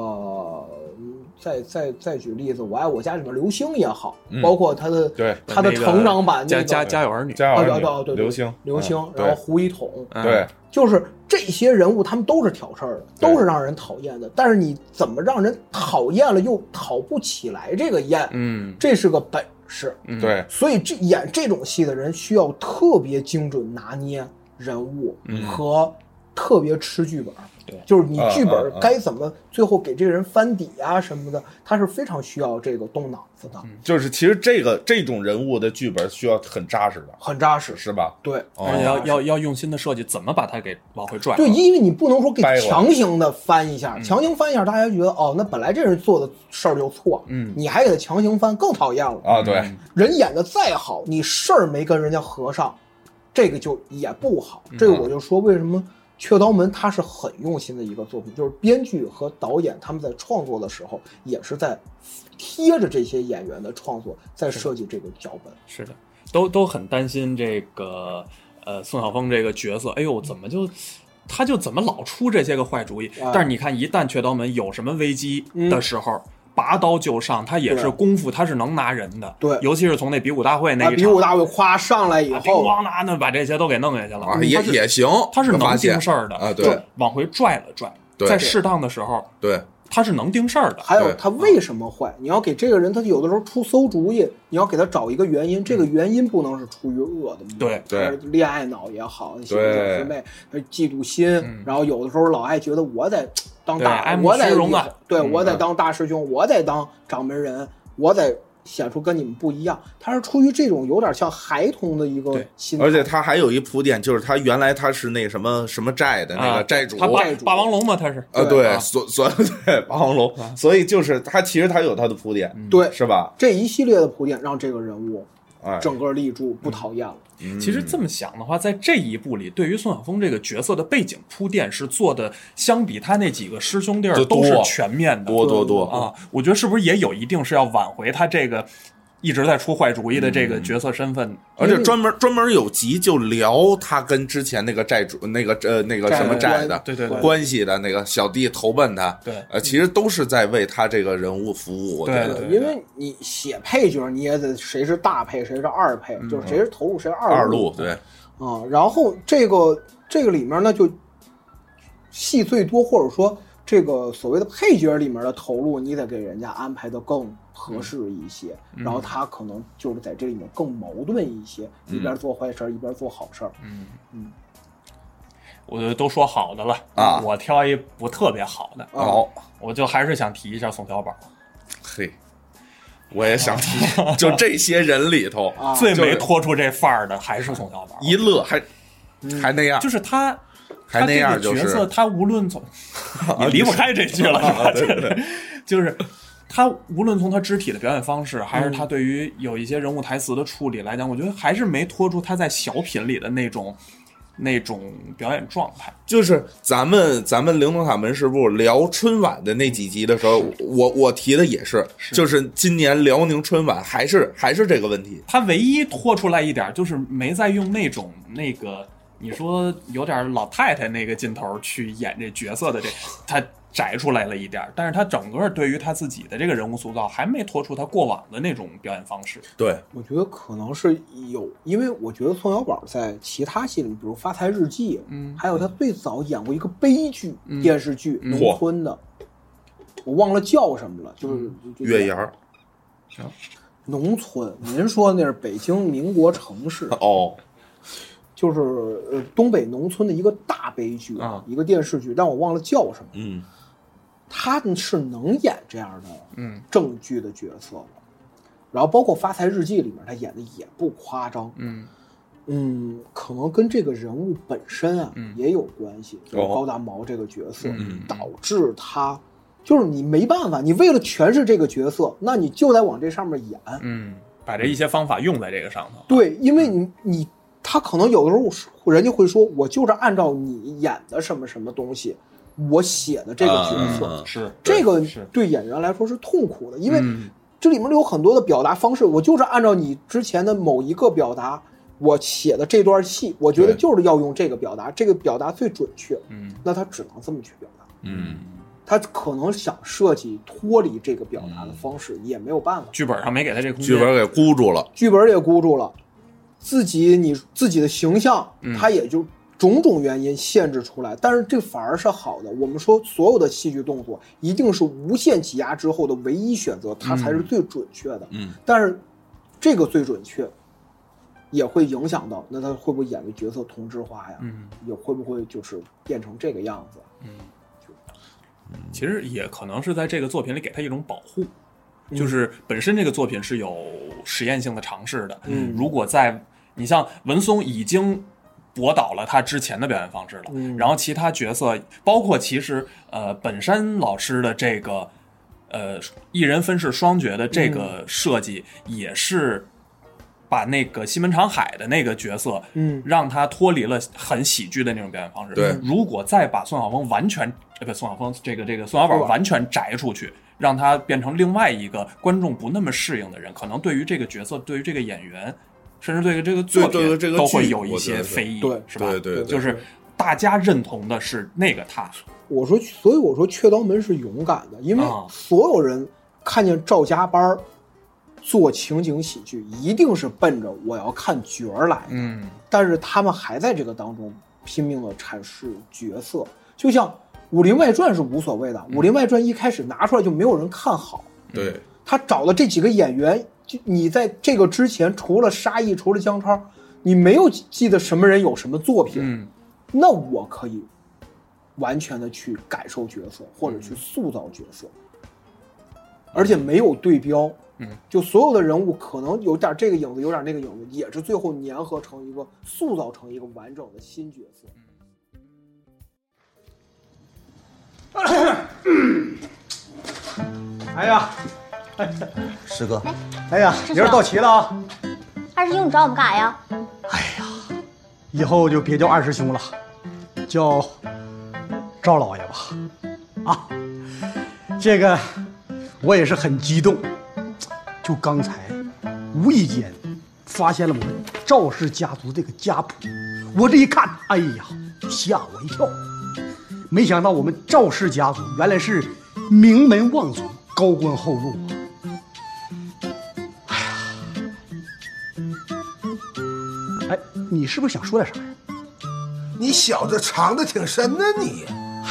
[SPEAKER 1] 嗯再再再举例子，《我爱我家》里面刘星也好，
[SPEAKER 3] 嗯
[SPEAKER 1] 包括他的
[SPEAKER 3] 对
[SPEAKER 1] 他的
[SPEAKER 4] 那个
[SPEAKER 1] 成长版那
[SPEAKER 4] 家
[SPEAKER 1] 个
[SPEAKER 4] 家家有儿女，
[SPEAKER 3] 加
[SPEAKER 1] 啊对
[SPEAKER 3] 油
[SPEAKER 1] 对对，
[SPEAKER 3] 刘星，
[SPEAKER 1] 刘星
[SPEAKER 3] 嗯，
[SPEAKER 1] 然后
[SPEAKER 3] 对
[SPEAKER 1] 胡一统，
[SPEAKER 4] 嗯
[SPEAKER 3] 对，
[SPEAKER 1] 就是这些人物，他们都是挑事儿的，
[SPEAKER 3] 对
[SPEAKER 1] 都是让人讨厌的。但是你怎么让人讨厌了又讨不起来这个厌，
[SPEAKER 4] 嗯
[SPEAKER 1] 这是个本事。
[SPEAKER 4] 嗯
[SPEAKER 3] 对，
[SPEAKER 1] 所以这演这种戏的人需要特别精准拿捏人物
[SPEAKER 3] 嗯
[SPEAKER 1] 和特别吃剧本。
[SPEAKER 4] 对
[SPEAKER 1] 就是你剧
[SPEAKER 3] 啊
[SPEAKER 1] 本
[SPEAKER 3] 啊啊
[SPEAKER 1] 该怎么最后给这个人翻底啊什么的，他是非常需要这个动脑子的，
[SPEAKER 3] 就是其实这个这种人物的剧本需要很扎实的，
[SPEAKER 1] 很扎实。
[SPEAKER 3] 是吧？
[SPEAKER 1] 对，
[SPEAKER 4] 而且
[SPEAKER 3] 哦，
[SPEAKER 4] 嗯
[SPEAKER 1] 嗯
[SPEAKER 4] 要要要用心的设计，怎么把它给往回拽？
[SPEAKER 1] 对，因为你不能说给
[SPEAKER 3] 掰过来嗯
[SPEAKER 1] 强行的翻一下，强行翻一下，大家觉得哦，那本来这人做的事儿就错，
[SPEAKER 4] 嗯
[SPEAKER 1] 你还给他强行翻，更讨厌了。
[SPEAKER 3] 啊，对，
[SPEAKER 1] 人演的再好，你事儿没跟人家合上，这个就也不好。
[SPEAKER 3] 嗯
[SPEAKER 1] 这个我就说为什么《雀刀门》它是很用心的一个作品，就是编剧和导演他们在创作的时候，也是在贴着这些演员的创作，在设计这个脚本。
[SPEAKER 4] 是的，都都很担心这个呃宋晓峰这个角色，哎呦，怎么就他就怎么老出这些个坏主意？
[SPEAKER 1] 哎嗯
[SPEAKER 4] 但是你看，一旦雀刀门有什么危机的时候。拔刀就上，他也是
[SPEAKER 1] 对
[SPEAKER 4] 功夫，他是能拿人的。
[SPEAKER 1] 对
[SPEAKER 4] 尤其是从那比武大会那
[SPEAKER 1] 啊，
[SPEAKER 4] 一
[SPEAKER 1] 比
[SPEAKER 4] 场，
[SPEAKER 1] 武大会夸上来以
[SPEAKER 4] 啊
[SPEAKER 1] 后，
[SPEAKER 4] 咣当的把这些都给弄下去了。
[SPEAKER 3] 啊
[SPEAKER 4] 嗯
[SPEAKER 3] 也
[SPEAKER 4] 他是
[SPEAKER 3] 也行，
[SPEAKER 4] 他是能
[SPEAKER 3] 发
[SPEAKER 4] 盯
[SPEAKER 3] 现
[SPEAKER 4] 事儿的
[SPEAKER 3] 啊，
[SPEAKER 4] 就
[SPEAKER 3] 对
[SPEAKER 4] 往回拽了拽，
[SPEAKER 3] 对
[SPEAKER 4] 在适当的时候，
[SPEAKER 3] 对，
[SPEAKER 4] 他是能盯事儿的。
[SPEAKER 1] 还有
[SPEAKER 3] 对
[SPEAKER 1] 他为什么坏？你要给这个人，他有的时候出馊主意，你要给他找一个原因，这个原因不能是出于恶的目的，
[SPEAKER 4] 嗯对
[SPEAKER 3] 对
[SPEAKER 1] 还是恋爱脑也好，小姊妹呃嫉妒心，然后有的时候老爱觉得我得当
[SPEAKER 4] 嗯对
[SPEAKER 1] 大
[SPEAKER 4] 爱，慕
[SPEAKER 1] 我得
[SPEAKER 4] 虚荣啊
[SPEAKER 1] 对我得当大师兄，我得当掌门人，我得显出跟你们不一样。他是出于这种有点像孩童的一个
[SPEAKER 4] 对
[SPEAKER 1] 心态，
[SPEAKER 3] 而且他还有一铺垫，就是他原来他是那什么什么债的那
[SPEAKER 4] 啊
[SPEAKER 3] 个债主，
[SPEAKER 4] 他霸
[SPEAKER 1] 债主
[SPEAKER 4] 霸王龙嘛，他是
[SPEAKER 3] 呃，
[SPEAKER 1] 对
[SPEAKER 3] 对，所所 对霸王
[SPEAKER 4] 啊
[SPEAKER 3] 龙，所以就是他其实他有他的铺垫，
[SPEAKER 4] 嗯
[SPEAKER 1] 对
[SPEAKER 3] 是吧？
[SPEAKER 1] 这一系列的铺垫让这个人物
[SPEAKER 3] 哎，
[SPEAKER 1] 整个立住，不讨厌了。
[SPEAKER 4] 其实这么想的话，在这一部里，对于宋晓峰这个角色的背景铺垫是做的，相比他那几个师兄弟儿
[SPEAKER 3] 就多
[SPEAKER 4] 都是全面的，
[SPEAKER 3] 多多多
[SPEAKER 4] 啊！我觉得是不是也有一定是要挽回他这个一直在出坏主意的这个角色身份？
[SPEAKER 3] 嗯而且专门专门有集就聊他跟之前那个债主那个呃那个
[SPEAKER 1] 债
[SPEAKER 3] 什么
[SPEAKER 1] 的
[SPEAKER 3] 债
[SPEAKER 1] 关
[SPEAKER 3] 的
[SPEAKER 4] 对对对
[SPEAKER 3] 关系的那个小弟投奔他，
[SPEAKER 4] 对
[SPEAKER 3] 呃，其实都是在为他这个人物服务，我觉
[SPEAKER 4] 对
[SPEAKER 3] 得
[SPEAKER 4] 对
[SPEAKER 1] 因为你写配角，你也得谁是大配，谁是二配，就是谁是投入，谁是
[SPEAKER 3] 二
[SPEAKER 1] 路
[SPEAKER 3] 路对，
[SPEAKER 1] 啊。然后这个这个里面呢，就戏最多，或者说这个所谓的配角里面的投入，你得给人家安排的更合适一些，然后他可能就是在这里面更矛盾一些，一边做坏事儿，一边做好事儿。
[SPEAKER 4] 我都说好的了
[SPEAKER 3] 啊
[SPEAKER 4] 我挑一不特别好的，
[SPEAKER 1] 啊
[SPEAKER 3] 好，
[SPEAKER 4] 我就还是想提一下宋小宝，
[SPEAKER 3] 啊嘿，我也想 提，就这些人里头
[SPEAKER 1] 啊
[SPEAKER 4] 最
[SPEAKER 3] 就
[SPEAKER 4] 没
[SPEAKER 3] 是
[SPEAKER 4] 拖出这范儿的还是宋小宝，
[SPEAKER 3] 一乐还还那样
[SPEAKER 4] 嗯就，是他。
[SPEAKER 3] 还那样
[SPEAKER 4] 他这
[SPEAKER 3] 就
[SPEAKER 4] 个
[SPEAKER 3] 是啊
[SPEAKER 4] 角色，他无论 从你离不开这句了，是吧？
[SPEAKER 3] 对对对
[SPEAKER 4] 就是他无论从他肢体的表演方式，还是他对于有一些人物台词的处理来讲，我觉得还是没脱出他在小品里的那种那种表演状态。
[SPEAKER 3] 就是咱们咱们玲珑塔门市部聊春晚的那几集的时候，我我提的也是，就是今年辽宁春晚还是还是这个问题，
[SPEAKER 4] 他唯一拖出来一点儿就是没再用那种那个你说有点老太太那个劲头去演这角色的这，他摘出来了一点儿，但是他整个对于他自己的这个人物塑造还没脱出他过往的那种表演方式。
[SPEAKER 3] 对，
[SPEAKER 1] 我觉得可能是有，因为我觉得宋小宝在其他戏里，比如《发财日记》，嗯，还有他最早演过一个悲剧电视剧，农村的，我忘了叫什么了，就是就
[SPEAKER 3] 月牙儿
[SPEAKER 1] 农村。您说那是北京民国城市，
[SPEAKER 3] 哦，
[SPEAKER 1] 就是呃东北农村的一个大悲剧，
[SPEAKER 4] 啊
[SPEAKER 1] 一个电视剧，但我忘了叫什么。
[SPEAKER 3] 嗯，
[SPEAKER 1] 他是能演这样的
[SPEAKER 4] 嗯
[SPEAKER 1] 正剧的角色的，然后包括《发财日记》里面他演的也不夸张，
[SPEAKER 4] 嗯
[SPEAKER 1] 嗯，可能跟这个人物本身啊、
[SPEAKER 4] 嗯
[SPEAKER 1] 也有关系，就是
[SPEAKER 3] 哦
[SPEAKER 1] 高达毛这个角色、
[SPEAKER 4] 嗯
[SPEAKER 1] 导致他就是你没办法，你为了诠释这个角色，那你就得往这上面演，
[SPEAKER 4] 嗯，把这一些方法用在这个上头。
[SPEAKER 1] 对，因为你你他可能有的时候是人家会说，我就是按照你演的什么什么东西，我写的这个角
[SPEAKER 4] 啊
[SPEAKER 1] 色，
[SPEAKER 3] 嗯嗯嗯
[SPEAKER 4] 是
[SPEAKER 1] 这个
[SPEAKER 4] 是
[SPEAKER 1] 对演员来说是痛苦的，因为
[SPEAKER 4] 嗯
[SPEAKER 1] 这里面有很多的表达方式，我就是按照你之前的某一个表达，我写的这段戏，我觉得
[SPEAKER 3] 对
[SPEAKER 1] 就是要用这个表达，这个表达最准确，
[SPEAKER 4] 嗯
[SPEAKER 1] 那他只能这么去表达，
[SPEAKER 3] 嗯，
[SPEAKER 1] 他可能想设计脱离这个表达
[SPEAKER 4] 嗯
[SPEAKER 1] 的方式，也没有办法。
[SPEAKER 4] 剧本上没给他这空间。
[SPEAKER 3] 剧本给箍住了，
[SPEAKER 1] 剧本也箍住了，自己你自己的形象，他也就种种原因限制出来。但是这反而是好的。我们说所有的戏剧动作一定是无限挤压之后的唯一选择，它才是最准确的。
[SPEAKER 3] 嗯，
[SPEAKER 1] 但是这个最准确。也会影响到，那他会不会演的角色同质化呀？
[SPEAKER 4] 嗯，
[SPEAKER 1] 也会不会就是变成这个样子？
[SPEAKER 4] 其实也可能是在这个作品里给他一种保护，就是本身这个作品是有实验性的尝试的。
[SPEAKER 1] 嗯
[SPEAKER 4] 如果在你像文松已经驳倒了他之前的表演方式了，
[SPEAKER 1] 嗯
[SPEAKER 4] 然后其他角色包括其实呃本山老师的这个呃一人分饰双角的这
[SPEAKER 1] 嗯
[SPEAKER 4] 个设计也是。把那个西门长海的那个角色，
[SPEAKER 1] 嗯
[SPEAKER 4] 让他脱离了很喜剧的那种表演方式。
[SPEAKER 3] 对
[SPEAKER 4] 如果再把宋晓峰完全，呃，不，宋晓峰这个这个宋小宝
[SPEAKER 1] 对
[SPEAKER 4] 完全摘出去，让他变成另外一个观众不那么适应的人，可能对于这个角色，对于这个演员，甚至对于这个作
[SPEAKER 3] 对对
[SPEAKER 4] 品，
[SPEAKER 3] 这个
[SPEAKER 4] 都会
[SPEAKER 3] 剧
[SPEAKER 4] 有一
[SPEAKER 3] 我觉
[SPEAKER 4] 些
[SPEAKER 3] 得是
[SPEAKER 4] 非议，
[SPEAKER 1] 对
[SPEAKER 4] 是吧？
[SPEAKER 3] 对对对，
[SPEAKER 4] 就是大家认同的是那个他，
[SPEAKER 1] 我说，所以我说雀刀门是勇敢的，因为
[SPEAKER 4] 啊
[SPEAKER 1] 所有人看见赵家班儿做情景喜剧，一定是奔着我要看角儿来的。
[SPEAKER 4] 嗯
[SPEAKER 1] 但是他们还在这个当中拼命的阐释角色，就像《武林外传》是无所谓的，武林外传》一开始拿出来就没有人看好，
[SPEAKER 3] 嗯对，
[SPEAKER 1] 他找的这几个演员，就你在这个之前，除了沙溢，除了姜超，你没有记得什么人有什么作品，
[SPEAKER 4] 嗯
[SPEAKER 1] 那我可以完全的去感受角色，或者去塑造角色，而且没有对标。
[SPEAKER 4] 嗯，
[SPEAKER 1] 就所有的人物可能有点这个影子，有点那个影子，也是最后粘合成一个，塑造成一个完整的新角色。
[SPEAKER 5] 哎呀，
[SPEAKER 10] 师哥，
[SPEAKER 5] 哎呀，
[SPEAKER 7] 这
[SPEAKER 5] 铃儿
[SPEAKER 7] 是
[SPEAKER 5] 到齐了啊！
[SPEAKER 7] 二师兄，你找我们干啥呀？
[SPEAKER 5] 以后就别叫二师兄了，叫赵老爷吧。啊，这个我也是很激动，就刚才无意间发现了我们赵氏家族这个家谱，我这一看，哎呀，吓我一跳！没想到我们赵氏家族原来是名门望族，高官厚禄啊！哎，你是不是想说点啥呀？
[SPEAKER 8] 你小子藏的挺深呐你。
[SPEAKER 5] 哎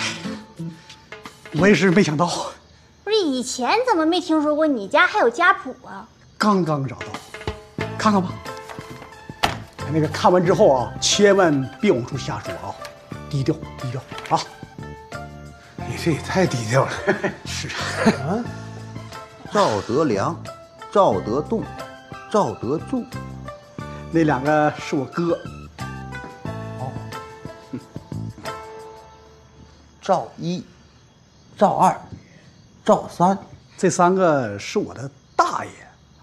[SPEAKER 5] 我也是没想到，
[SPEAKER 7] 不是以前怎么没听说过你家还有家谱啊？
[SPEAKER 5] 刚刚找到，看看吧。哎那个看完之后啊，千万别往出瞎说啊，低调低调啊。
[SPEAKER 8] 你这也太低调了。
[SPEAKER 5] 是啊，
[SPEAKER 10] 赵德良、赵德栋、赵德柱，
[SPEAKER 5] 那两个是我哥，
[SPEAKER 10] 赵一、赵二、赵三，
[SPEAKER 5] 这三个是我的大爷，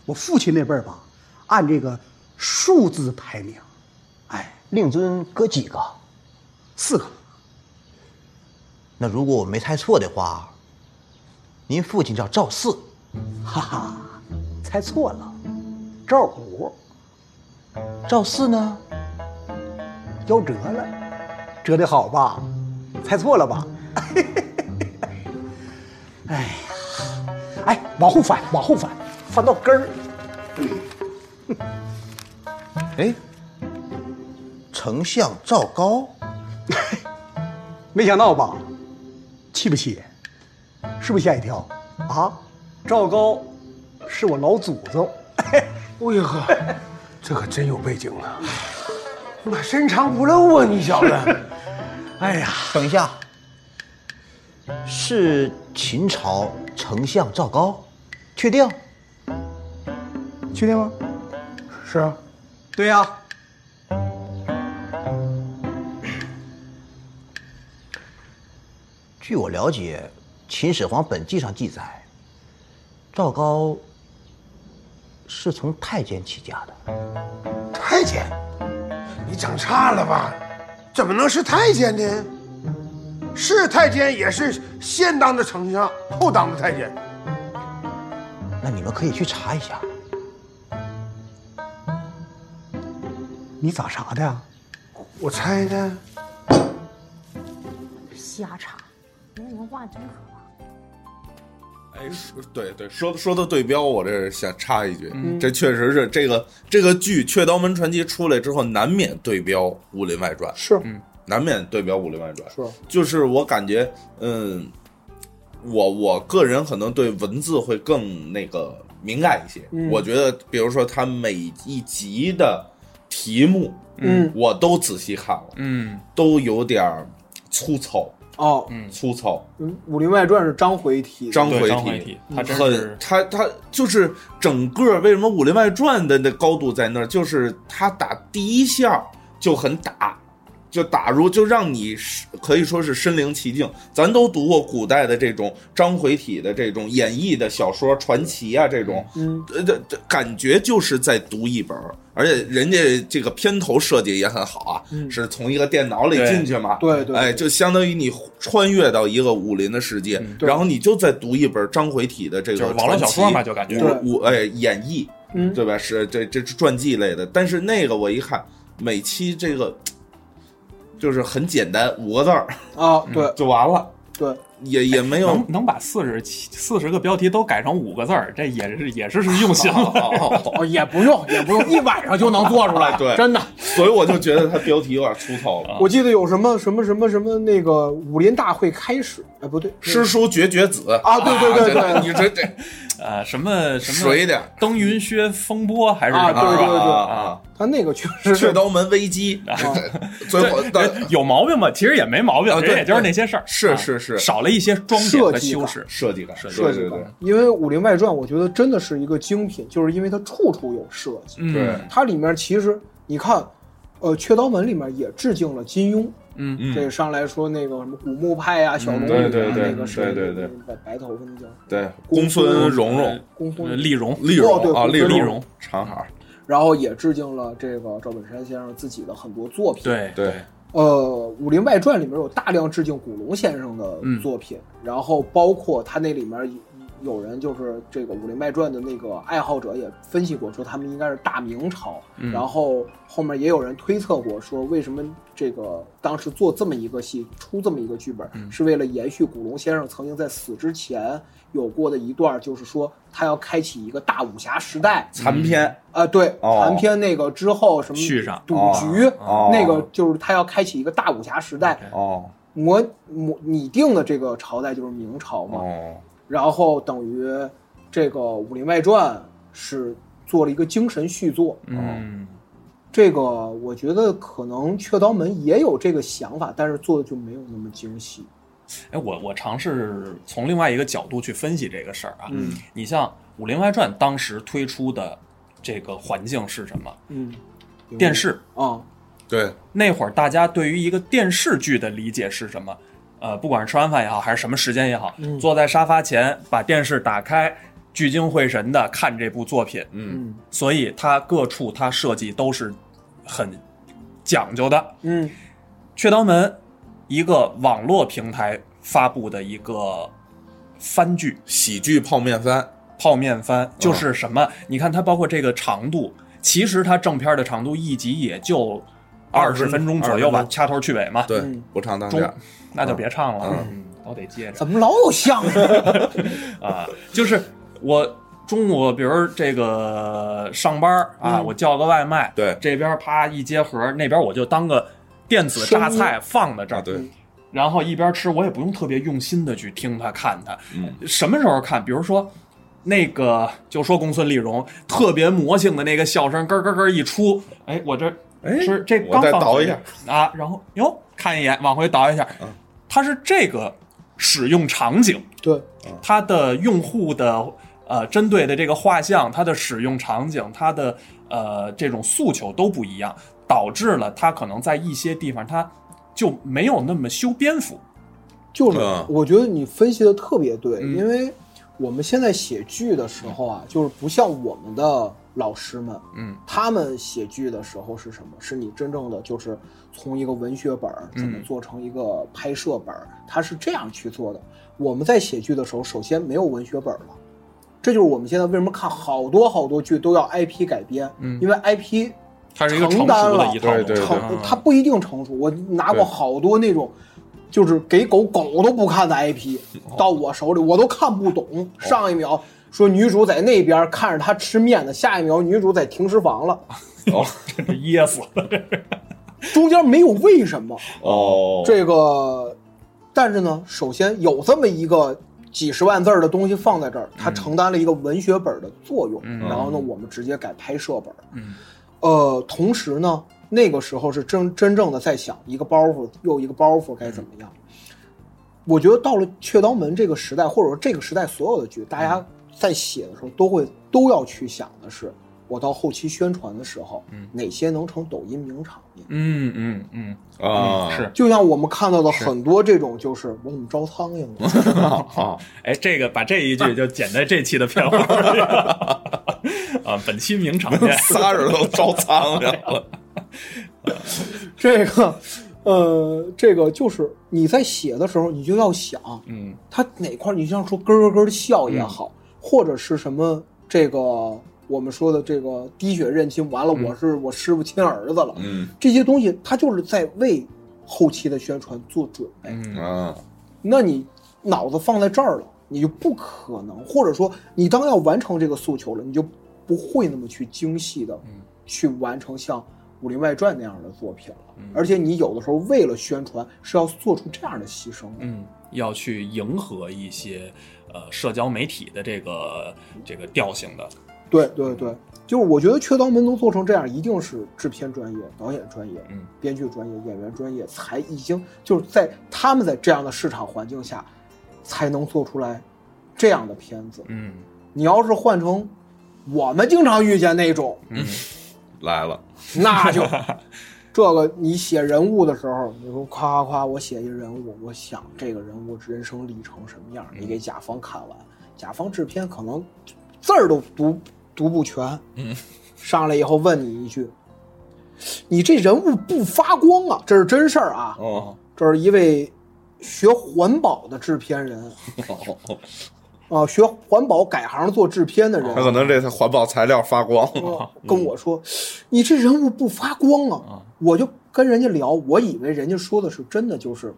[SPEAKER 5] 我父亲那辈儿吧，按这个数字排名，哎，
[SPEAKER 10] 令尊哥几个？
[SPEAKER 5] 四个。
[SPEAKER 10] 那如果我没猜错的话，您父亲叫赵四，
[SPEAKER 5] 哈哈，猜错了，赵五
[SPEAKER 10] 赵四呢？
[SPEAKER 5] 夭折了，折得好吧？猜错了吧？哎呀，哎，往后翻，往后翻，翻到根儿。
[SPEAKER 10] 哎，丞相赵高，
[SPEAKER 5] 没想到吧？气不气？是不是吓一跳？啊，赵高是我老祖宗。
[SPEAKER 8] 哎呀呵，这可真有背景啊！妈，深藏不露啊，你小子！
[SPEAKER 5] 哎呀，
[SPEAKER 10] 等一下，是秦朝丞相赵高，确定？
[SPEAKER 5] 确定吗？
[SPEAKER 8] 是啊，
[SPEAKER 5] 对 呀、
[SPEAKER 10] 据我了解，《秦始皇本纪》上记载，赵高是从太监起家的。
[SPEAKER 8] 太监，你整差了吧？怎么能是太监呢？是太监也是先当的丞相，后当的太监。
[SPEAKER 10] 那你们可以去查一下。
[SPEAKER 5] 你咋查的呀？
[SPEAKER 8] 我猜的。
[SPEAKER 11] 瞎查，没文化真可怕。
[SPEAKER 3] 哎，说对对，嗯说说到对标，我这是想插一句，这确实是这个这个剧《雀刀门传奇》出来之后，难免对标《武林外传》，
[SPEAKER 1] 是
[SPEAKER 3] 难免对标《武林外传》。
[SPEAKER 1] 是，
[SPEAKER 3] 就是我感觉，嗯，我我个人可能对文字会更那个敏感一些。
[SPEAKER 1] 嗯
[SPEAKER 3] 我觉得，比如说他每一集的题目，
[SPEAKER 1] 嗯
[SPEAKER 3] 我都仔细看了，
[SPEAKER 4] 嗯，
[SPEAKER 3] 都有点儿粗糙，
[SPEAKER 1] 哦，
[SPEAKER 3] 粗糙。
[SPEAKER 1] 嗯《武林外传》是张回提的，
[SPEAKER 3] 章
[SPEAKER 4] 对
[SPEAKER 3] 回
[SPEAKER 4] 章回体它真
[SPEAKER 3] 很
[SPEAKER 4] 是
[SPEAKER 3] 它它就是整个为什么《武林外传》的那高度在那儿，就是他打第一下就很打，就打入就让你是可以说是身临其境。咱都读过古代的这种章回体的这种演绎的小说、传奇啊这种，
[SPEAKER 1] 嗯，
[SPEAKER 3] 呃，这这感觉就是在读一本儿，而且人家这个片头设计也很好啊，
[SPEAKER 1] 嗯
[SPEAKER 3] 是从一个电脑里
[SPEAKER 4] 对
[SPEAKER 3] 进去嘛，
[SPEAKER 1] 对对
[SPEAKER 3] 哎，就相当于你穿越到一个武林的世界，
[SPEAKER 1] 嗯对
[SPEAKER 3] 然后你就在读一本章回体的这
[SPEAKER 4] 就
[SPEAKER 3] 个
[SPEAKER 4] 是网络小说嘛，
[SPEAKER 3] 传奇
[SPEAKER 4] 就感觉
[SPEAKER 1] 对
[SPEAKER 3] 武武哎演绎，
[SPEAKER 1] 嗯
[SPEAKER 3] 对吧？是这这是传记类的，但是那个我一看，每期这个就是很简单，五个字儿
[SPEAKER 1] 啊，对
[SPEAKER 3] 就完了，
[SPEAKER 1] 对，
[SPEAKER 3] 也也没有
[SPEAKER 4] 能 能把四十七四十个标题都改成五个字儿，这也是也是是用心了。
[SPEAKER 1] 哦，也不用，也不用，一晚上
[SPEAKER 3] ，
[SPEAKER 1] 就能做出来
[SPEAKER 3] 对
[SPEAKER 1] 真的。
[SPEAKER 3] 所以我就觉得它标题有点粗糙
[SPEAKER 4] 啊
[SPEAKER 3] 了。
[SPEAKER 1] 我记得有什么什么什么什么那个武林大会开始，哎，不对，
[SPEAKER 3] 诗书绝绝子
[SPEAKER 1] 啊对对对对
[SPEAKER 3] 啊你这这
[SPEAKER 4] 呃，什么什么
[SPEAKER 3] 水点儿
[SPEAKER 4] 登云靴风波还是什
[SPEAKER 1] 啊
[SPEAKER 4] 么？
[SPEAKER 1] 对对对
[SPEAKER 3] 啊，
[SPEAKER 1] 他那个确实
[SPEAKER 3] 雀
[SPEAKER 1] 是
[SPEAKER 3] 刀门危机，
[SPEAKER 4] 啊
[SPEAKER 3] 最后但
[SPEAKER 4] 人有毛病吗？其实也没毛病，
[SPEAKER 3] 啊对
[SPEAKER 4] 人也就是那些事儿，
[SPEAKER 3] 是
[SPEAKER 4] 啊
[SPEAKER 3] 是是
[SPEAKER 4] 少了一些装点和
[SPEAKER 1] 设计
[SPEAKER 4] 修
[SPEAKER 1] 感
[SPEAKER 4] 饰。
[SPEAKER 3] 设计感，
[SPEAKER 4] 设计
[SPEAKER 1] 设
[SPEAKER 3] 对
[SPEAKER 1] 计
[SPEAKER 3] 对对
[SPEAKER 1] 吧。因为《武林外传》，我觉得真的是一个精品，就是因为它处处有设计。
[SPEAKER 4] 嗯
[SPEAKER 3] 对，
[SPEAKER 1] 它里面其实你看，呃，《雀刀门》里面也致敬了金庸。
[SPEAKER 4] 嗯
[SPEAKER 3] 嗯
[SPEAKER 1] 这上来说那个什么古墓派啊，小龙女
[SPEAKER 3] 对
[SPEAKER 1] 啊，
[SPEAKER 3] 对对
[SPEAKER 1] 那个
[SPEAKER 3] 对
[SPEAKER 1] 谁，
[SPEAKER 3] 对对
[SPEAKER 1] 白白头发那叫
[SPEAKER 3] 对，公孙蓉蓉，
[SPEAKER 1] 公孙
[SPEAKER 4] 呃，丽蓉，
[SPEAKER 3] 丽
[SPEAKER 1] 哎哦对
[SPEAKER 3] 蓉啊，
[SPEAKER 1] 公孙
[SPEAKER 3] 蓉，
[SPEAKER 4] 丽
[SPEAKER 3] 蓉
[SPEAKER 4] 蓉
[SPEAKER 3] 长孩，
[SPEAKER 1] 然后也致敬了这个赵本山先生自己的很多作品。，
[SPEAKER 4] 对
[SPEAKER 3] 对，
[SPEAKER 1] 呃，《武林外传》里面有大量致敬古龙先生的
[SPEAKER 4] 嗯
[SPEAKER 1] 作品，然后包括他那里面有人就是这个《武林外传》的那个爱好者也分析过，说他们应该是大明朝，然后后面也有人推测过，说为什么这个当时做这么一个戏，出这么一个剧本，是为了延续古龙先生曾经在死之前有过的一段，就是说他要开启一个大武侠时代，
[SPEAKER 3] 残篇
[SPEAKER 1] 啊，对，
[SPEAKER 3] 哦
[SPEAKER 1] 残篇那个之后什么
[SPEAKER 4] 续上
[SPEAKER 1] 赌
[SPEAKER 3] 哦
[SPEAKER 1] 局，
[SPEAKER 3] 哦
[SPEAKER 1] 那个就是他要开启一个大武侠时代，
[SPEAKER 4] 嗯
[SPEAKER 3] 哦
[SPEAKER 1] 模模拟定的这个朝代就是明
[SPEAKER 4] 嗯
[SPEAKER 1] 朝嘛，
[SPEAKER 3] 哦，
[SPEAKER 1] 然后等于这个《武林外传》是做了一个精神续作，
[SPEAKER 4] 嗯，
[SPEAKER 1] 这个我觉得可能雀刀门也有这个想法，但是做的就没有那么精细，
[SPEAKER 4] 哎，我我尝试从另外一个角度去分析这个事儿啊。
[SPEAKER 1] 嗯
[SPEAKER 4] 你像《武林外传》当时推出的这个环境是什么？
[SPEAKER 1] 嗯，
[SPEAKER 4] 电视。
[SPEAKER 1] 啊，
[SPEAKER 3] 对，
[SPEAKER 4] 那会儿大家对于一个电视剧的理解是什么？呃，不管是吃完饭也好，还是什么时间也好，
[SPEAKER 1] 嗯
[SPEAKER 4] 坐在沙发前把电视打开，聚精会神的看这部作品。
[SPEAKER 3] 嗯
[SPEAKER 1] 嗯
[SPEAKER 4] 所以它各处它设计都是很讲究的。
[SPEAKER 1] 嗯
[SPEAKER 4] 雀刀门一个网络平台发布的一个番剧
[SPEAKER 3] 喜剧泡面番，
[SPEAKER 4] 泡面番，就是什么？你看它包括这个长度，其实它正片的长度一集也就二十分钟左右吧
[SPEAKER 3] 20，
[SPEAKER 4] 掐头去尾嘛。
[SPEAKER 3] 对
[SPEAKER 1] 嗯，
[SPEAKER 3] 不唱当
[SPEAKER 4] 中
[SPEAKER 3] 家，
[SPEAKER 4] 那就别唱了，嗯，都得接着
[SPEAKER 1] 怎么老有相声？
[SPEAKER 4] 啊。就是我中午，比如这个上班儿啊，我叫个外卖，
[SPEAKER 3] 对
[SPEAKER 4] 这边啪一接盒，那边我就当个电子榨菜放在这
[SPEAKER 3] 啊
[SPEAKER 4] 儿，
[SPEAKER 3] 对，
[SPEAKER 4] 然后一边吃，我也不用特别用心的去听他看他。
[SPEAKER 3] 嗯，
[SPEAKER 4] 什么时候看？比如说，那个就说公孙丽蓉特别魔性的那个笑声，咯咯咯一出，哎，我这
[SPEAKER 3] 哎
[SPEAKER 4] 吃这
[SPEAKER 3] 我
[SPEAKER 4] 刚
[SPEAKER 3] 再
[SPEAKER 4] 放
[SPEAKER 3] 倒一
[SPEAKER 4] 学
[SPEAKER 3] 下嗯
[SPEAKER 4] 啊，然后哟看一眼，往回倒一下，它是这个使用场景，
[SPEAKER 1] 对，
[SPEAKER 3] 嗯
[SPEAKER 4] 它的用户的呃针对的这个画像，它的使用场景，它的呃这种诉求都不一样，导致了它可能在一些地方它就没有那么修边幅。
[SPEAKER 1] 就是
[SPEAKER 4] 嗯
[SPEAKER 1] 我觉得你分析的特别对，因为我们现在写剧的时候啊，就是不像我们的老师们，
[SPEAKER 4] 嗯，
[SPEAKER 1] 他们写剧的时候是什么？是你真正的就是从一个文学本儿
[SPEAKER 4] 嗯
[SPEAKER 1] 怎么做成一个拍摄本儿，他是这样去做的。我们在写剧的时候，首先没有文学本儿了。这就是我们现在为什么看好多好多剧都要 IP 改编，
[SPEAKER 4] 嗯
[SPEAKER 1] 因为 IP
[SPEAKER 4] 它是一个成熟
[SPEAKER 1] 担
[SPEAKER 4] 的
[SPEAKER 1] 了
[SPEAKER 4] 一套对对对
[SPEAKER 3] 啊
[SPEAKER 1] 成
[SPEAKER 4] 嗯
[SPEAKER 1] 它不一定成熟。我拿过
[SPEAKER 4] 对
[SPEAKER 1] 好多那种就是给狗狗都不看的 IP，到我手里我都看不懂。上一秒说女主在那边看着他吃面呢，下一秒女主在停尸房了，
[SPEAKER 3] 哦，
[SPEAKER 4] 这是噎死了。
[SPEAKER 1] 中间没有为什么。
[SPEAKER 3] 哦，
[SPEAKER 1] 这个，但是呢，首先有这么一个几十万字儿的东西放在这儿，它承担了一个文学本儿的作用。
[SPEAKER 4] 嗯
[SPEAKER 1] 然后呢，我们直接改拍摄本儿。
[SPEAKER 4] 嗯
[SPEAKER 1] 呃，同时呢，那个时候是真真正的在想一个包袱又一个包袱该怎么样。我觉得到了《雀刀门》这个时代，或者说这个时代所有的剧，大家在写的时候都会都要去想的是，我到后期宣传的时候，哪些能成抖音名场面。
[SPEAKER 4] 嗯嗯嗯
[SPEAKER 3] 啊
[SPEAKER 4] 嗯是
[SPEAKER 1] 就像我们看到的很多这种，就是我怎么招苍蝇
[SPEAKER 3] 啊
[SPEAKER 1] 了？
[SPEAKER 4] 哎，这个把这一句就剪在这期的片花里 啊，本期名场面
[SPEAKER 3] 仨人都 招苍蝇了。
[SPEAKER 1] 这个，呃，这个就是你在写的时候，你就要想，
[SPEAKER 4] 嗯，
[SPEAKER 1] 它哪块儿你像说咯咯咯的笑也好，或者是什么这个我们说的这个滴血认亲，完了我是我师傅亲儿子了，
[SPEAKER 3] 嗯
[SPEAKER 1] 这些东西它就是在为后期的宣传做准备。
[SPEAKER 3] 嗯
[SPEAKER 1] 那你脑子放在这儿了，你就不可能，或者说你当要完成这个诉求了，你就不会那么去精细的去完成像《武林外传》那样的作品了。而且你有的时候为了宣传是要做出这样的牺牲的。
[SPEAKER 4] 嗯，要去迎合一些呃社交媒体的这个这个调性的，
[SPEAKER 1] 对对对，就是我觉得《雀刀门》能做成这样，一定是制片专业、导演专业、
[SPEAKER 4] 嗯、
[SPEAKER 1] 编剧专业、演员专业才已经就是在他们在这样的市场环境下，才能做出来这样的片子。
[SPEAKER 4] 嗯，
[SPEAKER 1] 你要是换成我们经常遇见那种，
[SPEAKER 4] 嗯，
[SPEAKER 3] 来了，
[SPEAKER 1] 那就 这个你写人物的时候，你说夸夸夸，我写一人物，我想这个人物人生历程什么样，
[SPEAKER 3] 嗯
[SPEAKER 1] 你给甲方看完，甲方制片可能字儿都读读不全，
[SPEAKER 3] 嗯，
[SPEAKER 1] 上来以后问你一句：“你这人物不发光啊？”这是真事儿啊，
[SPEAKER 3] 哦，
[SPEAKER 1] 这是一位学环保的制片人
[SPEAKER 3] 哦
[SPEAKER 1] 啊，学环保改行做制片的人，
[SPEAKER 3] 他可能这环保材料发光，
[SPEAKER 4] 嗯
[SPEAKER 1] 跟我
[SPEAKER 4] 哦
[SPEAKER 1] 说：“你这人物不发光啊！”我就跟人家聊，我以为人家说的是真的，就是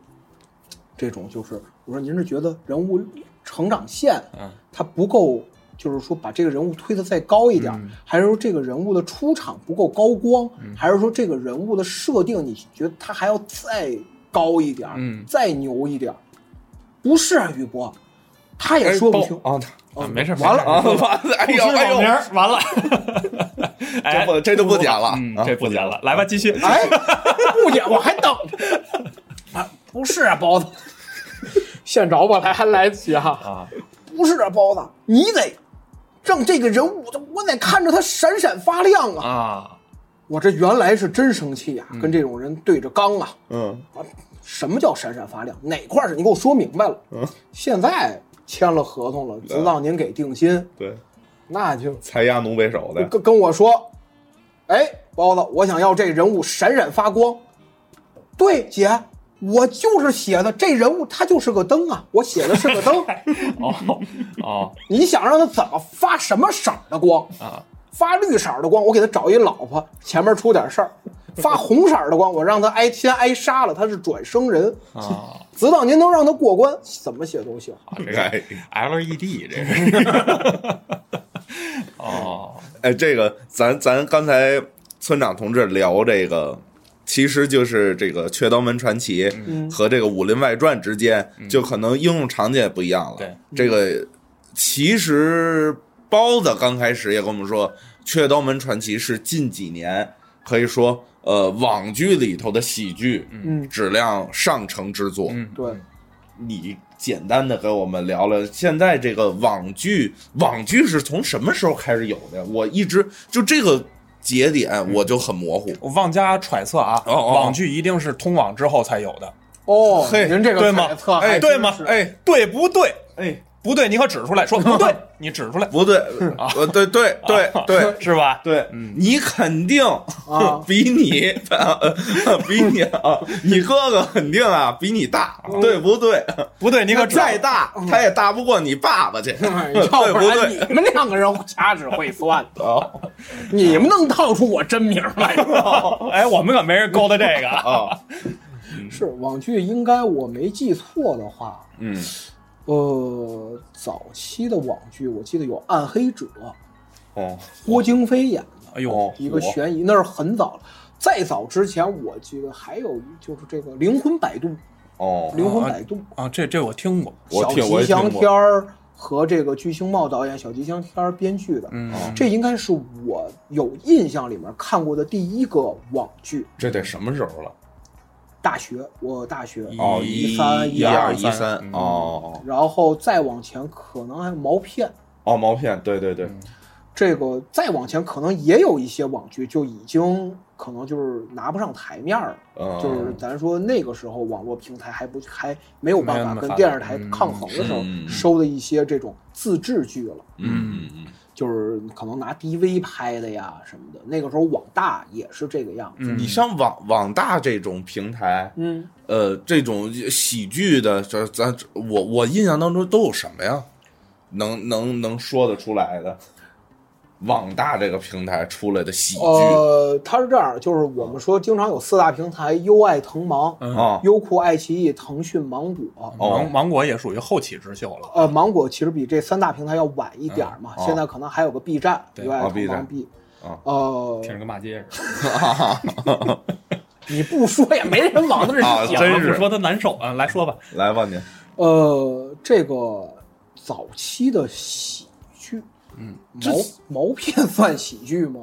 [SPEAKER 1] 这种，就是我说您是觉得人物成长线
[SPEAKER 4] 嗯
[SPEAKER 1] 它不够，就是说把这个人物推得再高一点，
[SPEAKER 4] 嗯
[SPEAKER 1] 还是说这个人物的出场不够高光，还是说这个人物的设定你觉得他还要再高一点，
[SPEAKER 4] 嗯
[SPEAKER 1] 再牛一点？不是啊，宇波，他
[SPEAKER 4] 哎
[SPEAKER 1] 也说不清。
[SPEAKER 3] 啊。
[SPEAKER 4] 啊，没事，
[SPEAKER 1] 完了
[SPEAKER 4] 没事
[SPEAKER 3] 啊完了哎呦
[SPEAKER 4] 不知
[SPEAKER 3] 哎呦
[SPEAKER 4] 网名儿完了，哎
[SPEAKER 3] 这不这都不剪了
[SPEAKER 4] 嗯
[SPEAKER 3] 啊
[SPEAKER 4] 这不剪了，来吧，继续，
[SPEAKER 1] 哎，不演我还等着。啊，不是啊，包子，现找吧，来还来得及哈。
[SPEAKER 4] 啊，
[SPEAKER 1] 不是啊，包子，你得让这个人物，我得看着他闪闪发亮
[SPEAKER 3] 嗯
[SPEAKER 1] 啊。
[SPEAKER 4] 啊，
[SPEAKER 1] 我这原来是真生气呀、啊跟这种人对着刚啊。
[SPEAKER 3] 嗯，
[SPEAKER 1] 什么叫闪闪发亮？哪块儿是？你给我说明白了。现在签了合同了，直到您给定薪，
[SPEAKER 3] 对，
[SPEAKER 1] 那就
[SPEAKER 3] 才压奴为首的，
[SPEAKER 1] 跟跟我说，哎，包子，我想要这人物闪闪发光。对，姐，我就是写的这人物，他就是个灯啊，我写的是个灯。
[SPEAKER 4] 哦哦
[SPEAKER 1] 你想让他怎么发什么色儿的光？
[SPEAKER 4] 啊，
[SPEAKER 1] 发绿色儿的光，我给他找一老婆，前面出点事儿；发红色儿的光，我让他挨天挨杀了，他是转生人。
[SPEAKER 4] 啊，
[SPEAKER 1] 直到您能让他过关，怎么写都行。
[SPEAKER 4] 这
[SPEAKER 3] 哎
[SPEAKER 4] 个
[SPEAKER 3] E
[SPEAKER 4] LED 这是，哦，
[SPEAKER 3] 哎，这个咱咱刚才村长同志聊这个其实就是这个《雀刀门传奇》和这个《武林外传》之间，就可能应用场景也不一样了。
[SPEAKER 2] 对，
[SPEAKER 3] 这个其实包子刚开始也跟我们说，《雀刀门传奇》是近几年可以说呃网剧里头的喜剧，
[SPEAKER 1] 嗯
[SPEAKER 3] 质量上乘之作。
[SPEAKER 2] 嗯，
[SPEAKER 1] 对，
[SPEAKER 3] 你简单的给我们聊聊现在这个网剧，网剧是从什么时候开始有的？我一直就这个节点我就很模糊。
[SPEAKER 4] 我妄加揣测啊，
[SPEAKER 3] 哦
[SPEAKER 4] 网剧一定是通网之后才有的。
[SPEAKER 1] 哦，
[SPEAKER 3] 嘿
[SPEAKER 1] 您这个
[SPEAKER 4] 对吗
[SPEAKER 1] 揣测，
[SPEAKER 3] 哎
[SPEAKER 4] 对吗？
[SPEAKER 3] 哎，
[SPEAKER 4] 对不对？
[SPEAKER 3] 哎，
[SPEAKER 4] 不对，你可指出来， 说不对，你指出来，啊
[SPEAKER 3] 不对，呃，对对 对对
[SPEAKER 4] 是吧？
[SPEAKER 3] 对，你肯定
[SPEAKER 1] 啊
[SPEAKER 3] 比你呃 比你啊，你哥哥肯定啊比你大，对不对？
[SPEAKER 4] 嗯不对，你可指嗯哎出来
[SPEAKER 3] 再大他也大不过你爸 爸去，对
[SPEAKER 1] 要不
[SPEAKER 3] 不
[SPEAKER 1] 然
[SPEAKER 3] 对？
[SPEAKER 1] 你们两个人掐指会 算，
[SPEAKER 3] 啊
[SPEAKER 1] 你们能套出我真名来吗？
[SPEAKER 4] 哎，我们可没人勾搭这个啊。
[SPEAKER 3] 啊，
[SPEAKER 1] 是网剧，应该我没记错的话，
[SPEAKER 3] 嗯
[SPEAKER 1] 呃，早期的网剧我记得有《暗黑者》，
[SPEAKER 3] 哦
[SPEAKER 1] 郭京飞演的
[SPEAKER 4] 哎呦
[SPEAKER 3] 哦，
[SPEAKER 1] 一个悬疑，那是很早了。再早之前，我记得还有一就是这个《灵魂摆渡》，
[SPEAKER 3] 哦
[SPEAKER 1] 《灵魂摆渡》
[SPEAKER 4] 啊，这这我听过，
[SPEAKER 3] 我
[SPEAKER 1] 小
[SPEAKER 3] 听我
[SPEAKER 1] 吉
[SPEAKER 3] 也听
[SPEAKER 1] 祥
[SPEAKER 3] 过
[SPEAKER 1] 天儿和这个具星茂导演、小吉祥天儿编剧的，
[SPEAKER 4] 嗯，
[SPEAKER 1] 这应该是我有印象里面看过的第一个网剧。
[SPEAKER 3] 这得什么时候了？
[SPEAKER 1] 大学，我大学
[SPEAKER 3] 哦，
[SPEAKER 1] 一三
[SPEAKER 3] 三
[SPEAKER 1] 一
[SPEAKER 3] 二
[SPEAKER 1] 一，
[SPEAKER 3] 三，
[SPEAKER 4] 嗯
[SPEAKER 3] 哦
[SPEAKER 1] 然后再往前可能还有毛片，
[SPEAKER 3] 哦，毛片，对对对，
[SPEAKER 1] 这个再往前可能也有一些网剧就已经可能就是拿不上台面儿了。
[SPEAKER 3] 嗯，
[SPEAKER 1] 就是咱说那个时候网络平台还不还没有办
[SPEAKER 4] 没有
[SPEAKER 1] 法
[SPEAKER 4] 那么
[SPEAKER 1] 跟
[SPEAKER 4] 发达
[SPEAKER 1] 电视台抗衡的时候
[SPEAKER 3] 嗯，是
[SPEAKER 1] 收的一些这种自制剧了，
[SPEAKER 3] 嗯嗯
[SPEAKER 1] 就是可能拿 DV 拍的呀什么的。那个时候网大也是这个样子。
[SPEAKER 3] 嗯，你像网网大这种平台，
[SPEAKER 1] 嗯，
[SPEAKER 3] 呃，这种喜剧的，这咱我我印象当中都有什么呀？能能能说得出来的，网大这个平台出来的喜剧
[SPEAKER 1] 呃，它是这样，就是我们说经常有四大平
[SPEAKER 3] 嗯
[SPEAKER 1] 台：优爱、腾芒、
[SPEAKER 3] 啊，
[SPEAKER 1] 优酷、爱奇艺、腾讯、芒果。
[SPEAKER 3] 哦
[SPEAKER 4] 芒芒果也属于后起之秀了。
[SPEAKER 1] 呃，芒果其实比这三大平台要晚一点儿嘛，
[SPEAKER 3] 嗯哦
[SPEAKER 1] 现在可能还有个 B 站，
[SPEAKER 4] 对
[SPEAKER 1] 优爱、
[SPEAKER 3] 哦
[SPEAKER 1] 腾
[SPEAKER 3] B
[SPEAKER 1] 芒
[SPEAKER 3] 站
[SPEAKER 1] B。
[SPEAKER 3] 哦
[SPEAKER 1] 呃，
[SPEAKER 4] 听着跟骂街似
[SPEAKER 1] 你不说也没人往那儿
[SPEAKER 3] 啊
[SPEAKER 1] 想。
[SPEAKER 4] 的，
[SPEAKER 3] 真是
[SPEAKER 4] 不说他难受啊，来说吧，
[SPEAKER 3] 来吧您，
[SPEAKER 1] 呃，这个早期的喜剧，嗯，毛毛片算喜剧吗？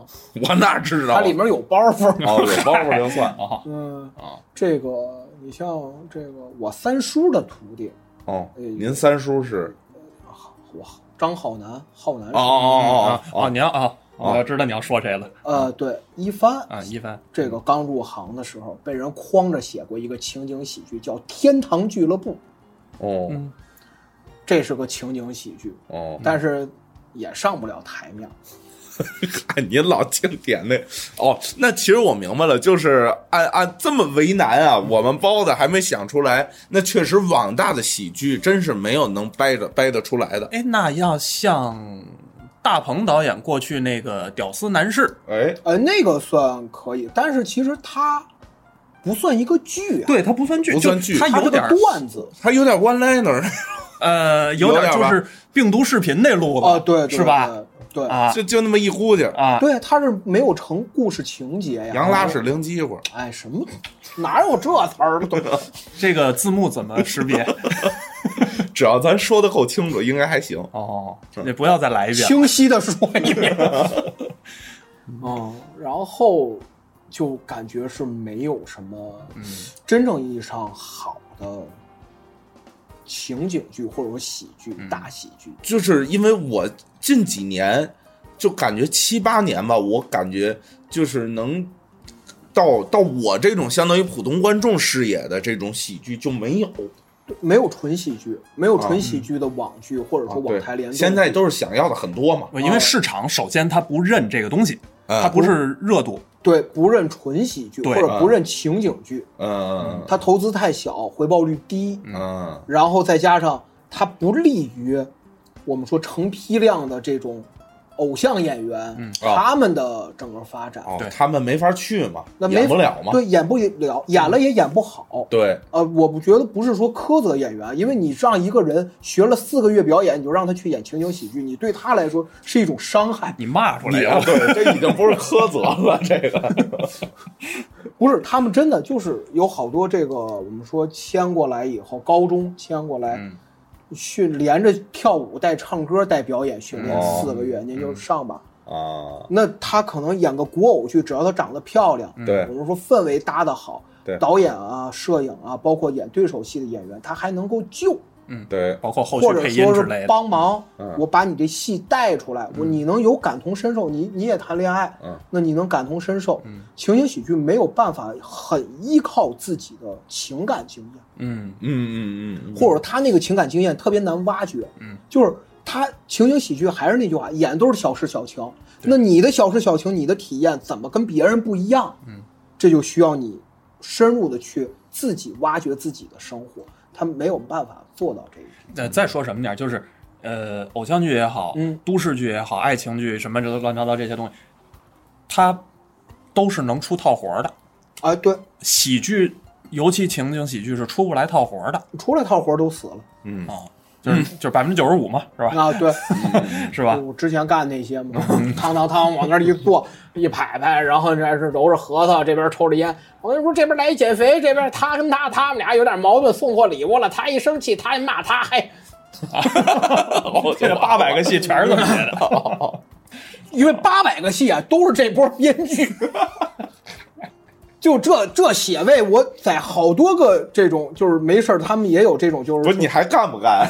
[SPEAKER 3] 我哪知道啊？
[SPEAKER 1] 它里面有包袱。
[SPEAKER 3] 哦，有包袱就算
[SPEAKER 4] 啊，
[SPEAKER 1] 嗯
[SPEAKER 4] 啊，
[SPEAKER 1] 这个你像这个我三叔的徒弟，
[SPEAKER 3] 哦。
[SPEAKER 1] 哎
[SPEAKER 3] 您三叔是
[SPEAKER 1] 哇，张浩南，浩南
[SPEAKER 3] 哦
[SPEAKER 1] 是，
[SPEAKER 3] 哦
[SPEAKER 4] 啊
[SPEAKER 3] 哦
[SPEAKER 4] 啊，
[SPEAKER 3] 哦
[SPEAKER 4] 你要啊，
[SPEAKER 3] 哦
[SPEAKER 4] 我知道你要说谁了
[SPEAKER 1] 呃，对，一帆。
[SPEAKER 4] 啊，一帆，
[SPEAKER 1] 这个刚入行的时候，被人框着写过一个情景喜剧，叫《天堂俱乐部》，
[SPEAKER 3] 哦
[SPEAKER 4] 嗯
[SPEAKER 1] 这是个情景喜剧，
[SPEAKER 3] 哦
[SPEAKER 1] 但是也上不了台面。
[SPEAKER 3] 哎，您老净点那哦，那其实我明白了，就是按按这么为难啊，我们包子还没想出来，那确实网大的喜剧真是没有能掰着掰得出来的。
[SPEAKER 4] 哎，那要像大鹏导演过去那个《屌丝男士》，
[SPEAKER 3] 哎，
[SPEAKER 1] 呃，那个算可以，但是其实它不算一个剧、啊，
[SPEAKER 4] 对他不算剧，
[SPEAKER 3] 不算剧
[SPEAKER 4] 就他
[SPEAKER 1] 它
[SPEAKER 4] 有
[SPEAKER 1] 是
[SPEAKER 4] 点
[SPEAKER 1] 个
[SPEAKER 4] 儿
[SPEAKER 1] 段子。
[SPEAKER 3] 他有点 one liner，
[SPEAKER 4] 呃，有
[SPEAKER 3] 有
[SPEAKER 4] 点
[SPEAKER 3] 点
[SPEAKER 4] 就
[SPEAKER 3] 吧
[SPEAKER 4] 是病毒视频那路子
[SPEAKER 1] 哦，对，对
[SPEAKER 4] 是吧？？
[SPEAKER 1] 对，
[SPEAKER 4] 啊
[SPEAKER 3] 就就那么一估计，
[SPEAKER 4] 啊，
[SPEAKER 1] 对，它是没有成故事情节呀。
[SPEAKER 3] 羊拉屎零鸡乎。
[SPEAKER 1] 哎，什么？哪有这词儿 的？
[SPEAKER 4] 这个字幕怎么 识别？
[SPEAKER 3] 只要咱说的够清楚，应该还行。
[SPEAKER 4] 哦，那不要再来一遍了。
[SPEAKER 1] 清晰的说一遍。 嗯，然后就感觉是没有什么
[SPEAKER 3] 嗯
[SPEAKER 1] 真正意义上好的情景剧或者说喜剧、
[SPEAKER 3] 嗯
[SPEAKER 1] 大喜剧。
[SPEAKER 3] 就是因为我近几年就感觉七八年吧，我感觉就是能到到我这种相当于普通观众视野的这种喜剧就没有。
[SPEAKER 1] 没有纯喜剧，没有纯喜剧的网剧，或者说网台联动。
[SPEAKER 3] 啊现在都是想要的很多嘛，
[SPEAKER 4] 因为市场首先它不认这个东西，
[SPEAKER 3] 嗯
[SPEAKER 4] 它不是热度，
[SPEAKER 1] 对不认纯喜剧，
[SPEAKER 4] 对
[SPEAKER 1] 或者
[SPEAKER 3] 啊
[SPEAKER 1] 不认情景剧，
[SPEAKER 3] 嗯
[SPEAKER 1] 它投资太小，回报率低，
[SPEAKER 3] 嗯
[SPEAKER 1] 然后再加上它不利于我们说成批量的这种偶像演员、他们的整个发展。
[SPEAKER 3] 啊哦
[SPEAKER 4] 对，
[SPEAKER 3] 他们没法去嘛，
[SPEAKER 1] 那没
[SPEAKER 3] 演不了嘛，嗯
[SPEAKER 1] 对，演不了，演了也演不好。
[SPEAKER 3] 对
[SPEAKER 1] 呃，我不觉得不是说苛责演员，因为你让一个人学了四个月表演，你就让他去演情景喜剧，你对他来说是一种伤害。
[SPEAKER 4] 你骂出来
[SPEAKER 3] 你
[SPEAKER 4] 呀
[SPEAKER 3] 啊，对，这已经不是苛责了，这个
[SPEAKER 1] 不不是，他们真的就是有好多这个，我们说迁过来以后，高中迁过来，
[SPEAKER 3] 嗯
[SPEAKER 1] 训连着跳舞、带唱歌、带表演，训练
[SPEAKER 3] 哦
[SPEAKER 1] 四个月，您就上吧。
[SPEAKER 3] 啊，
[SPEAKER 1] 那他可能演个古偶剧，只要他长得漂亮，
[SPEAKER 3] 对
[SPEAKER 1] 我们说氛围搭得好，
[SPEAKER 3] 嗯对
[SPEAKER 1] 导演啊、摄影啊，包括演对手戏的演员，他还能够救，
[SPEAKER 4] 嗯，
[SPEAKER 3] 对，
[SPEAKER 4] 包括后续
[SPEAKER 1] 或者
[SPEAKER 4] 配音
[SPEAKER 1] 说
[SPEAKER 4] 之
[SPEAKER 1] 是
[SPEAKER 4] 类的，
[SPEAKER 1] 帮忙
[SPEAKER 4] 嗯，
[SPEAKER 1] 我把你这戏带出来，我你能有感同身受，你你也谈恋爱，
[SPEAKER 3] 嗯
[SPEAKER 1] 那你能感同身受。
[SPEAKER 4] 嗯
[SPEAKER 1] 情景喜剧没有办法很依靠自己的情感经验，
[SPEAKER 4] 嗯
[SPEAKER 3] 嗯嗯嗯，
[SPEAKER 1] 或者他那个情感经验特别难挖掘，
[SPEAKER 4] 嗯，
[SPEAKER 1] 就是他情景喜剧还是那句话，演的都是小事小情，那你的小事小情，你的体验怎么跟别人不一样？
[SPEAKER 4] 嗯，
[SPEAKER 1] 这就需要你深入的去自己挖掘自己的生活，他没有办法做到这一点。
[SPEAKER 4] 呃，再说什么点儿，就是呃，偶像剧也好，
[SPEAKER 1] 嗯
[SPEAKER 4] 都市剧也好，爱情剧什么这乱七八糟这些东西，它都是能出套活儿的。
[SPEAKER 1] 啊，对，
[SPEAKER 4] 喜剧，尤其情景喜剧是出不来套活儿的。
[SPEAKER 1] 出来套活儿都死了。
[SPEAKER 3] 嗯嗯
[SPEAKER 4] 啊，就是就是百分之九十五嘛，是吧？
[SPEAKER 1] 啊，对，
[SPEAKER 4] 是吧？
[SPEAKER 1] 我之前干那些嘛，汤汤汤往那儿一坐，一排排，然后这是揉着核桃，这边抽着烟。我跟你说，这边来一减肥，这边他跟他他们俩有点矛盾，送错礼物了，他一生气，他一骂他，嘿，
[SPEAKER 4] 哦，这八百个戏全是这么写的。
[SPEAKER 1] 因为八百个戏啊，都是这波编剧。就这这写位，我在好多个这种，就是没事儿他们也有这种，就是
[SPEAKER 3] 不是你还干不干？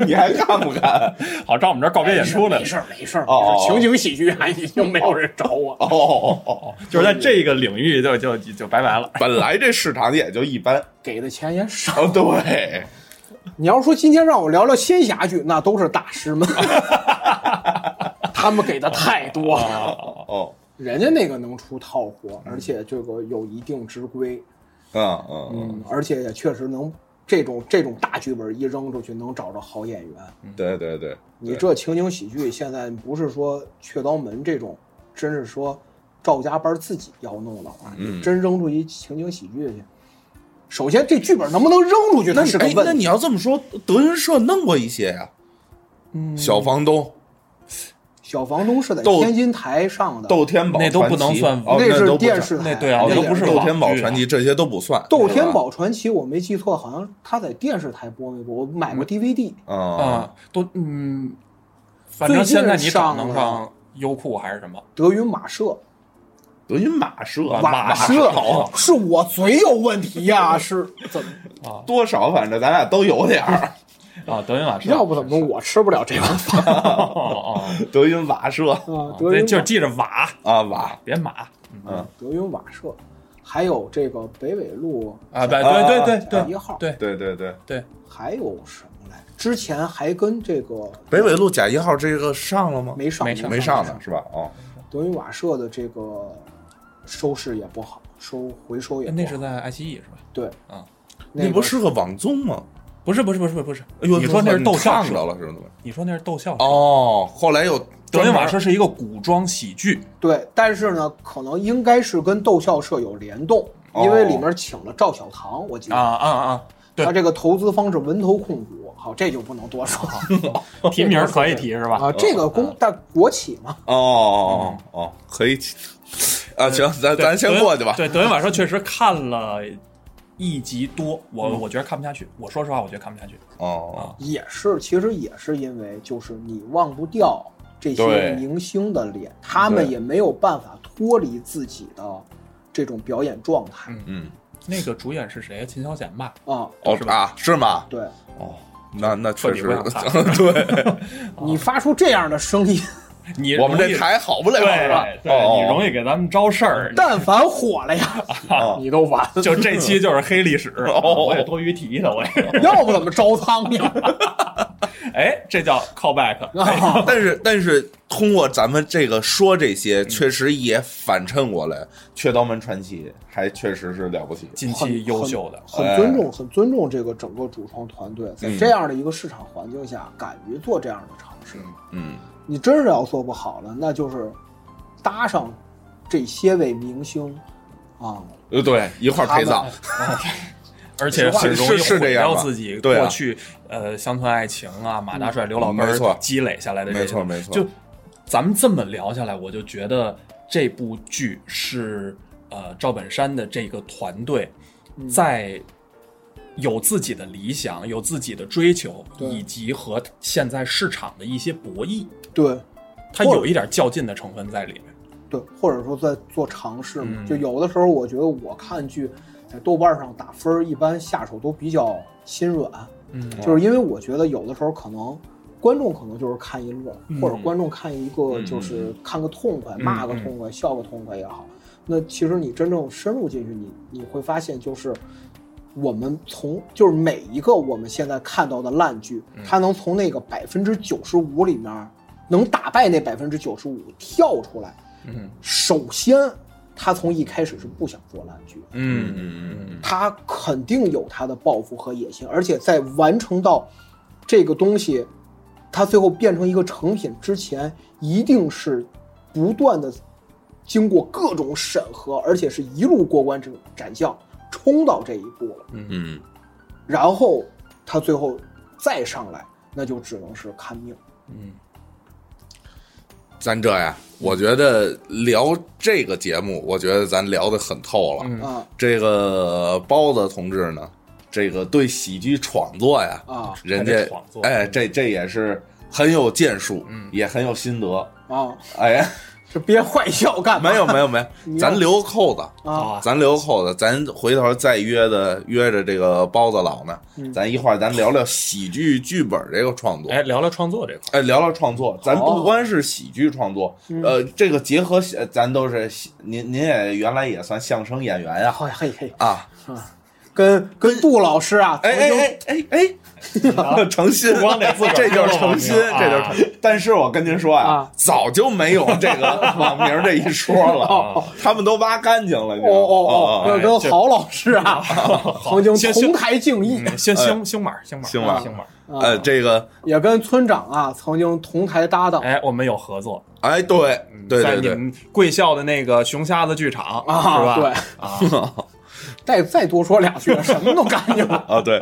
[SPEAKER 3] 你还干不干？
[SPEAKER 1] 嗯
[SPEAKER 4] 好，照我们这告别演出呢。没
[SPEAKER 1] 事儿，没事儿
[SPEAKER 3] 哦
[SPEAKER 1] 情景喜剧啊，已经没有人找我。
[SPEAKER 3] 哦哦哦哦，
[SPEAKER 4] 就是在这个领域就就就拜拜了。
[SPEAKER 3] 本来这市场也就一般，
[SPEAKER 1] 给的钱也少。
[SPEAKER 3] 哦，对，
[SPEAKER 1] 你要说今天让我聊聊仙侠剧，那都是大师们，他们给的太多了。
[SPEAKER 3] 哦，
[SPEAKER 1] 人家那个能出套活，而且这个有一定之规，
[SPEAKER 3] 嗯嗯
[SPEAKER 1] 嗯，而且也确实能这种这种大剧本一扔出去，能找着好演员。
[SPEAKER 3] 嗯，对对对，
[SPEAKER 1] 你这情景喜剧现在不是说雀刀门这种，真是说赵家班自己要弄的话，
[SPEAKER 3] 嗯
[SPEAKER 1] 真扔出一情景喜剧去，首先这剧本能不能扔出去，
[SPEAKER 3] 那
[SPEAKER 1] 那
[SPEAKER 3] 你
[SPEAKER 1] 是个
[SPEAKER 3] 哎
[SPEAKER 1] 问
[SPEAKER 3] 那
[SPEAKER 1] 题。
[SPEAKER 3] 你要这么说，德云社弄过一些呀，
[SPEAKER 1] 嗯
[SPEAKER 3] 小房东、
[SPEAKER 1] 小房东是在
[SPEAKER 3] 斗
[SPEAKER 1] 天津台上的，
[SPEAKER 3] 窦天宝
[SPEAKER 4] 那都不能
[SPEAKER 3] 传奇
[SPEAKER 4] 算
[SPEAKER 3] 哦
[SPEAKER 1] 那
[SPEAKER 3] 那
[SPEAKER 1] 是
[SPEAKER 3] 都不
[SPEAKER 1] 电
[SPEAKER 3] 算
[SPEAKER 1] 视台
[SPEAKER 4] 对啊
[SPEAKER 3] 哦
[SPEAKER 4] 那
[SPEAKER 3] 都
[SPEAKER 4] 也
[SPEAKER 3] 不
[SPEAKER 4] 是
[SPEAKER 3] 窦
[SPEAKER 4] 网
[SPEAKER 3] 天宝
[SPEAKER 4] 剧啊
[SPEAKER 3] 传奇这些都不算，
[SPEAKER 1] 《
[SPEAKER 3] 是
[SPEAKER 1] 天
[SPEAKER 3] 吧
[SPEAKER 1] 宝传奇》，我没记错，好像他在电视台播没播？我买
[SPEAKER 4] 嗯
[SPEAKER 1] 过 DVD，、
[SPEAKER 3] 啊
[SPEAKER 4] 啊，都嗯，反正现在你找能上优酷还是什么？
[SPEAKER 1] 德云马社。
[SPEAKER 3] 德云马社
[SPEAKER 4] 马
[SPEAKER 1] 社
[SPEAKER 4] 好啊
[SPEAKER 1] 是我嘴有问题呀、是怎 么？
[SPEAKER 3] 多少反正咱俩都有点儿，
[SPEAKER 4] 啊，德云马社。
[SPEAKER 1] 要不怎么我吃不了这碗饭
[SPEAKER 4] 哦
[SPEAKER 3] 德云瓦社
[SPEAKER 1] 啊？
[SPEAKER 4] 哦，
[SPEAKER 1] 德
[SPEAKER 4] 对，
[SPEAKER 1] 云
[SPEAKER 4] 就
[SPEAKER 1] 马
[SPEAKER 4] 记着瓦，
[SPEAKER 3] 啊瓦，
[SPEAKER 4] 别马
[SPEAKER 3] 嗯，
[SPEAKER 1] 德云马社，还有这个北纬路哎
[SPEAKER 4] 啊！对对对对
[SPEAKER 1] 一
[SPEAKER 4] 对
[SPEAKER 1] 号，
[SPEAKER 4] 对
[SPEAKER 3] 对对对，
[SPEAKER 4] 对，
[SPEAKER 1] 还有什么来？之前还跟这个
[SPEAKER 3] 北纬路甲一号这个上了吗？
[SPEAKER 1] 没上
[SPEAKER 4] 没上
[SPEAKER 3] 没上呢，是吧？哦，
[SPEAKER 1] 德云瓦社的这个收视也不好，收回收也不好
[SPEAKER 4] 那是在爱奇艺是吧？
[SPEAKER 1] 对
[SPEAKER 4] 啊，
[SPEAKER 1] 那
[SPEAKER 3] 不
[SPEAKER 1] 个
[SPEAKER 3] 是个网综吗？
[SPEAKER 4] 不是不是不是不是，
[SPEAKER 3] 哎呦，
[SPEAKER 4] 你说那是
[SPEAKER 3] 你
[SPEAKER 4] 逗笑
[SPEAKER 3] 看着
[SPEAKER 4] 社，
[SPEAKER 3] 了是吗？
[SPEAKER 4] 你说那是逗笑社。
[SPEAKER 3] 哦，后来又
[SPEAKER 4] 德云
[SPEAKER 3] 专门
[SPEAKER 4] 马社是一个古装喜剧，
[SPEAKER 1] 对，但是呢，可能应该是跟逗笑社有联动，因为里面请了赵小棠，我记得、
[SPEAKER 4] 啊啊啊！对
[SPEAKER 1] 他这个投资方是文投控股，好，这就不能多说
[SPEAKER 4] 提名可以提是吧？
[SPEAKER 1] 啊。这个公但国企嘛，
[SPEAKER 3] 哦哦哦哦，可以起，啊，行，咱
[SPEAKER 4] 对
[SPEAKER 3] 咱先
[SPEAKER 4] 德云
[SPEAKER 3] 过去吧。
[SPEAKER 4] 对，德云晚上确实看了一集多，我我觉得看不下去。我说实话，我觉得看不下去。
[SPEAKER 3] 哦，
[SPEAKER 1] 也是，其实也是因为就是你忘不掉这
[SPEAKER 3] 对
[SPEAKER 1] 些明星的脸，他们也没有办法脱离自己的这种表演状态
[SPEAKER 3] 嗯，
[SPEAKER 4] 那个主演是谁？秦霄贤吧？
[SPEAKER 1] 啊。
[SPEAKER 3] 哦啊，是吗？
[SPEAKER 1] 对
[SPEAKER 3] 哦，那那确实
[SPEAKER 4] 彻底不 想，
[SPEAKER 3] 对
[SPEAKER 1] 你发出这样的声音，
[SPEAKER 4] 你
[SPEAKER 3] 我们
[SPEAKER 4] 容
[SPEAKER 3] 这
[SPEAKER 4] 易
[SPEAKER 3] 台好不了
[SPEAKER 4] 对
[SPEAKER 3] 是吧？
[SPEAKER 4] 对，你容易给咱们招事儿。
[SPEAKER 1] 但凡火了呀，
[SPEAKER 3] 哦
[SPEAKER 1] 你都完了，
[SPEAKER 4] 就这期就是黑历史，我也多余提的，我也。
[SPEAKER 1] 要不怎么招苍蝇？
[SPEAKER 4] 哎，这叫 callback。
[SPEAKER 1] 啊
[SPEAKER 3] 但是但是通过咱们这个说这些，确实也反衬过来，《雀刀门传奇》还确实是了不起。
[SPEAKER 4] 近
[SPEAKER 1] 很
[SPEAKER 4] 期优秀的，
[SPEAKER 1] 很很尊重、很尊重这个整个主创团队，在
[SPEAKER 3] 哎嗯
[SPEAKER 1] 这样的一个市场环境下，敢于做这样的尝试。
[SPEAKER 3] 嗯，
[SPEAKER 1] 你真是要做不好了，那就是搭上这些位明星啊，
[SPEAKER 3] 呃，对，一块儿陪葬。
[SPEAKER 4] 而且很容易
[SPEAKER 3] 是是这
[SPEAKER 4] 毁
[SPEAKER 3] 样
[SPEAKER 4] 掉
[SPEAKER 3] 吧
[SPEAKER 4] 自己
[SPEAKER 3] 对啊
[SPEAKER 4] 过去呃乡村爱情啊、马大帅、刘老根
[SPEAKER 3] 没错
[SPEAKER 4] 儿积累下来的这些
[SPEAKER 3] 没错没错
[SPEAKER 4] 就咱们这么聊下来，我就觉得这部剧是呃赵本山的这个团队
[SPEAKER 3] 嗯
[SPEAKER 4] 在有自己的理想、有自己的追求，
[SPEAKER 1] 对
[SPEAKER 4] 以及和现在市场的一些博弈，
[SPEAKER 1] 对，
[SPEAKER 4] 它
[SPEAKER 1] 或
[SPEAKER 4] 有一点较劲的成分在里面。
[SPEAKER 1] 对，或者说在做尝试嘛。
[SPEAKER 4] 嗯
[SPEAKER 1] 就有的时候，我觉得我看剧在豆瓣上打分儿，一般下手都比较心软，
[SPEAKER 4] 嗯
[SPEAKER 1] 就是因为我觉得有的时候可能观众可能就是看一乐，
[SPEAKER 4] 嗯
[SPEAKER 1] 或者观众看一个
[SPEAKER 4] 嗯
[SPEAKER 1] 就是看个痛快，
[SPEAKER 4] 嗯
[SPEAKER 1] 骂个痛快，笑个痛快也好。那其实你真正深入进去，你你会发现就是。我们从就是每一个我们现在看到的烂剧，
[SPEAKER 4] 嗯
[SPEAKER 1] 它能从那个百分之九十五里面，能打败那百分之九十五跳出来，
[SPEAKER 4] 嗯
[SPEAKER 1] 首先，他从一开始是不想做烂剧，
[SPEAKER 3] 嗯嗯
[SPEAKER 1] 他肯定有他的抱负和野心，而且在完成到这个东西，它最后变成一个成品之前，一定是不断的经过各种审核，而且是一路过关斩斩将，冲到这一步了，
[SPEAKER 3] 嗯
[SPEAKER 1] 然后他最后再上来，那就只能是看命。
[SPEAKER 4] 嗯，
[SPEAKER 3] 咱这呀，我觉得聊这个节目，我觉得咱聊得很透了。
[SPEAKER 1] 嗯啊
[SPEAKER 3] 这个包子同志呢，这个对喜剧创作呀，
[SPEAKER 1] 啊
[SPEAKER 3] 人家
[SPEAKER 4] 还得创作
[SPEAKER 3] 哎，这这也是很有建树，也很有心得。
[SPEAKER 1] 啊！
[SPEAKER 3] 哎，
[SPEAKER 1] 这憋坏笑干嘛？
[SPEAKER 3] 没有没有没
[SPEAKER 1] 你
[SPEAKER 3] 有，
[SPEAKER 1] 要
[SPEAKER 3] 咱留扣子。
[SPEAKER 1] 啊
[SPEAKER 3] 咱留扣子，咱回头再约的约着这个包子佬呢，
[SPEAKER 1] 嗯
[SPEAKER 3] 咱一会儿咱聊聊喜剧剧本这个创作。
[SPEAKER 4] 哎，聊聊创作这块，
[SPEAKER 3] 哎，聊聊创作，咱不光是喜剧创作，
[SPEAKER 1] 嗯
[SPEAKER 3] 呃，这个结合呃咱都是喜您您也原来也算相声演员呀
[SPEAKER 1] 好哎嘿嘿
[SPEAKER 3] 啊，
[SPEAKER 1] 啊，跟跟杜老师啊，
[SPEAKER 3] 哎哎哎哎哎，诚心，
[SPEAKER 4] 光得自个儿
[SPEAKER 3] 这就是
[SPEAKER 4] 说
[SPEAKER 3] 诚心，
[SPEAKER 4] 网名
[SPEAKER 3] 这就是诚心。但是我跟您说啊
[SPEAKER 1] 啊，
[SPEAKER 3] 早就没有这个网名这一说了
[SPEAKER 1] 哦，
[SPEAKER 3] 他们都挖干净了。
[SPEAKER 1] 哦哦哦，
[SPEAKER 3] 哦
[SPEAKER 1] 要跟郝老师 啊，曾经同台竞技，
[SPEAKER 4] 嗯，星
[SPEAKER 3] 哎
[SPEAKER 4] 星星马星马啊
[SPEAKER 3] 星马
[SPEAKER 4] 星马，
[SPEAKER 3] 哦，呃，这个，
[SPEAKER 1] 也跟村长啊曾经同台搭档
[SPEAKER 4] 哎，我们有合作，
[SPEAKER 3] 哎，对
[SPEAKER 2] 嗯
[SPEAKER 3] 对
[SPEAKER 4] 在
[SPEAKER 3] 对
[SPEAKER 4] 你
[SPEAKER 3] 对，
[SPEAKER 4] 们贵校的那个熊瞎子剧场是
[SPEAKER 1] 啊，
[SPEAKER 4] 吧？
[SPEAKER 1] 对，
[SPEAKER 4] 啊，
[SPEAKER 1] 再再多说两句，什么都干净 了。
[SPEAKER 3] 啊，对，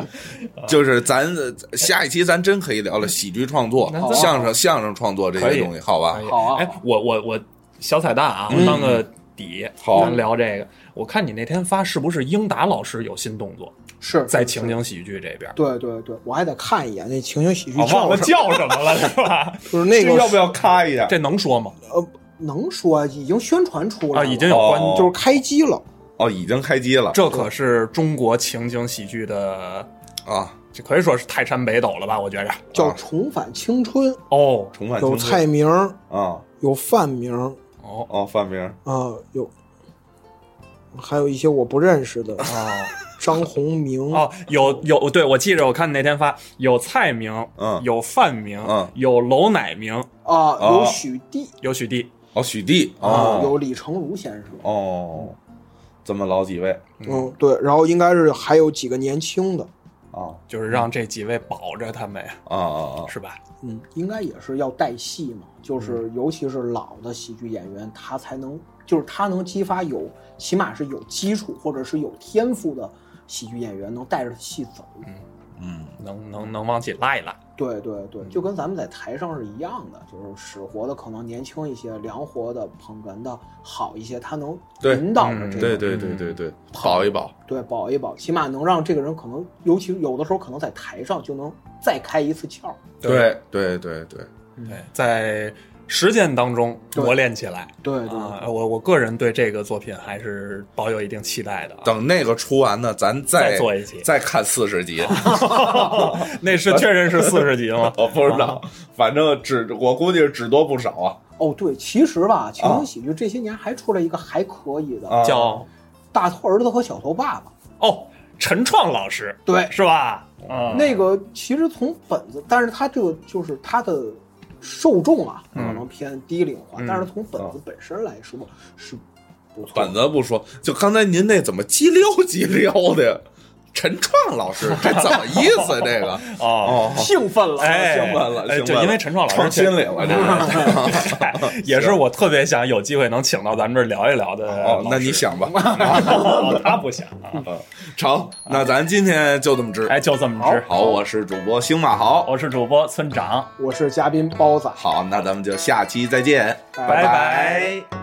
[SPEAKER 3] 就是咱呃下一期咱真可以聊聊喜剧创作
[SPEAKER 4] 那、咱
[SPEAKER 3] 相声、相声创作这
[SPEAKER 4] 可
[SPEAKER 3] 些
[SPEAKER 4] 以
[SPEAKER 3] 东西， 好吧
[SPEAKER 4] 哎？
[SPEAKER 1] 好啊
[SPEAKER 4] 哎，我我我小彩蛋啊，我当个底，
[SPEAKER 3] 好
[SPEAKER 4] 咱聊这个。我看你那天发是不是英达老师有新动作，
[SPEAKER 1] 是
[SPEAKER 4] 在情，景喜剧这边？
[SPEAKER 1] 对对对，我还得看一眼那情景喜剧
[SPEAKER 2] 哦
[SPEAKER 4] 我忘
[SPEAKER 1] 叫
[SPEAKER 4] 了
[SPEAKER 1] 什么，
[SPEAKER 4] 叫什么 了，是吧？
[SPEAKER 1] 就是那
[SPEAKER 3] 这
[SPEAKER 1] 个
[SPEAKER 3] 要不要咔一下？
[SPEAKER 4] 这能说吗？
[SPEAKER 1] 呃，能说已经宣传出来
[SPEAKER 4] 啊，
[SPEAKER 1] 了，
[SPEAKER 4] 已经有关
[SPEAKER 3] 哦
[SPEAKER 1] 就
[SPEAKER 4] 注，
[SPEAKER 1] 是开机了，
[SPEAKER 3] 哦，已经开机了
[SPEAKER 4] 这可是中国情景喜剧的，
[SPEAKER 3] 啊！
[SPEAKER 4] 这可以说是泰山北斗了吧？我觉着。
[SPEAKER 1] 叫《重返青春》，
[SPEAKER 4] 哦
[SPEAKER 3] 重返
[SPEAKER 1] 有
[SPEAKER 3] 青春
[SPEAKER 1] 蔡明儿，
[SPEAKER 3] 啊
[SPEAKER 1] 有范明儿，
[SPEAKER 4] 哦
[SPEAKER 3] 哦，范明
[SPEAKER 1] 啊，有，还有一些我不认识的，
[SPEAKER 4] 哦
[SPEAKER 1] 张宏明，
[SPEAKER 4] 哦，有有，对我记着，我看那天发有蔡明，
[SPEAKER 3] 嗯
[SPEAKER 4] 有范明，
[SPEAKER 3] 嗯
[SPEAKER 4] 有娄乃明，
[SPEAKER 1] 啊，
[SPEAKER 3] 哦
[SPEAKER 1] 有许娣
[SPEAKER 4] 有许娣，
[SPEAKER 3] 哦，许娣
[SPEAKER 1] 啊，
[SPEAKER 3] 哦
[SPEAKER 1] 有李成儒先生，
[SPEAKER 3] 哦，这么老几位
[SPEAKER 1] 嗯，对，然后应该是还有几个年轻的，
[SPEAKER 3] 啊
[SPEAKER 4] 就是让这几位保着他们呀，
[SPEAKER 3] 啊啊啊！
[SPEAKER 4] 是吧？
[SPEAKER 1] 嗯，应该也是要带戏嘛，就是尤其是老的喜剧演员，他才能，就是他能激发有，起码是有基础或者是有天赋的喜剧演员能带着戏走。
[SPEAKER 3] 嗯
[SPEAKER 4] 能能能往起拉一拉，
[SPEAKER 1] 对对对，就跟咱们在台上是一样的，就是使活的可能年轻一些，凉活的、捧哏的好一些，他能
[SPEAKER 3] 对
[SPEAKER 1] 引导着
[SPEAKER 4] 嗯
[SPEAKER 1] 这个
[SPEAKER 3] 对对对对对，保一保。
[SPEAKER 1] 对，保一保，起码能让这个人可能，尤其有的时候可能在台上就能再开一次窍。
[SPEAKER 3] 对对对对，
[SPEAKER 4] 对，在实践当中
[SPEAKER 1] 对
[SPEAKER 4] 磨练起来。
[SPEAKER 1] 对对
[SPEAKER 4] 啊，我我个人对这个作品还是抱有一定期待的啊。
[SPEAKER 3] 等那个出完呢，咱
[SPEAKER 4] 再做一期
[SPEAKER 3] 再看四十 集。？
[SPEAKER 4] 那是确认是四十集吗
[SPEAKER 3] 我不知道，
[SPEAKER 4] 啊
[SPEAKER 3] 反正只我估计是只多不少啊。
[SPEAKER 1] 哦，对，其实吧，情景喜剧这些年还出来一个还可以的，
[SPEAKER 3] 啊
[SPEAKER 4] 叫
[SPEAKER 1] 大头儿子和小头爸爸》。
[SPEAKER 4] 哦，陈创老师
[SPEAKER 1] 对，
[SPEAKER 4] 是吧？啊，
[SPEAKER 1] 那个其实从本子，但是他这个就是他的受众啊，可能偏低龄化，
[SPEAKER 4] 嗯
[SPEAKER 1] 但是从本子本身来说是不错的。
[SPEAKER 3] 本子不说，就刚才您那怎么激溜激溜的呀？陈创老师，这怎么意思？这个
[SPEAKER 4] 哦。
[SPEAKER 3] 哦，
[SPEAKER 1] 兴奋了，
[SPEAKER 4] 哎，
[SPEAKER 3] 兴奋了兴
[SPEAKER 4] 哎
[SPEAKER 3] 奋
[SPEAKER 4] 就
[SPEAKER 3] 了
[SPEAKER 4] 因为陈创老师
[SPEAKER 3] 创新里
[SPEAKER 4] 确
[SPEAKER 3] 了，这个。
[SPEAKER 4] 嗨 也是我特别想有机会能请到咱们这儿聊一聊的老
[SPEAKER 3] 哦
[SPEAKER 4] 师。，
[SPEAKER 3] 那你想吧。 啊
[SPEAKER 4] 哦，他不想啊。
[SPEAKER 3] 成，那咱今天就这么值。
[SPEAKER 4] 哎，就这么
[SPEAKER 3] 好
[SPEAKER 4] 直。，
[SPEAKER 3] 好，我是主播星马豪。
[SPEAKER 4] 我是主播村长，
[SPEAKER 1] 我是嘉宾包子，啊
[SPEAKER 3] 好，那咱们就下期再见，
[SPEAKER 1] 拜
[SPEAKER 4] 拜
[SPEAKER 3] 拜
[SPEAKER 4] 拜